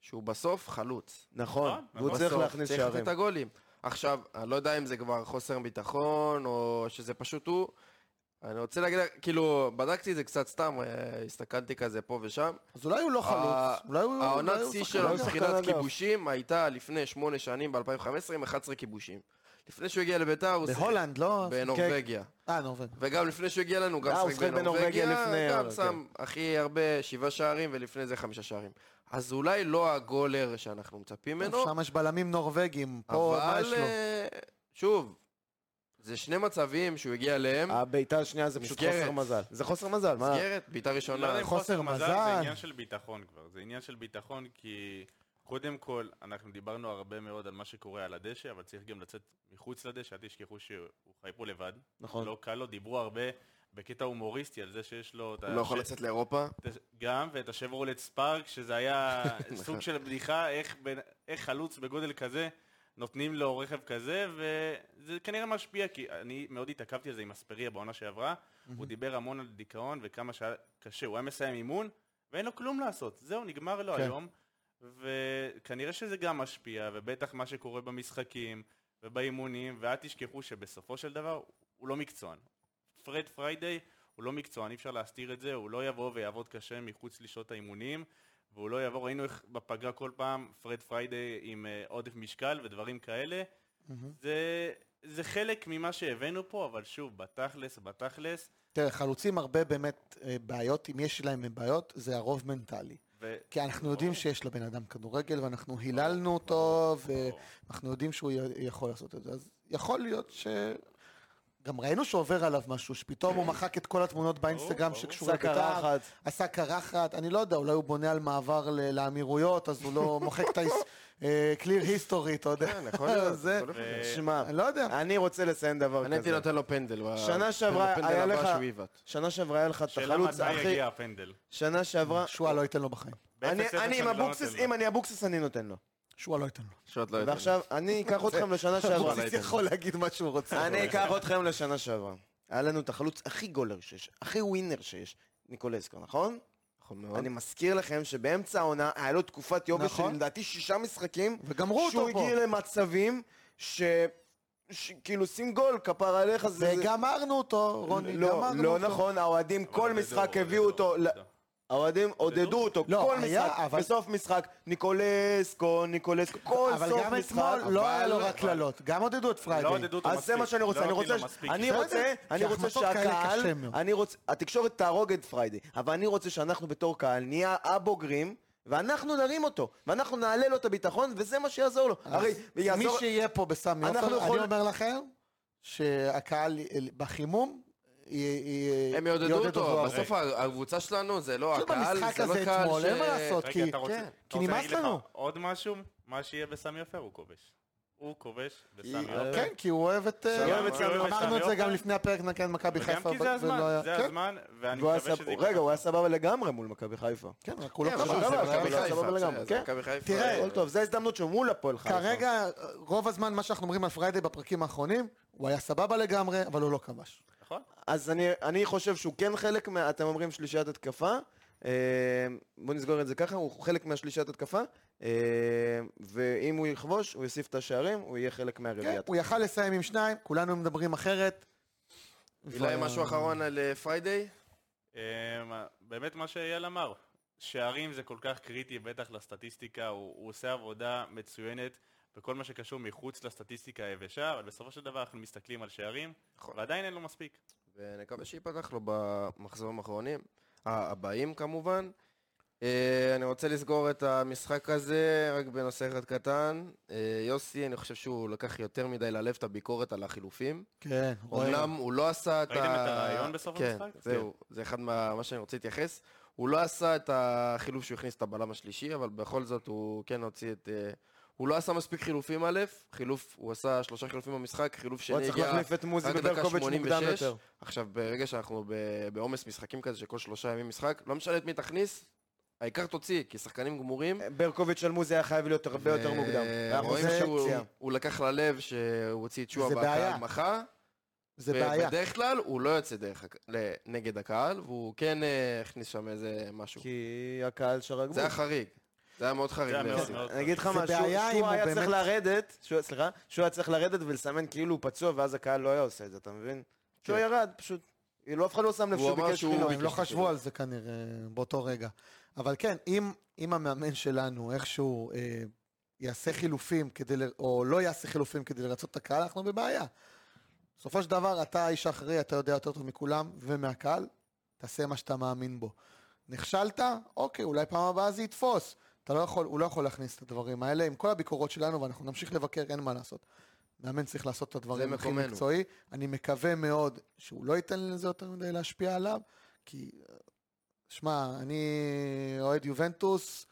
S1: שהוא בסוף חלוץ.
S4: נכון,
S5: נכון,
S4: והוא
S5: נכון.
S4: צריך
S1: בסוף
S4: להכניס
S1: צריך לתת
S4: שערים,
S1: את הגולים. עכשיו, אני לא יודע אם זה כבר חוסר ביטחון, או שזה פשוט הוא. אני רוצה להגיד, לך, כאילו, בדקתי את זה קצת סתם, אה, הסתכלתי כזה פה ושם.
S3: אז אולי הוא לא חלוץ.
S1: ה-
S3: אולי הוא...
S1: העונת
S3: אולי הוא
S1: שיא
S3: שחקן
S1: שלו
S3: אגף.
S4: אה, שחקן
S1: מבחינת
S4: אגף.
S1: כיבושים הייתה לפני שמונה שנים, ב-2015, עם 11 כיבושים. לפני שהוא הגיע לביתר, הוא שיחק
S3: בהולנד, לא?
S1: בנורבגיה.
S3: אה, נורבגיה.
S1: וגם לפני שהוא הגיע לנו, גם
S4: אה, הוא
S1: שיחק
S4: שיחק בנורבגיה
S1: בנורבגיה,
S4: לפני,
S1: גם
S4: אוקיי.
S1: שם הכי הרבה שבעה שערים, ולפני זה חמישה שערים. אז אולי לא הגולר שאנחנו מצפים ממנו,
S3: שם יש בלמים נורבגים. פה, מה יש
S1: אבל
S3: לו?
S1: אה, שוב, זה שני מצבים שהוא הגיע אליהם,
S4: הבעיטה השנייה זה פשוט
S1: מסגרת.
S4: חוסר מזל, זה חוסר מזל, אה, מה,
S1: מסגרת, בעיטה
S5: לא
S1: ראשונה,
S5: יודע אם
S3: חוסר
S5: חוסר מזל,
S3: מזל.
S5: זה עניין של ביטחון כבר. זה עניין של ביטחון כי קודם כל, אנחנו דיברנו הרבה מאוד על מה שקורה על הדשא, אבל צריך גם לצאת מחוץ לדשא, אל תשכחו שהוא חי פה לבד.
S4: נכון.
S5: לא קל לו, דיברו הרבה בקטע הומוריסטי על זה שיש לו את
S1: הוא לא יכול
S5: הש-
S1: לצאת לאירופה.
S5: את הש- גם, ואת השברולט ספארק, שזה היה סוג של בדיחה, איך, בן- איך חלוץ בגודל כזה נותנים לו רכב כזה, וזה כנראה משפיע, כי אני מאוד התעכבתי על זה עם אספריה בעונה שעברה, הוא דיבר המון על דיכאון וכמה שהיה קשה, הוא היה מסיים אימון, ואין לו כלום לעשות, זהו, נגמר לו
S3: כן.
S5: היום, וכנראה שזה גם משפיע, ובטח מה שקורה במשחקים, ובאימונים, ואל תשכחו שבסופו של דבר, הוא לא מקצוען. פרד פריידיי הוא לא מקצוען, אי אפשר להסתיר את זה, הוא לא יבוא ויעבוד קשה מחוץ לשעות האימונים, והוא לא יבוא, ראינו איך בפגרה כל פעם פרד פריידי עם אה, עודף משקל ודברים כאלה. זה, זה חלק ממה שהבאנו פה, אבל שוב, בתכלס, בתכלס,
S3: תראה, חלוצים הרבה באמת אה, בעיות, אם יש להם בעיות, זה הרוב מנטלי.
S5: ו...
S4: כן,
S3: כי אנחנו יודעים
S5: ברור.
S3: שיש לבן אדם כדורגל, ואנחנו היללנו אותו,
S5: ברור.
S3: ואנחנו יודעים שהוא י- יכול לעשות את זה. אז יכול להיות ש... גם ראינו שעובר עליו משהו, שפתאום הוא מחק את כל התמונות באינסטגרם
S5: ברור.
S3: שקשורות
S4: שק הרחץ,
S3: עשה קרחת, אני לא יודע, אולי הוא בונה על מעבר ל- לאמירויות, אז הוא לא מוחק את ה-clear history, אתה יודע.
S1: כן, יכול להיות.
S3: אה, נכון, זה-
S1: יכול להיות.
S5: ו-
S4: שמע,
S3: אני לא יודע.
S4: אני רוצה לסיים דבר
S1: אני הייתי
S4: כזה.
S1: נותן לו פנדל. ב-
S4: שנה שעברה
S1: בפנדל
S4: היה
S1: הבא
S4: לך-
S1: שהוא עיוות.
S4: שנה שעברה היה לך את
S5: שאלה
S4: החלוץ
S5: מתי
S4: הכי...
S5: יגיע הפנדל.
S4: שנה שעברה...
S3: שועה לא ייתן לו בחיים.
S4: אני,
S5: ב-0-0
S4: אני עם
S5: לא נותן
S4: אבוקסיס,
S5: לו.
S4: אם אני אבוקסיס אני נותן לו.
S3: שועה לא ייתן לו.
S1: שעוד לא יודע.
S4: ועכשיו, אני אקח אתכם לשנה שעברה.
S1: אבוקסיס
S3: יכול להגיד מה שהוא רוצה.
S4: לא אני אקח אתכם לשנה שעברה. היה לנו את החלוץ הכי גולר שיש, הכי ווינר שיש, ניקולסקו, נכון?
S1: נכון מאוד.
S4: אני מזכיר לכם שבאמצע העונה היה לו תקופת יובש של
S3: נכון.
S4: לדעתי שישה משחקים,
S3: וגמרו אותו
S4: שהוא
S3: פה.
S4: הגיע למצבים ש... ש- כאילו שים גול, כפר עליך, זה... זה-
S3: וגמרנו אותו, רוני,
S4: לא,
S3: גמרנו
S4: לא
S3: אותו.
S4: נכון, האוהדים
S5: אבל
S4: כל
S5: עודדו,
S4: משחק
S5: עודדו,
S4: הביאו אותו... ל-
S5: עודדו.
S4: האוהדים עודדו אותו
S3: לא,
S4: כל
S3: היה,
S4: משחק,
S3: אבל-
S4: בסוף משחק, ניקולסקו, ניקולסקו, כל
S3: אבל
S4: סוף
S3: גם
S4: משחק.
S3: אתמול לא היה לו
S4: אבל-
S3: רק קללות, גם עודדו את פריידי.
S5: לא עודדו אותו
S4: אז
S5: מספיק.
S4: זה מה שאני רוצה,
S5: לא
S4: אני
S5: נותנים לו
S4: רוצה,
S5: מספיק.
S4: אני
S3: בסדר,
S4: רוצה,
S3: כי
S4: אני רוצה
S3: החמצות כאלה
S4: שהקהל,
S3: קשה מאוד.
S4: אני רוצה, התקשורת תהרוג את פריידי, אבל אני רוצה שאנחנו בתור קהל נהיה הבוגרים, ואנחנו נרים אותו, ואנחנו נעלה לו את הביטחון, וזה מה שיעזור לו. הרי,
S3: מי
S4: יעזור...
S3: שיהיה פה בסמי
S4: אנחנו
S3: עופר,
S4: יכול-
S3: אני אומר לכם שהקהל אה, בחימום, אה, י- י-
S6: הם יעודדו אותו,
S3: אבל-
S6: בסוף ה- הקבוצה שלנו זה לא
S3: פשוט
S6: הקהל,
S3: במשחק
S6: זה לא
S3: הזה
S6: קהל
S3: אתמול,
S6: ש...
S3: אין מה לעשות,
S5: רגע,
S3: כי
S5: אתה רוצה-
S3: כן,
S5: אתה
S3: כי
S5: רוצה
S3: נמאס
S5: להגיד לך
S3: לנו.
S5: עוד משהו? מה שיהיה בסמי עופר הוא כובש. הוא כובש בסמי
S4: אה,
S5: עופר.
S3: כן, כי הוא אוהב את... אה,
S5: הוא אוהב את סמי עופר.
S3: אמרנו את זה גם לפני הפרק נגד מכבי
S5: וגם
S3: חיפה.
S5: כי זה לא הזמן,
S3: ולא היה-
S5: זה
S3: כן,
S5: הזמן, ואני
S4: והוא היה
S5: מקווה
S4: סבבה-
S5: שזה
S4: רגע, הוא היה סבבה לגמרי מול מכבי חיפה.
S3: כן, רק הוא לא
S6: כן,
S3: כבש.
S6: אבל
S4: אבל
S6: זה
S4: לא,
S6: מכבי
S4: אבל לא,
S6: חיפה,
S4: סבבה לגמרי,
S6: בסדר, זה
S4: כן.
S6: מכבי חיפה.
S3: תראה,
S6: אבל-
S4: הכל טוב, זו ההזדמנות שלו מול הפועל חיפה.
S3: כרגע, רוב הזמן מה שאנחנו אומרים על פריידי בפרקים האחרונים, הוא היה סבבה לגמרי, אבל הוא לא כבש.
S5: נכון?
S4: אז אני, אני חושב שהוא כן חלק מה... אתם אומרים שלישיית התקפה. אה, בוא נסגור את זה ככה, הוא חלק מהשלישיית התקפה. אה, ואם הוא יכבוש, הוא יוסיף את השערים, הוא יהיה חלק
S3: כן,
S4: מהרביעיית.
S3: הוא יכל לסיים עם שניים, כולנו מדברים אחרת.
S1: אולי
S3: ו-
S1: משהו אחרון על אה, פריידיי?
S5: אמ, באמת מה שאייל אמר, שערים זה כל כך קריטי, בטח לסטטיסטיקה, הוא, הוא עושה עבודה מצוינת בכל מה שקשור מחוץ לסטטיסטיקה היבשה, אבל בסופו של דבר אנחנו מסתכלים על שערים,
S1: נכון.
S5: ועדיין אין לו מספיק.
S1: ונקווה שייפתח לו במחזורים האחרונים, אה, הבאים כמובן. אה, אני רוצה לסגור את המשחק הזה רק בנושא אחד קטן. אה, יוסי, אני חושב שהוא לקח יותר מדי ללב את הביקורת על החילופים.
S3: כן, רואים.
S1: אומנם הוא לא עשה את ה...
S5: ראיתם את הרעיון בסוף
S1: כן,
S5: המשחק?
S1: זהו, זה אחד מה מה שאני רוצה להתייחס. הוא לא עשה את החילוף שהוא הכניס את הבלם השלישי, אבל בכל זאת הוא כן הוציא את... אה, הוא לא עשה מספיק חילופים א', חילוף, הוא עשה שלושה חילופים במשחק, חילוף
S4: הוא
S1: שני
S4: היה צריך
S1: הגיע
S4: להחליף את מוזי
S1: רק דקה
S4: וברקוביץ' מוקדם
S1: 86.
S4: יותר.
S1: עכשיו, ברגע שאנחנו ב- בעומס משחקים כזה, שכל שלושה ימים משחק, לא משנה את מי תכניס, העיקר תוציא, כי שחקנים גמורים.
S4: ברקוביץ' על מוזי היה חייב להיות הרבה יותר
S1: ו-
S4: מוקדם. היה
S1: אה, רואים
S4: חוזה
S1: שהוא
S4: פציעה.
S1: הוא לקח ללב שהוא הוציא את שועה
S3: זה בעיה.
S1: והקהל מחה,
S3: זה בעיה.
S1: ובדרך כלל הוא לא יוצא דרך, הק- ל- נגד הקהל, והוא כן אה, הכניס שם איזה משהו.
S4: כי הקהל שרק
S1: זה היה חריג. זה היה מאוד חריג
S5: זה היה מאוד
S1: בעצם.
S5: מאוד
S4: אני אגיד לך
S3: זה
S4: משהו,
S3: בעיה אם
S4: שהוא
S3: הוא
S4: היה צריך
S3: באמת-
S4: לרדת, שהוא- סליחה, שהוא היה צריך לרדת ולסמן כאילו הוא פצוע ואז הקהל לא היה עושה את זה, אתה מבין? שהוא ירד, פשוט. כאילו אף אחד לא שם לב
S1: הוא
S4: שהוא
S1: אמר
S4: ביקש
S1: שהוא
S4: חילוף.
S3: לא, הם לא חשבו על זה כנראה באותו רגע. אבל כן, אם, אם המאמן שלנו איכשהו אה, יעשה חילופים כדי, ל... או לא יעשה חילופים כדי לרצות את הקהל, אנחנו בבעיה. בסופו של דבר, אתה האיש האחראי, אתה יודע יותר טוב מכולם ומהקהל, תעשה מה שאתה מאמין בו. נכשלת, אוקיי, אולי פעם הבאה זה יתפוס. אתה לא יכול, הוא לא יכול להכניס את הדברים האלה עם כל הביקורות שלנו, ואנחנו נמשיך לבקר, אין מה לעשות. מאמן צריך לעשות את הדברים
S1: זה
S3: הכי
S1: מקומנו.
S3: מקצועי. אני מקווה מאוד שהוא לא ייתן לזה יותר מדי להשפיע עליו, כי, אה, שמע, אני אוהד יובנטוס,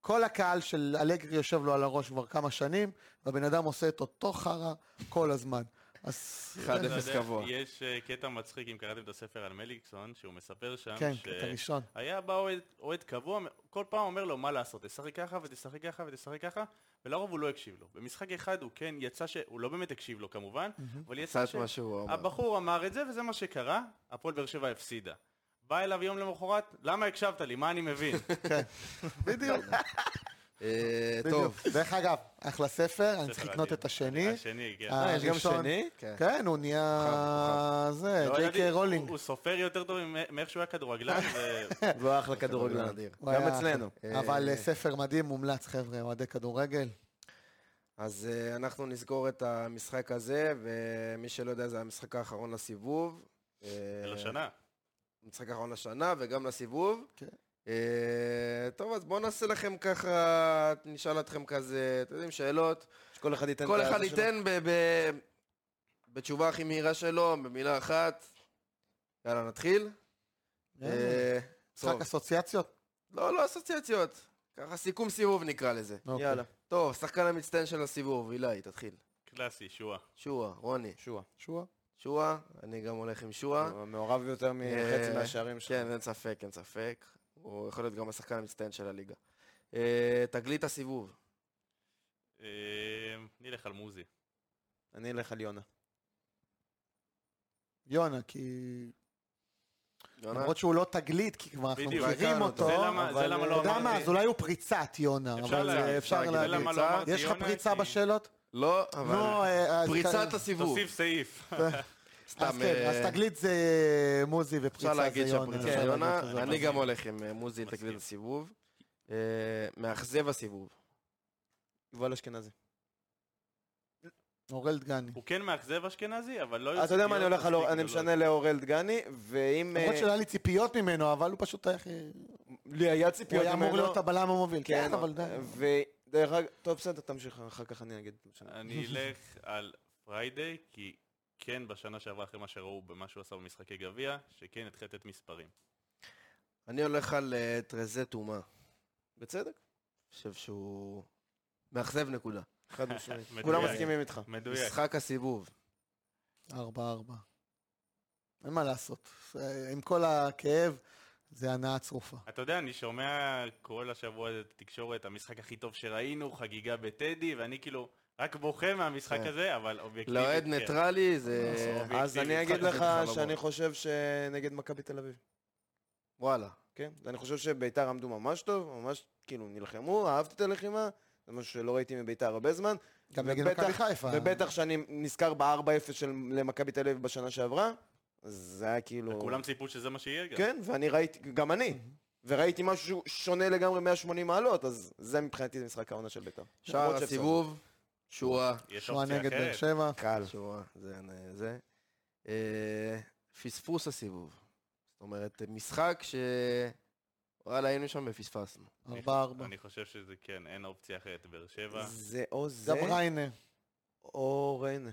S3: כל הקהל של אלגרי יושב לו על הראש כבר כמה שנים, והבן אדם עושה את אותו חרא כל הזמן. אז...
S1: 1-0
S5: אתה יודע,
S1: גבוה.
S5: יש אה, קטע מצחיק, אם קראתם את הספר על מליקסון, שהוא מספר שם,
S3: כן,
S5: ש-
S3: אתה ראשון.
S5: היה בא אוהד- אוהד קבוע, כל פעם אומר לו מה לעשות, תשחק ככה ותשחק ככה ותשחק ככה, ולרוב הוא לא הקשיב לו. במשחק אחד הוא כן יצא ש... הוא לא באמת הקשיב לו כמובן, אבל יצא
S1: קצת
S5: ש...
S1: מה שהוא אמר.
S5: הבחור אמר את זה וזה מה שקרה, הפועל באר שבע הפסידה. בא אליו יום למחרת, למה הקשבת לי? מה אני מבין?
S3: בדיוק.
S1: אה,
S3: בדיוק.
S1: טוב,
S3: דרך אגב, אחלה ספר, אני צריך
S5: ספר
S3: לקנות
S5: אדיר.
S3: את השני.
S5: השני, כן.
S3: אה,
S4: יש גם
S3: הראשון.
S4: שני?
S1: כן.
S3: כן, הוא נהיה... זה,
S5: לא
S3: ג'יי
S5: ידעתי,
S3: קיי
S5: הוא-
S3: אה, רולינג.
S5: הוא סופר יותר טוב ממ- מאיך שהוא היה כדורגלן, ו-
S4: והוא אחלה כדורגלן.
S1: אדיר.
S3: הוא
S4: גם
S3: היה-
S4: אצלנו.
S3: אבל
S1: אה,
S3: אה, ספר מדהים, מומלץ, חבר'ה, אוהדי כדורגל.
S1: אז אה, אנחנו נסגור את המשחק הזה, ומי שלא יודע, זה המשחק האחרון לסיבוב. אה,
S5: לשנה.
S1: המשחק האחרון לשנה וגם לסיבוב.
S3: כן.
S1: אה, טוב, אז בואו נעשה לכם ככה, נשאל אתכם כזה, אתם יודעים, שאלות.
S4: שכל אחד
S3: כן,
S4: ייתן
S1: כל
S4: את
S1: אחד
S4: הזה שלו.
S1: ייתן ב- ב- בתשובה הכי מהירה שלו, במילה אחת. יאללה, נתחיל. אה,
S3: משחק
S1: טוב.
S3: אסוציאציות?
S1: לא, לא אסוציאציות. ככה סיכום סיבוב נקרא לזה.
S3: אוקיי.
S4: יאללה.
S1: טוב, שחקן המצטיין של הסיבוב, אילי, תתחיל.
S5: קלאסי, שואה.
S1: שועה, רוני.
S4: שועה.
S3: שועה.
S1: שועה, אני גם הולך עם שועה.
S4: הוא מעורב יותר מחצי
S1: אה,
S4: מהשערים שלו.
S1: כן, אין ספק, אין ספק. הוא יכול להיות גם השחקן המצטיין של הליגה. אה, תגלית הסיבוב.
S5: אה, נלך על מוזי.
S4: אני אלך על יונה.
S3: יונה, כי... למרות שהוא לא תגלית, כי כבר אנחנו
S5: בדיוק,
S3: מכירים
S1: הכרנו
S3: אותו. אה,
S1: אותו.
S5: זה למה זה למה
S4: אבל-
S3: אתה
S5: לא
S3: יודע מה,
S5: אמרתי.
S3: אז אולי הוא פריצת יונה, אבל
S5: להגיד,
S3: אה, אפשר
S1: אפשר להגיד.
S3: להגיד.
S5: למה לא אמרתי
S3: יש לך
S5: יונה?
S3: פריצה
S5: כי-
S3: בשאלות?
S1: לא, אבל...
S3: נו, אה, אז-
S1: פריצת הסיבוב.
S5: תוסיף סעיף.
S3: אז
S6: סתם,
S3: כן,
S6: אה,
S3: אז תגלית זה מוזי
S1: אפשר
S3: ופריצה זה
S1: להגיד
S3: יונה.
S1: שהפריצה
S3: אפשר
S1: של
S3: להגיד
S1: יונה,
S3: שזה-
S1: אני
S5: מסכים.
S1: גם הולך עם אה, מוזי תקליט
S5: מסכים.
S1: הסיבוב. אה, מאכזב הסיבוב.
S4: יובל אשכנזי.
S3: אורל דגני.
S5: הוא כן מאכזב אשכנזי, אבל לא...
S4: אתה יודע מה אני
S5: יוצא
S4: הולך, על אור-
S5: ציפיות
S4: אני
S5: מספיק
S4: משנה לאורל דגני, ואם...
S3: למרות
S4: אה,
S3: שלא היה לי ציפיות ממנו, אבל הוא פשוט היה...
S4: לי היה
S3: הוא
S4: ציפיות
S3: היה אמור
S4: ממנו. אה,
S3: להיות הבלם המוביל. כן, אבל די.
S4: ודרך אגב, טוב, בסדר, תמשיך, אחר כך אני אגיד.
S5: גדולות. אני אלך על פריידיי, כי כן בשנה שעברה אחרי מה שראו במה שהוא עשה במשחקי גביע, שכן התחיל לתת מספרים.
S1: אני הולך על אה, טרזה טומאה. אני
S4: בצדק,
S1: חושב שהוא מאכזב נקודה.
S4: חד משמעית.
S5: מדויק.
S4: כולם מסכימים איתך.
S5: מדויק.
S1: משחק הסיבוב.
S3: ארבע ארבע. אין מה לעשות. זה- עם כל הכאב, זה הנאה צרופה.
S5: אתה יודע, אני שומע כל השבוע את התקשורת, המשחק הכי טוב שראינו, חגיגה בטדי, ואני כאילו רק בוכה מהמשחק
S1: כן.
S5: הזה, אבל אובייקטיבית.
S1: לאוהד
S5: כן.
S1: ניטרלי זה...
S5: אובייקטיבית,
S4: אז אני אגיד
S5: משחק
S4: לך
S1: חלומות.
S4: שאני חושב שנגד מכבי תל אביב.
S1: וואלה.
S4: כן? אני חושב שביתר עמדו ממש טוב, ממש כאילו נלחמו, אהבתי את הלחימה, זה משהו שלא ראיתי מביתר הרבה זמן,
S3: גם נגד
S4: ובטח-
S3: מכבי חיפה.
S4: ובטח שאני נזכר ב-4-0 של למכבי תל אביב בשנה שעברה, אז זה היה כאילו...
S5: כולם ציפו שזה מה שיהיה גם.
S4: כן, ואני ראיתי, גם אני, וראיתי משהו שונה לגמרי 180 מעלות, אז זה מבחינתי משחק העונה של ביתר.
S1: שער
S4: למרות שהפסדנו.
S1: הסיבוב, שואה.
S5: יש
S3: שואה
S5: אופציה
S3: נגד באר
S5: אחרת.
S3: שבע.
S4: קל.
S1: שואה, זה... זה. אה, פספוס הסיבוב. זאת אומרת, משחק ש... וואלה, היינו שם ופספסנו.
S5: אני
S3: ארבע
S5: חו-
S3: ארבע.
S5: אני חושב שזה כן, אין אופציה אחרת, באר שבע.
S4: זה או זה
S3: גם ריינה.
S4: או ריינה.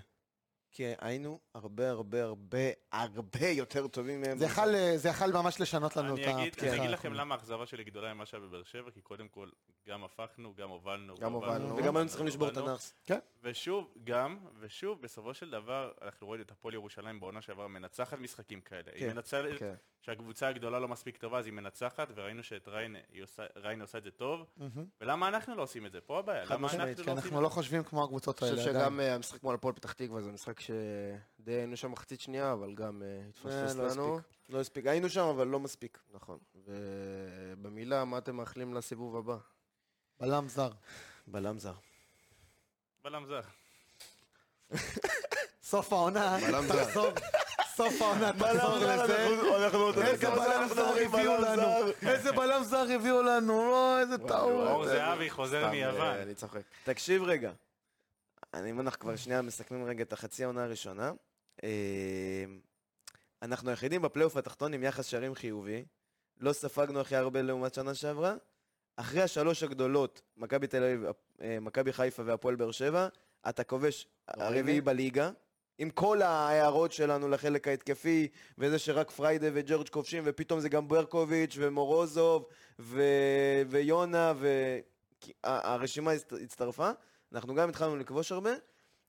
S4: כי היינו הרבה הרבה הרבה הרבה יותר טובים מהם.
S3: זה יכל- זה יכל ממש לשנות לנו את
S5: אני אגיד-
S3: הפתיחה.
S5: אני אגיד לכם למה האכזבה שלי גדולה ממה שהיה בבאר שבע, כי קודם כל, גם הפכנו, גם הובלנו.
S1: גם הובלנו.
S4: וגם היינו צריכים לשבור את
S5: הובלנו.
S4: הנאחס.
S5: ושוב, גם, ושוב, בסופו של דבר, אנחנו רואים את הפועל ירושלים בעונה שעברה מנצחת משחקים כאלה. היא
S4: כן,
S5: מנצחת,
S1: כן.
S5: כשהקבוצה הגדולה לא מספיק טובה, אז היא מנצחת, וראינו שאת ריינה, היא עושה- ריינה עושה את זה טוב.
S3: מהמם.
S5: ולמה אנחנו לא עושים את זה? פה הבעיה.
S4: חד
S5: למה
S4: משמעית,
S5: אנחנו
S3: כי
S5: לא עושים
S3: אנחנו
S5: את
S3: לא חושבים כמו הקבוצות
S1: אני
S3: האלה.
S1: חושב
S3: עדיין.
S1: שגם אה, המשחק מול הפועל פתח תקווה זה משחק שדי היינו שם מחצית שנייה, אבל גם אה, התפספס
S4: לא
S1: לנו.
S4: הספיק. לא הספיק. היינו שם, אבל לא מספיק.
S1: נכון. ובמילה, מה אתם מאחלים לסיבוב הבא?
S3: בלם זר.
S4: בלם זר.
S5: זה? בלם זר.
S3: סוף העונה,
S1: בלם זר.
S3: תחזור, סוף העונה, תחזור לזה. איזה בלם זר הביאו לנו, איזה בלם זר הביאו לנו, לא, איזה
S5: אור
S3: טעות.
S5: זהבי חוזר
S1: סתם,
S5: מיוון.
S1: אה, אני צוחק.
S4: תקשיב רגע. אני אומר לך כבר שנייה, מסכמים רגע את החצי העונה הראשונה. אה, אנחנו היחידים בפלייאוף התחתון עם יחס שערים חיובי. לא ספגנו הכי הרבה לעומת שנה שעברה. אחרי השלוש הגדולות, מכבי תל אביב, אה, מכבי חיפה והפועל באר שבע, אתה כובש הרביעי בליגה. עם כל ההערות שלנו לחלק ההתקפי, וזה שרק פריידי וג'ורג' כובשים, ופתאום זה גם ברקוביץ' ומורוזוב, ו... ויונה, ו... כי ה- הרשימה הצט- הצטרפה, אנחנו גם התחלנו לכבוש הרבה,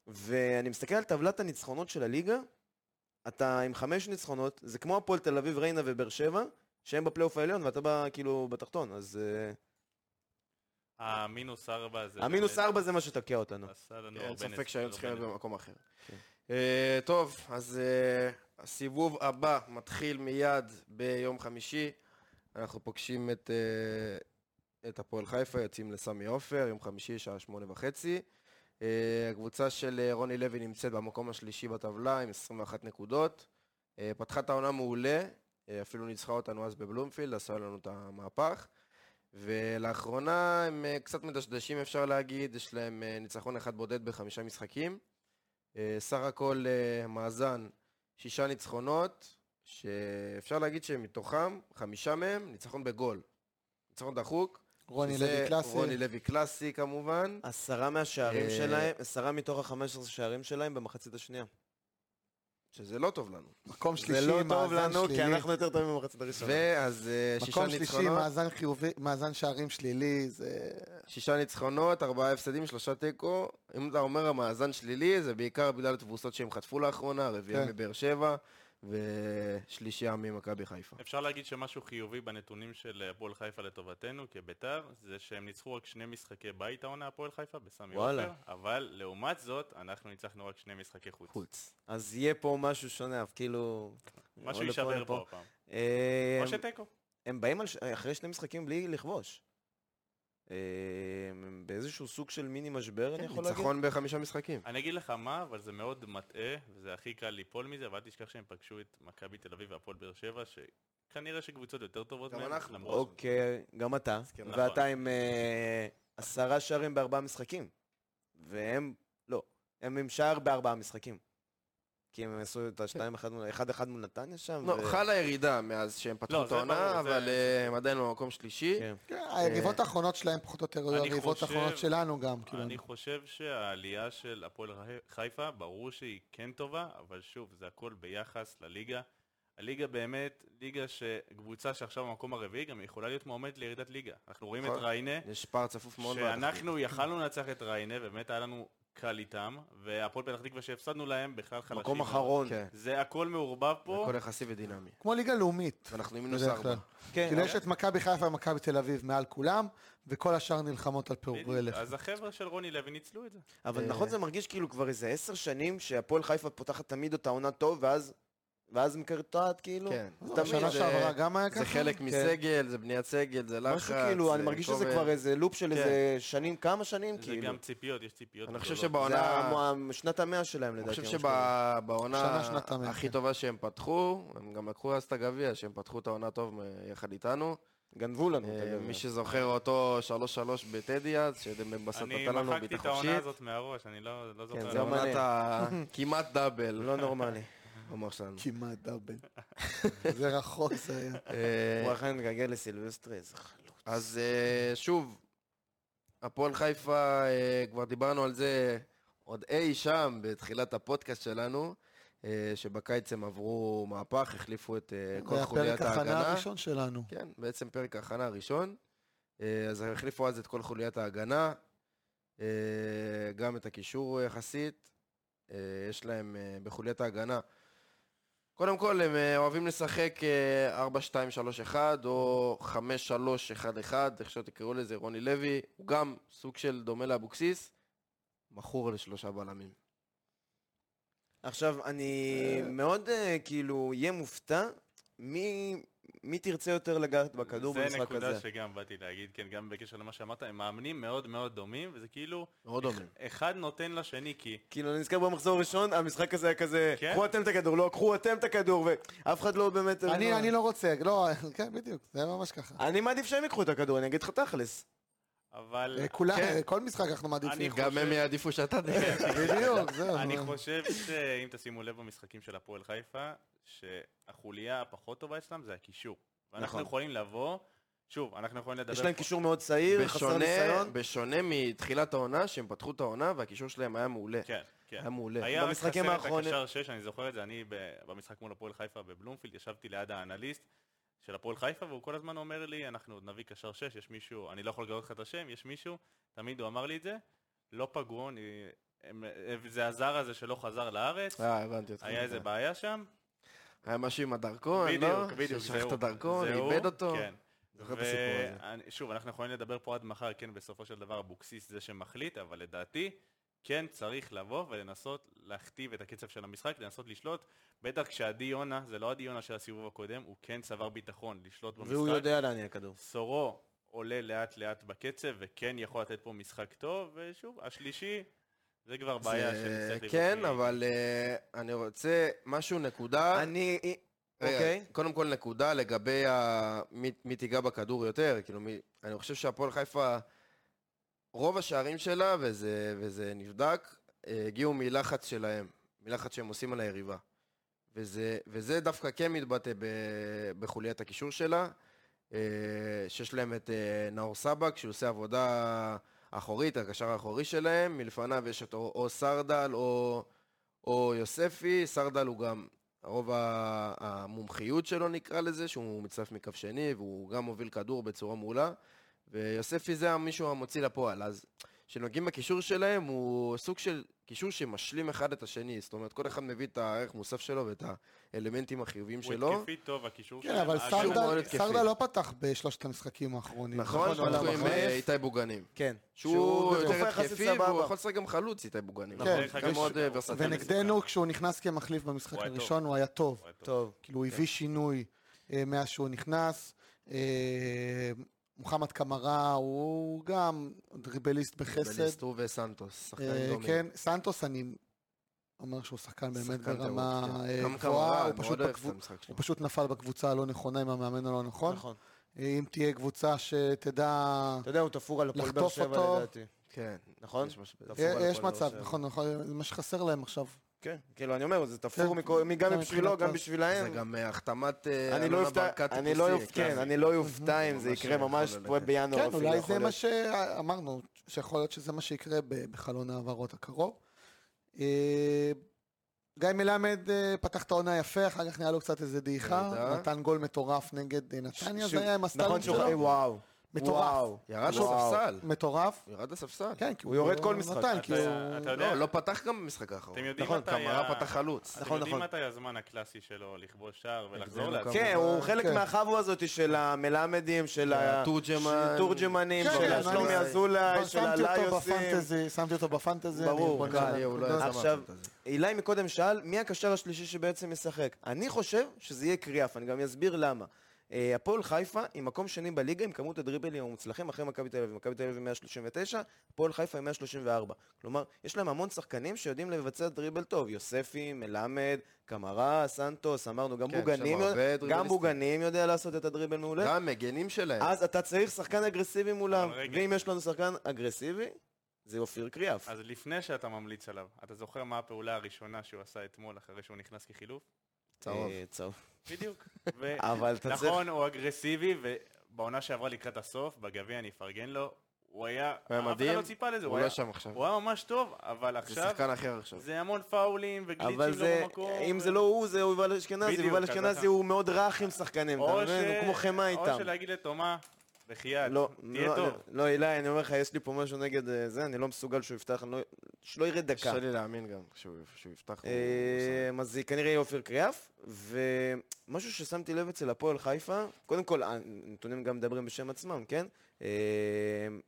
S4: ואני מסתכל על טבלת הניצחונות של הליגה, אתה עם חמש ניצחונות, זה כמו הפועל תל אביב, ריינה ובאר שבע, שהם בפלייאוף העליון ואתה בא כאילו בתחתון, אז אה,
S5: המינוס ארבע זה...
S4: המינוס
S5: באמת
S4: ארבע זה מה שתוקע אותנו.
S5: עשה לנו
S1: אין
S5: הרבה
S1: ספק
S5: נס- לא
S1: שהיו
S5: הרבה כן.
S1: צריכים
S5: נס.
S1: להיות במקום אחר. אה, טוב, אז אה, הסיבוב הבא מתחיל מיד ביום חמישי. אנחנו פוגשים את אה, את הפועל חיפה, יוצאים לסמי עופר, יום חמישי, שעה שמונה וחצי. אה, הקבוצה של אה, רוני לוי נמצאת במקום השלישי בטבלה עם 21 נקודות. אה, פתחה את העונה מעולה, אה, אפילו ניצחה אותנו אז בבלומפילד, עשה לנו את המהפך. ולאחרונה הם אה, קצת מדשדשים אפשר להגיד, יש להם אה, ניצחון אחד בודד בחמישה משחקים. אה, סך הכל אה, מאזן שישה ניצחונות, שאפשר להגיד שמתוכם, חמישה מהם, ניצחון בגול. ניצחון דחוק.
S3: רוני
S1: שזה
S3: לוי קלאסי,
S1: רוני לוי קלאסי כמובן.
S4: עשרה מהשערים
S1: אה,
S4: שלהם, עשרה מתוך החמש עשרה שערים שלהם במחצית השנייה.
S1: שזה לא טוב לנו.
S3: מקום
S4: זה
S3: שלישי,
S4: לא טוב
S3: מאזן
S4: לנו, כי
S3: שלילי.
S4: אנחנו יותר טובים במחצית הראשונה.
S1: ואז אה, שישה
S3: מקום שלישי,
S1: ניצחונות,
S3: מאזן חיובי, מאזן שערים שלילי, זה...
S1: שישה ניצחונות, ארבעה הפסדים, שלושה תיקו. אם אתה אומר המאזן שלילי, זה בעיקר בגלל התבוסות שהם חטפו לאחרונה, רביעייה
S3: כן.
S1: מבאר שבע ושלישייה ממכבי חיפה.
S5: אפשר להגיד שמשהו חיובי בנתונים של הפועל חיפה לטובתנו כביתר, זה שהם ניצחו רק שני משחקי בית העונה הפועל חיפה בסמי
S4: וואלה.
S5: עופר, אבל לעומת זאת, אנחנו ניצחנו רק שני משחקי חוץ.
S1: חוץ.
S4: אז יהיה פה משהו שונה, אז כאילו...
S5: משהו
S4: או לפה,
S5: יישבר
S4: לפה.
S5: פה הפעם.
S4: אה,
S5: או שתיקו.
S4: הם באים על ש- אחרי שני משחקים בלי לכבוש. אה, הם באיזשהו סוג של מיני משבר, אני יכול
S1: כן,
S4: להגיד.
S1: ניצחון בחמישה משחקים.
S5: אני אגיד לך מה, אבל זה מאוד מטעה, וזה הכי קל ליפול מזה, ואל תשכח שהם פגשו את מכבי תל אביב והפועל באר שבע, שכנראה שקבוצות יותר טובות
S1: גם
S5: מהם.
S1: אנחנו.
S5: למרות-
S4: אוקיי, גם אתה.
S7: מסכן.
S5: נכון.
S4: ואתה עם אה, עשרה שערים בארבעה משחקים. והם, לא, הם עם שער בארבעה משחקים. כי הם עשו את השתיים אחד מול, אחד אחד מול נתניה שם.
S1: לא,
S4: ו-
S1: חלה ירידה מאז שהם פתחו
S5: לא,
S1: את
S5: זה ברור,
S1: העונה,
S5: זה-
S1: אבל אה, הם עדיין במקום שלישי.
S4: כן.
S3: כן, היריבות האחרונות שלהם פחות או יותר היו
S5: אני
S3: היריבות
S5: חושב-
S3: האחרונות שלנו גם. כאילו.
S5: אני חושב שהעלייה של הפועל ח- חיפה, ברור שהיא כן טובה, אבל שוב, זה הכל ביחס לליגה. הליגה באמת, ליגה שקבוצה שעכשיו במקום הרביעי, גם יכולה להיות מועמדת לירידת ליגה. אנחנו רואים את
S1: נכון.
S5: ריינה,
S1: יש פער צפוף מאוד. בתחתית.
S5: שאנחנו יכלנו לנצח את ריינה, ובאמת היה לנו קל איתם, והפועל פתח תקווה שהפסדנו להם, בכלל חלשים.
S4: מקום
S5: מאוד.
S4: אחרון.
S1: כן,
S5: זה הכל מעורבב פה.
S1: הכל יחסי ודינמי.
S3: כמו ליגה לאומית.
S1: ואנחנו עם מינוס
S3: בדרך
S1: ארבע.
S3: כלל.
S4: כן,
S3: כאילו יש את מכבי חיפה ומכבי תל אביב מעל כולם, וכל השאר נלחמות על
S5: בדיוק.
S3: פירורי לחם.
S5: אז החבר'ה של רוני לוי ניצלו את זה.
S4: אבל
S1: אה,
S4: נכון זה מרגיש כאילו כבר איזה עשר שנים שהפועל חיפה פותחת תמיד אותה עונה טוב, ואז... ואז מקרטעת כאילו?
S1: כן.
S4: זה
S3: לא,
S4: תמיד,
S3: שנה
S4: זה-
S3: שעברה גם היה ככה?
S1: זה חלק
S4: כן.
S1: מסגל, זה בניית סגל, זה לחץ.
S4: משהו כאילו, אני
S1: זה
S4: מרגיש שזה
S1: כובד.
S4: כבר איזה לופ של
S1: אה, כן.
S4: איזה שנים, כמה שנים
S5: זה
S4: כאילו.
S5: גם ציפיות, יש ציפיות
S1: אני חושב
S5: גדולות.
S4: זה
S1: שבעונה...
S4: המ- שנת המאה שלהם
S1: אני
S4: לדעתי.
S1: חושב
S4: או משהו כזה.
S1: שבעונה
S3: שנה, שנתיים,
S1: הכי
S3: כן.
S1: טובה שהם פתחו, הם גם לקחו אז את הגביע, שהם פתחו את העונה טוב אה, יחד איתנו.
S4: גנבו לנו. את
S1: אה,
S4: הגביע.
S1: מי שזוכר אותו 3-3 בטדי אז, שבסט
S5: אני
S1: נתן לנו
S5: מחקתי
S1: בעיטה
S5: את העונה
S1: חופשית.
S5: הזאת מהראש, אני לא לא
S4: כן,
S5: זוכר.
S1: זה
S4: לא
S1: עונת
S4: מעניין.
S1: ה- כמעט דאבל.
S4: לא נורמלי.
S1: במוח שלנו.
S3: כמעט דאבל. זה רחוק זה היה.
S1: אה,
S4: הוא אכן מתגעגע לסילבסטרי, איזה חלוץ.
S1: אז אה, שוב, הפועל חיפה, אה, כבר דיברנו על זה עוד אי שם בתחילת הפודקאסט שלנו, אה, שבקיץ הם עברו מהפך, החליפו את אה,
S3: זה
S1: כל
S3: היה
S1: חוליית
S3: פרק ההכנה
S1: ההגנה.
S3: הראשון שלנו.
S1: כן, בעצם פרק ההכנה הראשון. אה, אז הם החליפו אז את כל חוליית ההגנה, אה, גם את הקישור אה, יחסית. אה, יש להם אה, בחוליית ההגנה. קודם כל, הם אה, אוהבים לשחק אה, 4-2-3-1 או 5-3-1-1, איך שתקראו לזה, רוני לוי. הוא גם סוג של דומה לאבוקסיס, מכור לשלושה בלמים.
S4: עכשיו, אני מאוד אה, כאילו, אהיה מופתע מי מי תרצה יותר לגעת בכדור
S5: זה
S4: במשחק
S5: נקודה
S4: הזה.
S5: שגם באתי להגיד, כן, גם בקשר למה שאמרת, הם מאמנים מאוד מאוד דומים, וזה כאילו,
S1: מאוד דומים.
S5: אחד נותן לשני כי...
S4: כאילו, אני נזכר במחזור הראשון, המשחק הזה היה כזה,
S5: כן.
S4: קחו אתם את הכדור, לא, קחו אתם את הכדור, ואף אחד לא באמת...
S3: אני אני לא רוצה, לא, כן, בדיוק, זה היה ממש ככה.
S4: אני מעדיף שהם ייקחו את הכדור, אני אגיד לך תכלס.
S5: אבל...
S3: אה, כולם,
S1: כן.
S3: אה, כל משחק אנחנו מעדיפים.
S5: אני
S1: גם
S5: חושב-
S1: הם יעדיפו שאתה תהיה.
S3: בדיוק, זהו.
S5: אני
S4: אה.
S5: חושב שאם תשימו לב במשחקים של הפועל חיפה, שהחוליה הפחות טובה אצלם זה הקישור. ואנחנו
S4: נכון.
S5: יכולים לבוא, שוב, אנחנו יכולים לדבר...
S4: יש להם
S5: פה-
S4: קישור מאוד צעיר, חסר
S1: בשונה,
S4: ניסיון.
S1: בשונה מתחילת העונה, שהם פתחו את העונה והקישור שלהם היה מעולה.
S5: כן, כן.
S1: היה מעולה.
S5: היה רק
S4: במשחקים
S5: חסר את
S4: האחרונים-
S5: הקשר 6, אני זוכר את זה, אני ב- במשחק מול הפועל חיפה בבלומפילד, ישבתי ליד האנליסט של הפועל חיפה, והוא כל הזמן אומר לי, אנחנו עוד נביא קשר 6, יש מישהו, אני לא יכול לגלות לך את השם, יש מישהו, תמיד הוא אמר לי את זה, לא פגעו, אני... הם, זה הזר הזה שלא חזר לארץ,
S1: אה, הבנתי אותך.
S5: היה איזה בעיה שם,
S1: היה משהו עם הדרכון, לא?
S5: בדיוק, בדיוק,
S1: ששכח את
S5: זהו,
S1: הדרכון,
S5: זהו,
S1: איבד אותו.
S5: כן.
S1: זוכר את הסיפור הזה.
S5: ואני- שוב, אנחנו יכולים לדבר פה עד מחר, כן, בסופו של דבר אבוקסיס זה שמחליט, אבל לדעתי, כן צריך לבוא ולנסות להכתיב את הקצב של המשחק, לנסות לשלוט, בטח כשעדי יונה, זה לא עדי יונה של הסיבוב הקודם, הוא כן צבר ביטחון לשלוט במשחק.
S4: והוא יודע לאן יהיה הכדור.
S5: סורו עולה לאט לאט בקצב, וכן יכול לתת פה משחק טוב, ושוב, השלישי, זה כבר בעיה
S1: זה-
S5: שנצטרך לבדוק.
S1: כן,
S5: מי-
S1: אבל אה, אני רוצה משהו, נקודה.
S4: אני...
S1: רגע,
S4: אוקיי.
S1: קודם כל נקודה לגבי ה... מי, מי תיגע בכדור יותר, כאילו מי... אני חושב שהפועל חיפה, רוב השערים שלה, וזה, וזה נבדק, אה, הגיעו מלחץ שלהם, מלחץ שהם עושים על היריבה. וזה, וזה דווקא כן מתבטא ב, בחוליית הקישור שלה, אה, שיש להם את אה, נאור סבק, שהוא עושה עבודה אחורית, הקשר האחורי שלהם, מלפניו יש את או, או סרדל או, או יוספי, סרדל הוא גם הרוב ה- המומחיות שלו נקרא לזה, שהוא מצטרף מקו שני, והוא גם מוביל כדור בצורה מעולה, ויוספי זה מישהו המוציא לפועל, אז כשנוגעים בקישור שלהם, הוא סוג של קישור שמשלים אחד את השני, זאת אומרת, כל אחד מביא את הערך מוסף שלו ואת האלמנטים החיוביים
S5: הוא
S1: שלו.
S5: התקפי טוב, הקישור
S3: כן, אבל
S5: ההגנה-
S1: סרדל- מאוד
S3: סרדה-
S1: התקפי.
S3: סרדה לא פתח בשלושת המשחקים האחרונים.
S1: נכון,
S3: אבל
S1: אנחנו עם
S3: המחליף-
S1: אה, איתי בוגנים.
S4: כן.
S1: שהוא יותר
S4: בתקופה יחסית
S1: התקפי, והוא
S4: סבבה.
S1: יכול לשחק גם חלוץ איתי בוגנים.
S5: נכון,
S3: כן,
S5: דרך
S1: גם
S5: אגב,
S1: מאוד
S5: הוא-
S1: אה, ורסטילי.
S3: ונגדנו, כשהוא נכנס כמחליף במשחק
S5: הוא היה טוב.
S3: הראשון, הוא היה טוב.
S1: כן.
S5: הוא היה טוב.
S4: טוב.
S3: כאילו, הוא הביא שינוי אה, מאז שהוא נכנס. אה, מוחמד קמרה הוא גם דריבליסט בחסד.
S1: בליסטרו וסנטוס,
S3: אה,
S1: שחקנים דומים.
S3: כן, סנטוס אני אומר שהוא שחקן באמת
S1: שחקן
S3: ברמה
S1: טעות, כן.
S3: אה,
S1: גם
S3: גבוהה,
S1: קמרה,
S3: הוא
S1: אני
S3: פשוט
S1: מאוד אוהב את
S3: בקבוצ-
S1: המשחק שלו.
S3: הוא פשוט נפל בקבוצה הלא נכונה עם המאמן הלא נכון.
S4: נכון.
S3: אה, אם תהיה קבוצה שתדע...
S4: אתה יודע, הוא תפור על הפועל באר
S3: לחטוף
S4: שבע
S3: אותו.
S4: לדעתי.
S1: כן.
S4: נכון?
S1: יש משהו-
S4: תפור על
S3: אה, יש
S4: הפועל באר
S3: מצב,
S4: שבע.
S3: נכון, נכון, זה מה שחסר להם עכשיו.
S4: כן, כאילו, אני אומר, זה תפור
S3: כן.
S4: מכל- מי- גם
S3: כן,
S4: בשבילו,
S3: מבחינת
S4: גם
S3: ה-
S4: בשבילהם.
S1: זה גם אה, החתמת אה,
S4: כן, אני לא
S1: אלונה
S4: אופתע,
S1: ברקת
S4: אני לא
S1: טיפוסי,
S4: אופתע, כן,
S1: קלאסי.
S4: אני לא אופתע אם זה
S1: ממש
S4: יקרה
S1: יכול
S4: ממש
S1: ללכת.
S4: פה בינואר
S3: כן,
S4: לא, אפילו.
S3: אולי
S4: יכול
S3: זה מה
S4: להיות.
S3: שאמרנו, שיכול להיות שזה מה שיקרה ב- בחלון ההעברות הקרוב. אה, גיא מלמד אה, פתח את העונה יפה, אחר כך נהיה לו קצת איזה דעיכה,
S1: ירידה.
S3: נתן גול מטורף נגד אה, נתניה,
S4: שהוא-
S3: זה היה עם
S4: נכון
S3: הסטלינג
S4: שהוא,
S3: שלו,
S4: אה, וואו.
S3: מטורף,
S4: וואו.
S1: ירד
S4: וואו.
S1: לספסל.
S3: מטורף,
S1: ירד לספסל.
S3: כן, כי
S4: הוא יורד כל משחק.
S3: נתן, כי הוא...
S5: אתה אתה יודע,
S1: לא, לא פתח גם במשחק האחרון.
S5: אתם יודעים
S4: נכון,
S5: מתי
S1: קמרה
S5: ה-
S1: פתח חלוץ.
S5: אתם
S4: נכון,
S5: יודעים
S4: נכון.
S5: מתי הזמן הקלאסי שלו לכבוש שער ולחזור
S1: נגדנו
S5: לעצמו?
S1: כמובן.
S4: כן, הוא חלק
S3: כן.
S4: מהחבורה הזאת של המלמדים, של ה-
S1: התורג'מן.
S4: של תורג'מנים,
S3: כן,
S4: של
S3: אני-
S4: השלומי
S1: כבר
S4: אזולאי,
S3: כבר
S4: של
S3: נכון, שמתי אותו
S4: הליוסים.
S3: בפנטזי, שמתי אותו בפנטזי,
S4: ברור, כן,
S3: אני-
S1: קל, יהיה, הוא לא יזם
S4: עכשיו-
S1: הפנטזי.
S4: אילי מקודם שאל, מי הקשר השלישי שבעצם ישחק? אני חושב שזה יהיה קריאף, אני גם אסביר למה. אה, הפועל חיפה היא מקום שני בליגה עם כמות הדריבלים המוצלחים אחרי מכבי תל אביב. מכבי תל אביב עם 139, הפועל חיפה עם 134. כלומר, יש להם המון שחקנים שיודעים לבצע דריבל טוב. יוספי, מלמד, קמרה, סנטוס, אמרנו, גם
S1: כן,
S4: בוגנים,
S1: שם הרבה
S4: גם
S1: דריבליסטים.
S4: בוגנים יודע לעשות את הדריבל מעולה.
S1: גם מגנים שלהם.
S4: אז אתה צריך שחקן אגרסיבי מולם.
S5: אבל רגע.
S4: ואם יש לנו שחקן אגרסיבי, זה אופיר קריאף. אה,
S5: אז לפני שאתה ממליץ עליו, אתה זוכר מה הפעולה הראשונה שהוא עשה אתמול אחרי שהוא נכנס כחילוף?
S1: צהוב.
S4: אה, צהוב.
S5: בדיוק. ו-
S4: אבל אה, אתה צריך...
S5: נכון, הוא אגרסיבי, ובעונה שעברה לקראת הסוף, בגביע אני אפרגן לו, הוא היה...
S1: היה
S5: אף
S1: מדהים,
S5: אחד לא ציפה לזה, הוא
S1: הוא
S5: היה-
S1: לא שם עכשיו.
S5: הוא היה ממש טוב, אבל
S1: זה
S5: עכשיו
S1: שחקן אחר עכשיו.
S5: זה המון פאולים
S4: אבל
S5: וגליצ'ים
S4: זה,
S5: לא במקום.
S4: אם
S5: ו-
S4: זה לא הוא, זה יובל אשכנזי,
S5: בדיוק,
S4: יובל
S5: אז
S4: אשכנזי
S5: אתה-
S4: הוא מאוד רך עם שחקנים, אתה
S5: או
S4: מבין?
S5: ש-
S4: הוא כמו חמאה איתם.
S5: או שלהגיד לתומה, בחייאת,
S4: לא,
S5: תהיה
S4: לא, לא,
S5: טוב.
S4: לא, אילי, אני אומר לך, יש לי פה משהו נגד אה, זה, אני לא מסוגל שהוא יפתח, אני לא- שלא יראה דקה.
S1: קשה לי להאמין גם, כשהוא שהוא יפתח. הוא-
S4: אה, אז זה כנראה יהיה אופיר קריאף, ומשהו ששמתי לב אצל הפועל חיפה, קודם כל, אה, הנתונים גם מדברים בשם עצמם, כן? אה,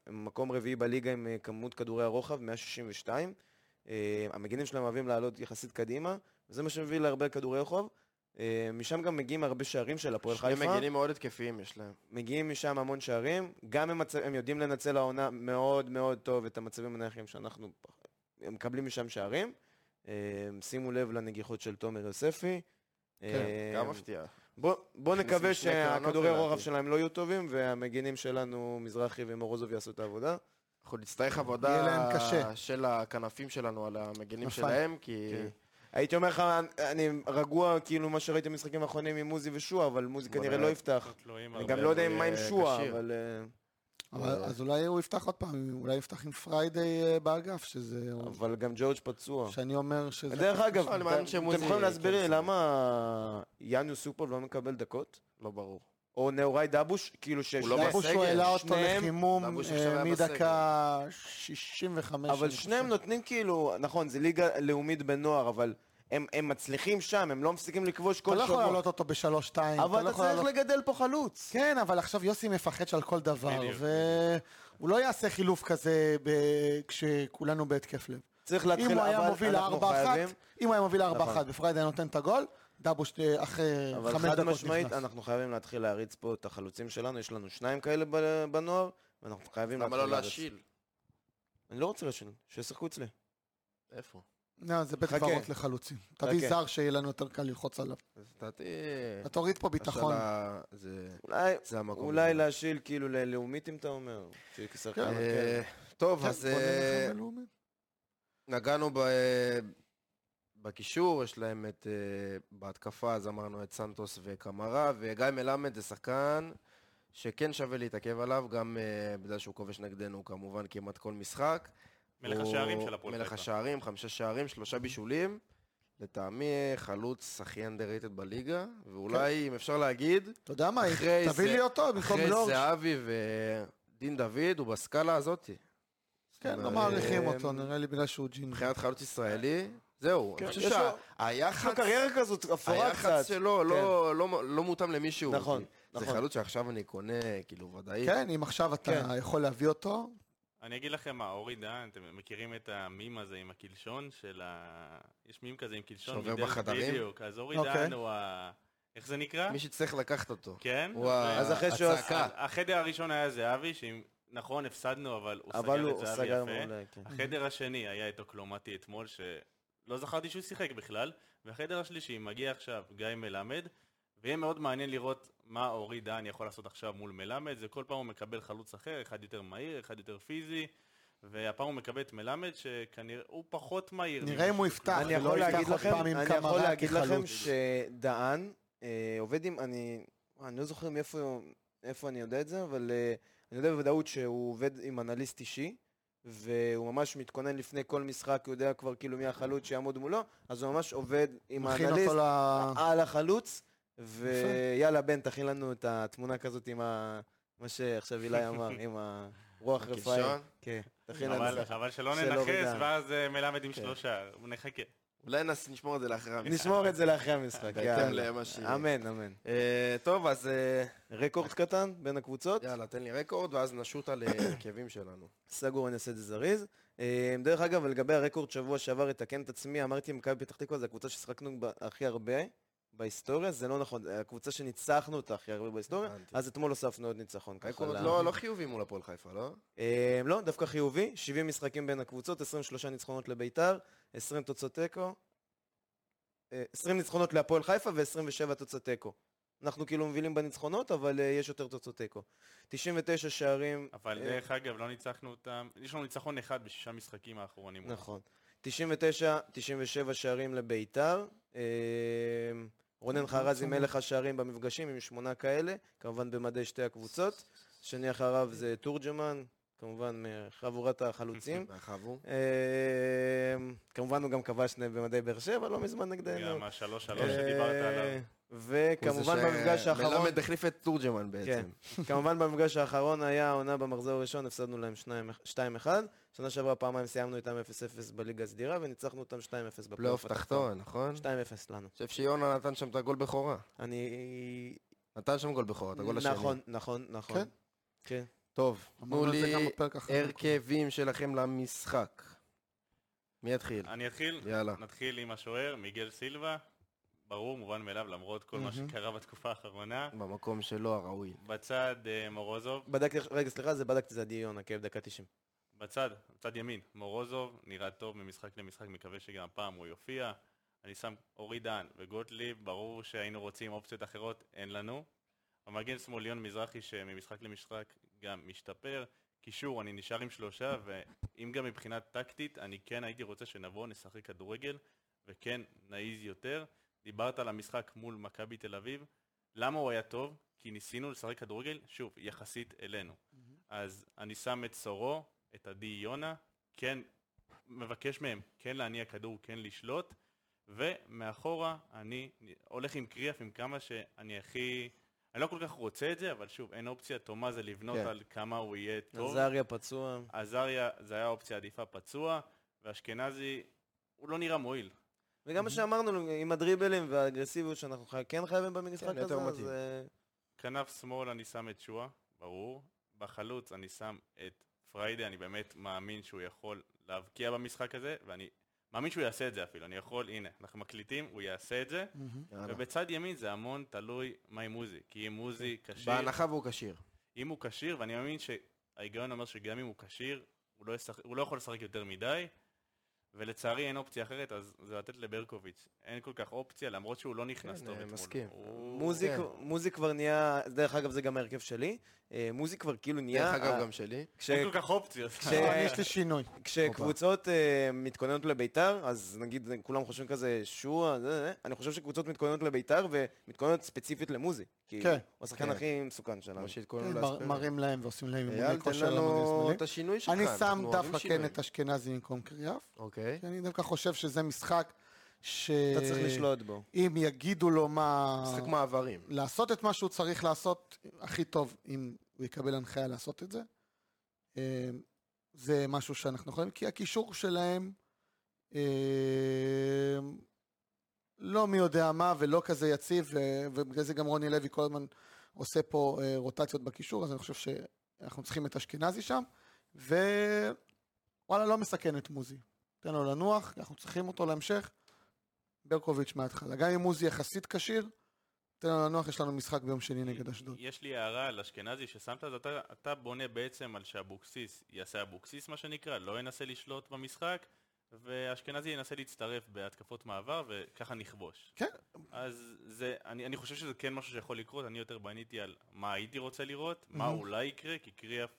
S4: מקום רביעי בליגה עם אה, כמות כדורי הרוחב, 162. אה, המגינים שלהם אוהבים לעלות יחסית קדימה, וזה מה שמביא להרבה כדורי רוחב. אה, משם גם מגיעים הרבה שערים של הפועל
S1: שני
S4: חיפה.
S1: מגנים מאוד התקפיים יש להם.
S4: מגיעים משם המון שערים, גם הם, מצ... הם יודעים לנצל העונה מאוד מאוד טוב את המצבים הנייחים שאנחנו הם מקבלים משם שערים. אה, שימו לב לנגיחות של תומר יוספי. אה,
S1: כן, גם מפתיע.
S4: בוא, בוא
S1: מכניסים
S4: נקווה
S1: שני קרנות
S4: שהכדורי
S1: לדעתי.
S4: רוחב שלהם לא יהיו טובים, והמגינים שלנו, מזרחי ומורוזוב, יעשו את העבודה.
S1: אנחנו נצטרך
S3: יהיה להם קשה.
S1: עבודה של הכנפים שלנו על המגנים
S3: כנפיים.
S1: שלהם, כי
S4: כן. הייתי אומר לך, אני רגוע, כאילו, מה שראיתי במשחקים האחרונים עם מוזי ושועה, אבל מוזי
S1: בוא
S4: כנראה
S1: נראה.
S4: לא יפתח.
S5: תלויים
S4: אני
S5: הרבה
S4: גם לא יודע
S5: ב-
S4: מה עם
S1: אה,
S4: שועה,
S1: כשיר.
S4: אבל... אה,
S3: אבל- אז אולי הוא יפתח עוד פעם, אולי יפתח עם פריידי אה, באגף, שזה...
S4: אבל גם ג'ורג' פצוע.
S3: שאני אומר שזה...
S4: דרך אגב,
S1: לא, אני
S4: אתם
S1: מאמין
S4: אתם
S1: שמוזי
S4: יכולים להסביר
S1: כן
S4: לי
S1: ישחק.
S4: למה יאניו סופוב לא מקבל דקות?
S1: לא ברור.
S4: או נאורי דבוש, כאילו שיש...
S1: הוא לא
S3: דבוש
S1: בסגל,
S3: הוא העלה אותו
S4: שניהם-
S3: לחימום
S1: דבוש
S3: אה,
S1: עכשיו היה
S3: מדקה 65.
S4: אבל
S3: אני
S4: שניהם
S3: חושב.
S4: נותנים כאילו, נכון, זה ליגה לאומית בנוער, אבל הם, הם מצליחים שם, הם לא מפסיקים לכבוש
S3: אתה
S4: כל
S3: לא יכול
S4: שבוע.
S3: להעלות אותו בשלוש-שתיים.
S4: אבל
S3: לא
S4: אתה
S3: יכול
S4: צריך
S3: להעלות-
S4: לגדל פה חלוץ.
S3: כן, אבל עכשיו יוסי מפחד שעל כל דבר,
S5: בדיוק.
S3: והוא לא יעשה חילוף כזה ב- כשכולנו בהתקף לב.
S4: צריך
S3: אם
S4: להתחיל,
S3: הוא היה
S4: אבל
S3: מוביל
S4: אנחנו
S3: 4-1,
S4: חייבים,
S3: אם הוא היה מוביל
S4: נכון.
S3: 4-1 ופריידי היה נותן את הגול, דבוש אה, אחרי
S4: אבל
S3: חמש
S4: חד
S3: דקות
S4: משמעית,
S3: נכנס.
S4: אנחנו חייבים להתחיל להריץ פה את החלוצים שלנו, יש לנו שניים כאלה ב- בנוער, ואנחנו חייבים
S1: למה
S4: להתחיל
S1: לא
S4: להריץ.
S1: להשיל?
S4: אני לא רוצה להשיל, שישחקו אצלי.
S1: איפה?
S3: לא, זה בית
S4: חכה.
S3: קברות לחלוצים. תביא
S4: חכה.
S3: זר שיהיה לנו יותר קל ללחוץ עליו.
S1: אז לדעתי...
S3: אתה תוריד פה ביטחון.
S1: השאלה זה-
S4: אולי,
S1: זה המקום.
S4: אולי להשיל כאילו ללאומית אם אתה אומר. שכשחקן,
S1: אה,
S4: כן.
S1: טוב,
S3: כן,
S1: אז
S3: בוא נלך
S1: אה,
S3: לבינלאומי.
S1: נגענו ב... בקישור, יש להם את... אה, בהתקפה, אז אמרנו את סנטוס וקמרה, וגיא מלמד זה שחקן שכן שווה להתעכב עליו, גם אה, בגלל שהוא כובש נגדנו כמובן כמעט כל משחק.
S5: מלך
S1: הוא
S5: השערים של הפועל
S1: מלך
S5: חיפה.
S1: השערים, חמישה שערים, שלושה בישולים. לטעמי חלוץ הכי underrated בליגה,
S5: כן.
S1: ואולי אם אפשר להגיד,
S3: אתה יודע מה,
S1: אחרי
S3: תביא
S1: זה-
S3: לי אותו במקום
S1: אחרי
S3: לורג'.
S1: זהבי ודין דוד, הוא בסקאלה הזאתי.
S3: כן, לא
S1: אבל,
S3: מעריכים
S4: אה,
S3: אותו, נראה לי בגלל שהוא ג'ינג'י.
S1: מבחינת חלוץ ישראלי, זהו.
S4: כן,
S1: אני
S4: יש
S1: חושב
S4: לו- יש לו
S1: שהיח"צ
S4: קריירה כזאת אפורה
S1: היח"צ
S4: קצת. כן.
S1: שלו לא- לא לא מותאם למישהו.
S4: נכון,
S1: כי זה
S4: נכון.
S1: חלוץ שעכשיו אני קונה, כאילו, ודאי.
S3: כן, אם עכשיו
S4: כן.
S3: אתה יכול להביא אותו,
S5: אני אגיד לכם מה, אורי דהן, אתם מכירים את המים הזה עם הקלשון של ה... יש מים כזה עם קלשון.
S1: שעובר
S5: מדל-
S1: בחדרים?
S5: בדיוק, אז אורי
S3: אוקיי.
S5: דהן הוא ה... איך זה נקרא?
S1: מי שצריך לקחת אותו.
S5: כן?
S6: וואו,
S4: אז אחרי שהוא
S6: הצעקה.
S5: החדר הראשון היה זהבי, שנכון, הפסדנו, אבל הוא
S4: אבל
S5: סגר את
S4: הוא
S5: זהבי
S4: סגר
S5: יפה.
S4: מעולה, כן.
S5: החדר השני היה איתו קלומטי אתמול, שלא זכרתי שהוא שיחק בכלל, והחדר השלישי מגיע עכשיו גיא מלמד, ויהיה מאוד מעניין לראות מה אורי דהן יכול לעשות עכשיו מול מלמד, זה כל פעם הוא מקבל חלוץ אחר, אחד יותר מהיר, אחד יותר פיזי, והפעם הוא מקבל את מלמד, שכנראה הוא פחות מהיר.
S3: נראה אם הוא
S5: ממישהו.
S3: יפתח,
S4: אני
S3: ולא
S4: יכול
S3: יפתח
S4: להגיד
S3: עוד
S4: לכם,
S3: פעם עם
S4: אני
S3: קמרה
S4: יכול להגיד לכם
S3: כחלוץ.
S4: שדהן אה, עובד עם, אני, אני לא זוכר מאיפה איפה אני יודע את זה, אבל אה, אני יודע בוודאות שהוא עובד עם אנליסט אישי, והוא ממש מתכונן לפני כל משחק, הוא יודע כבר כאילו מי החלוץ שיעמוד מולו, אז הוא ממש עובד עם
S3: מכין אותו
S4: האנליסט
S3: ל...
S1: אה,
S4: על החלוץ, ויאללה בן, תכין לנו את התמונה כזאת עם ה... מה שעכשיו אילי אמר, עם הרוח רפאי.
S1: קישון?
S4: כן, תכין לנו.
S5: אבל, אבל שלא
S4: שלא
S5: ננכס,
S4: ודהן.
S5: ואז אה, מלמד עם
S4: כן.
S5: שלושה, נחכה.
S1: אולי נס- נשמור את זה לאחרי המשחק.
S4: נשמור את זה לאחרי המשחק,
S1: בהתאם
S4: יאללה.
S1: למה ש...
S4: אמן, אמן.
S1: אה, טוב, אז אה,
S4: רקורד קטן בין הקבוצות.
S1: יאללה, תן לי רקורד, ואז נשוט על אה, הכאבים שלנו.
S4: סגור, אני אעשה את זה זריז. אה, דרך אגב, לגבי הרקורד שבוע שעבר, אתקן את עצמי, אמרתי מכבי פתח תקווה, זו הקבוצה ששחקנו בה הכי הרבה בהיסטוריה, זה לא נכון, זה הקבוצה שניצחנו אותה הכי הרבה
S3: אוקיי.
S4: בהיסטוריה,
S1: הבנתי.
S4: אז אתמול הוספנו עוד ניצחון. ככה
S1: רקורד
S4: ל-
S1: אה, לא לא חיובי מול הפועל חיפה, לא?
S4: אה, לא, דווקא חיובי, 70 משחקים בין הקבוצות, 23 ניצחונות לביתר, 20 תוצאות תיקו, אה, 20 ניצחונות להפועל חיפה ו-27 תוצאות תיקו. אנחנו כאילו מובילים בניצחונות, אבל אה, יש יותר תוצאות תיקו. 99 שערים,
S5: אבל
S4: אה,
S5: דרך אגב, לא ניצחנו אותם, יש לנו ניצחון אחד בשישה משחקים האחרונים.
S4: נכון. 99, 97 שערים לביתר. אה, רונן חרז עם מלך השערים במפגשים, עם שמונה כאלה, כמובן במדי שתי הקבוצות. שני אחריו זה תורג'מן, כמובן מחבורת החלוצים.
S1: מהחבו.
S4: אה, כמובן הוא גם כבש שני במדי באר שבע, לא מזמן נגדנו.
S5: גם השלוש שלוש
S4: אה,
S5: שדיברת עליו.
S4: וכמובן במפגש האחרון,
S1: מלמד החליף את תורג'מן בעצם.
S3: כן.
S4: כמובן במפגש האחרון היה העונה במחזור הראשון, הפסדנו להם שניים- 2-1. שנה שעברה פעמיים סיימנו איתם 0-0 בליגה הסדירה, וניצחנו אותם 2-0
S1: פלייאוף
S4: בפלייאוף
S1: תחתון, נכון?
S4: 2-0 לנו.
S1: אני חושב שיונה נתן שם את הגול בכורה.
S4: אני...
S1: נתן שם גול בכורה, את הגול השני.
S4: נכון, נכון, נכון.
S3: כן.
S4: כן.
S1: טוב, תנו
S3: אמרנו את זה גם
S1: לי
S3: בפרק אחר.
S1: הרכבים שלכם למשחק. מי יתחיל?
S5: אני אתחיל?
S1: יאללה.
S5: נתחיל עם השוער, מיגל סילבה. ברור, מובן מאליו, למרות כל מה
S3: מהמם.
S5: שקרה בתקופה האחרונה.
S1: במקום שלו הראוי.
S5: בצד אה, מורוזוב,
S4: בדקתי, עכשיו- רגע, סליחה, זה בדקתי, זה עדי יונה, כן, דקה 90.
S5: בצד, בצד ימין, מורוזוב, נראה טוב ממשחק למשחק, מקווה שגם הפעם הוא יופיע. אני שם אורי דן וגוטליב, ברור שהיינו רוצים אופציות אחרות, אין לנו. המגן שמאל ליון מזרחי שממשחק למשחק גם משתפר. קישור, אני נשאר עם שלושה, ואם גם מבחינה טקטית, אני כן הייתי רוצה שנבוא, נשחק כדורגל, וכן נעיז יותר. דיברת על המשחק מול מכבי תל אביב. למה הוא היה טוב? כי ניסינו לשחק כדורגל, שוב, יחסית אלינו. אז אני שם את סורו, את עדי יונה, כן, מבקש מהם כן להניע כדור, כן לשלוט, ומאחורה אני הולך עם קריאף עם כמה שאני הכי... אני לא כל כך רוצה את זה, אבל שוב, אין אופציה טומה זה לבנות
S1: כן.
S5: על כמה הוא יהיה טוב.
S4: עזריה פצוע.
S5: עזריה, זה היה אופציה עדיפה פצוע, ואשכנזי, הוא לא נראה מועיל.
S4: וגם מה
S1: Mhm.
S4: שאמרנו, לו, עם הדריבלים והאגרסיביות שאנחנו חי- כן חייבים במשחק
S1: כן, יותר
S4: הזה,
S1: מתאים.
S4: אז... אה,
S5: כנף שמאל אני שם את שואה, ברור. בחלוץ אני שם את פריידי, אני באמת מאמין שהוא יכול להבקיע במשחק הזה, ואני מאמין שהוא יעשה את זה אפילו. אני יכול, הנה, אנחנו מקליטים, הוא יעשה את זה.
S3: מהמם.
S1: יאללה.
S5: ובצד ימין זה המון תלוי מה עם מוזי, כי אם מוזי
S1: כן.
S5: כשיר,
S1: בהנחה והוא כשיר.
S3: אה,
S5: אם הוא כשיר, ואני מאמין שההיגיון אומר שגם אם הוא כשיר, הוא לא, ישח... הוא לא יכול לשחק יותר מדי, ולצערי אין אופציה אחרת, אז זה לתת לברקוביץ'. אין כל כך אופציה, למרות שהוא לא נכנס
S1: כן,
S5: טוב
S1: אה,
S5: אתמול.
S1: מסכים.
S5: הוא...
S4: מוזי
S1: כן.
S4: כבר- מוזי כבר נהיה, דרך אגב זה גם ההרכב שלי, אה, מוזי כבר כאילו נהיה,
S1: דרך
S4: ה-
S1: אגב, גם שלי.
S4: כש-
S5: אין כל כך אופציות.
S4: כש-
S3: אה, אני, יש לי שינוי.
S4: כשקבוצות אה, מתכוננות לביתר, אז נגיד אה, כולם חושבים כזה שועה, זה, זה, אני חושב שקבוצות מתכוננות לביתר ומתכוננות ספציפית למוזי, כי
S3: כן.
S4: הוא השחקן
S1: כן.
S4: הכי מסוכן שלנו.
S1: כמו שהתכוננו
S3: מר-
S1: להספיק.
S3: מראים להם ועושים להם
S1: לא, אייל,
S3: אימוני
S1: תן
S3: כושר למגן
S1: לנו
S3: השמאלי.
S1: את השינוי שלך.
S3: אני שם
S1: אנחנו אוהבים
S3: דווקא כן
S1: שינויים.
S3: את אשכנזי במקום קריאף,
S1: אוקיי.
S3: כי אני דווקא חושב שזה משחק ש...
S4: אתה צריך לשלוט בו.
S3: אם יגידו לו מה...
S1: משחק מעברים.
S3: לעשות את מה שהוא צריך לעשות הכי טוב, אם הוא יקבל הנחיה לעשות את זה. אה, זה משהו שאנחנו יכולים, כי הקישור שלהם אה, לא מי יודע מה ולא כזה יציב, ו- ובגלל זה גם רוני לוי כל הזמן עושה פה אה, רוטציות בקישור, אז אני חושב שאנחנו צריכים את אשכנזי שם, ווואלה, לא מסכן את מוזי. תן לו לנוח, אנחנו צריכים אותו להמשך. ברקוביץ' מההתחלה. גם אם מוזי יחסית כשיר, תן לנו לנוח, יש לנו משחק ביום שני נגד אשדוד.
S5: אה, יש לי הערה על אשכנזי ששמת, אז אתה, אתה בונה בעצם על שאבוקסיס יעשה אבוקסיס, מה שנקרא, לא ינסה לשלוט במשחק, ואשכנזי ינסה להצטרף בהתקפות מעבר, וככה נכבוש.
S3: כן.
S5: אז זה, אני, אני חושב שזה כן משהו שיכול לקרות, אני יותר בניתי על מה הייתי רוצה לראות, מה אולי יקרה, כי קריאף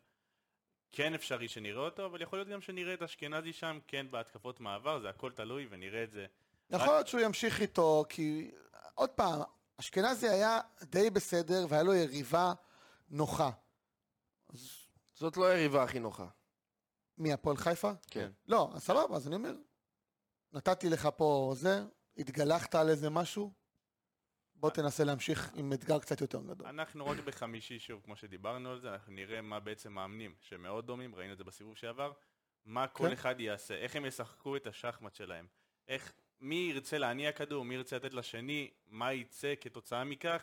S5: כן אפשרי שנראה אותו, אבל יכול להיות גם שנראה את אשכנזי שם, כן בהתקפות מעבר, זה הכל תלוי, ונראה את זה.
S1: נכון.
S3: יכול להיות שהוא ימשיך איתו, כי עוד פעם, אשכנזי היה די בסדר והיה לו יריבה נוחה.
S1: זאת לא היריבה הכי נוחה.
S3: מהפועל חיפה?
S1: כן.
S3: לא, אז סבבה, אז אני אומר, נתתי לך פה זה, התגלחת על איזה משהו, בוא
S1: אה.
S3: תנסה להמשיך עם אתגר קצת יותר גדול.
S5: אנחנו רק בחמישי שוב, כמו שדיברנו על זה, אנחנו נראה מה בעצם מאמנים, שהם מאוד דומים, ראינו את זה בסיבוב שעבר, מה
S3: כן.
S5: כל אחד יעשה, איך הם ישחקו את השחמט שלהם, איך, מי ירצה להניע כדור, מי ירצה לתת לשני, מה יצא כתוצאה מכך,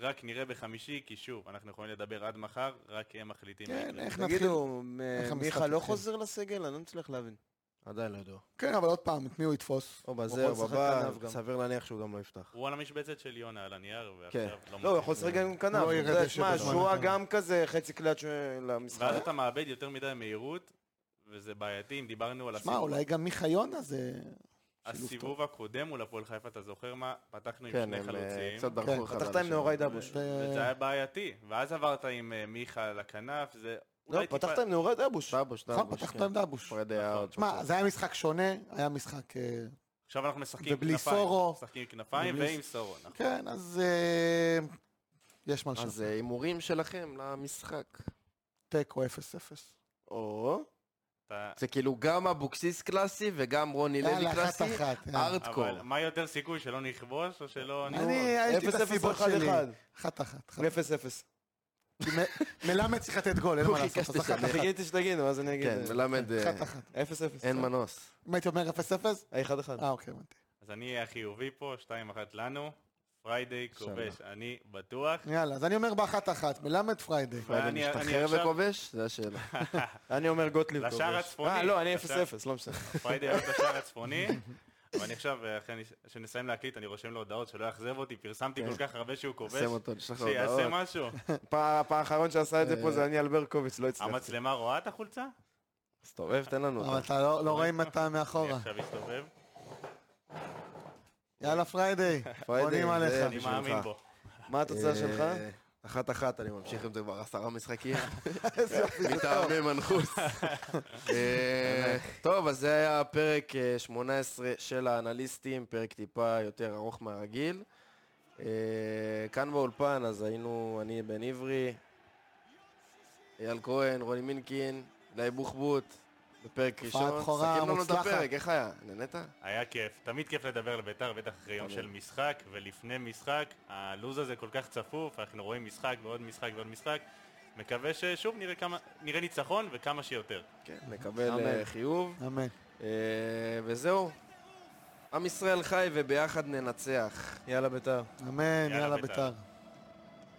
S5: רק נראה בחמישי, כי שוב, אנחנו יכולים לדבר עד מחר, רק הם מחליטים. מה
S3: כן,
S5: יקרה.
S3: איך נתחיל?
S4: תגידו, מ-
S3: איך המשחק
S4: מיכה לא
S3: התחיל?
S4: חוזר לסגל? אני לא מצליח להבין.
S1: עדיין לא ידוע.
S3: כן, אבל עוד פעם, את מי הוא יתפוס?
S1: או
S4: הוא
S1: בזר,
S4: יכול לשחק כנף
S1: בבא,
S4: גם.
S1: סביר להניח שהוא גם לא יפתח.
S5: הוא על המשבצת של יונה על הנייר,
S1: כן.
S5: ועכשיו
S4: לא,
S5: מוצאים
S4: הוא יכול לשחק
S5: אותו.
S4: גם עם כנף.
S3: לא ירד
S4: אתה יודע,
S3: לשטח
S4: שמע,
S3: זמן
S4: שועה
S3: נכון.
S4: גם כזה חצי קלט ש- למשחק.
S5: ואז אתה מאבד יותר מדי מהירות, וזה בעייתי, אם דיברנו על
S3: שמע, אולי גם מיכה יונה זה...
S5: הסיבוב הקודם מול הפועל חיפה, אתה זוכר מה? פתחנו עם
S1: כן,
S5: שני
S1: הם אה,
S5: חלוצים.
S1: קצת דרכו אחד
S4: פתחת
S1: על
S4: עם
S1: השני.
S4: נאורי דבוש.
S3: אה,
S5: וזה היה בעייתי, ואז עברת עם אה, מיכה לכנף, זה
S4: לא,
S5: אולי טיפה-
S4: פתחת עם נאורי דבוש.
S1: דבוש,
S3: נכון,
S1: דבוש,
S3: פתחת
S1: כן.
S3: עם דבוש.
S1: פרד היה
S5: נכון.
S1: עוד
S3: שמע,
S1: פצוע.
S3: זה היה משחק שונה, היה משחק... אה,
S5: עכשיו אנחנו משחקים עם
S3: ובלי
S5: כנפיים.
S3: סורו.
S5: משחקים עם כנפיים
S3: ובלי-
S5: ועם סורו, נכון.
S3: כן, אז אה, יש מה
S1: אז
S3: לשאול.
S1: אה, הימורים שלכם למשחק.
S3: תיקו 0-0.
S1: או...
S5: אתה-
S1: זה כאילו גם אבוקסיס קלאסי וגם רוני לוי
S3: יאללה,
S1: קלאסי.
S3: אחת-אחת. יאללה.
S1: ארדקור.
S5: אבל מה יותר סיכוי, שלא נכבוש או שלא...
S3: אני,
S1: לא,
S3: הייתי את
S4: 0-0,
S3: הסיבות
S4: 1-1.
S3: שלי. אחת-אחת. אחת-אחת.
S4: 0-0.
S3: כי מ- מלמד צריך לתת גול, אין מה
S1: הוא
S3: לעשות.
S1: חיכה
S3: אז אחת-אחת.
S1: שתשנה.
S4: חיכיתי שתגידו, אז אני אגיד.
S1: כן, מלמד, אה,
S3: אחת-אחת.
S4: 0-0.
S1: אין מנוס.
S3: אם הייתי אומר 0-0?
S4: ה-1-1.
S3: אה, אוקיי, הבנתי.
S5: אז אני אהיה החיובי פה, 2-1 לנו. פריידי
S1: שלום.
S5: כובש, אני בטוח.
S3: יאללה, אז אני אומר באחת-אחת, מלמד פריידי.
S5: אני-
S1: פריידי
S5: אני
S1: משתחרר
S5: עכשיו-
S1: וכובש? זה השאלה.
S4: אני אומר גוטליב כובש.
S5: לשער הצפוני.
S4: אה, לא, אני
S5: לשער-
S4: 0-0, לא משנה.
S5: פריידי היה את השער הצפוני. ואני עכשיו, אה, אחרי שנסיים להקליט, אני רושם לו הודעות שלא יאכזב אותי, פרסמתי כל כך הרבה שהוא כובש,
S1: שם אותו, נשלח לו
S5: שיעשה
S1: הודעות.
S5: משהו.
S4: הפעם האחרון שעשה את זה פה זה אני אלברקוביץ, לא הצליח.
S5: המצלמה רואה את החולצה?
S1: הסתובב, תן לנו
S3: אבל
S1: אותה.
S3: אתה לא לא רואה אם אתה
S5: אני
S3: מאחורה.
S5: עכשיו אסתובב,
S3: יאללה, פריידי,
S1: פריידי,
S3: עונים
S1: זה
S3: עליך.
S5: אני
S1: בשבילך.
S5: מאמין בו.
S4: מה התוצאה שלך?
S1: אה, אחת-אחת, אני ממשיך עם זה כבר עשרה משחקים. מטעמי מנחוס. אה, טוב, אז זה היה פרק 18 של האנליסטים, פרק טיפה יותר ארוך מהרגיל. אה, כאן באולפן, אז היינו אני בן עברי, אייל כהן, רוני מינקין, גיא בוחבוט, בפרק
S3: הופעת
S1: ראשון.
S3: בכורה
S1: סכם לנו את
S3: מוצלחת.
S1: הפרק, איך היה? נהנית?
S5: היה כיף, תמיד כיף לדבר על בית"ר, בטח אחרי יום של משחק ולפני משחק. הלו"ז הזה כל כך צפוף, אנחנו רואים משחק ועוד משחק ועוד משחק. מקווה ששוב נראה, כמה, נראה ניצחון וכמה שיותר.
S1: כן, נקבל
S4: אמן.
S1: אה, חיוב.
S3: אמן.
S1: אה, וזהו. עם ישראל חי וביחד ננצח.
S4: יאללה בית"ר.
S3: אמן, יאללה,
S5: יאללה,
S3: בית"ר.
S5: בית"ר.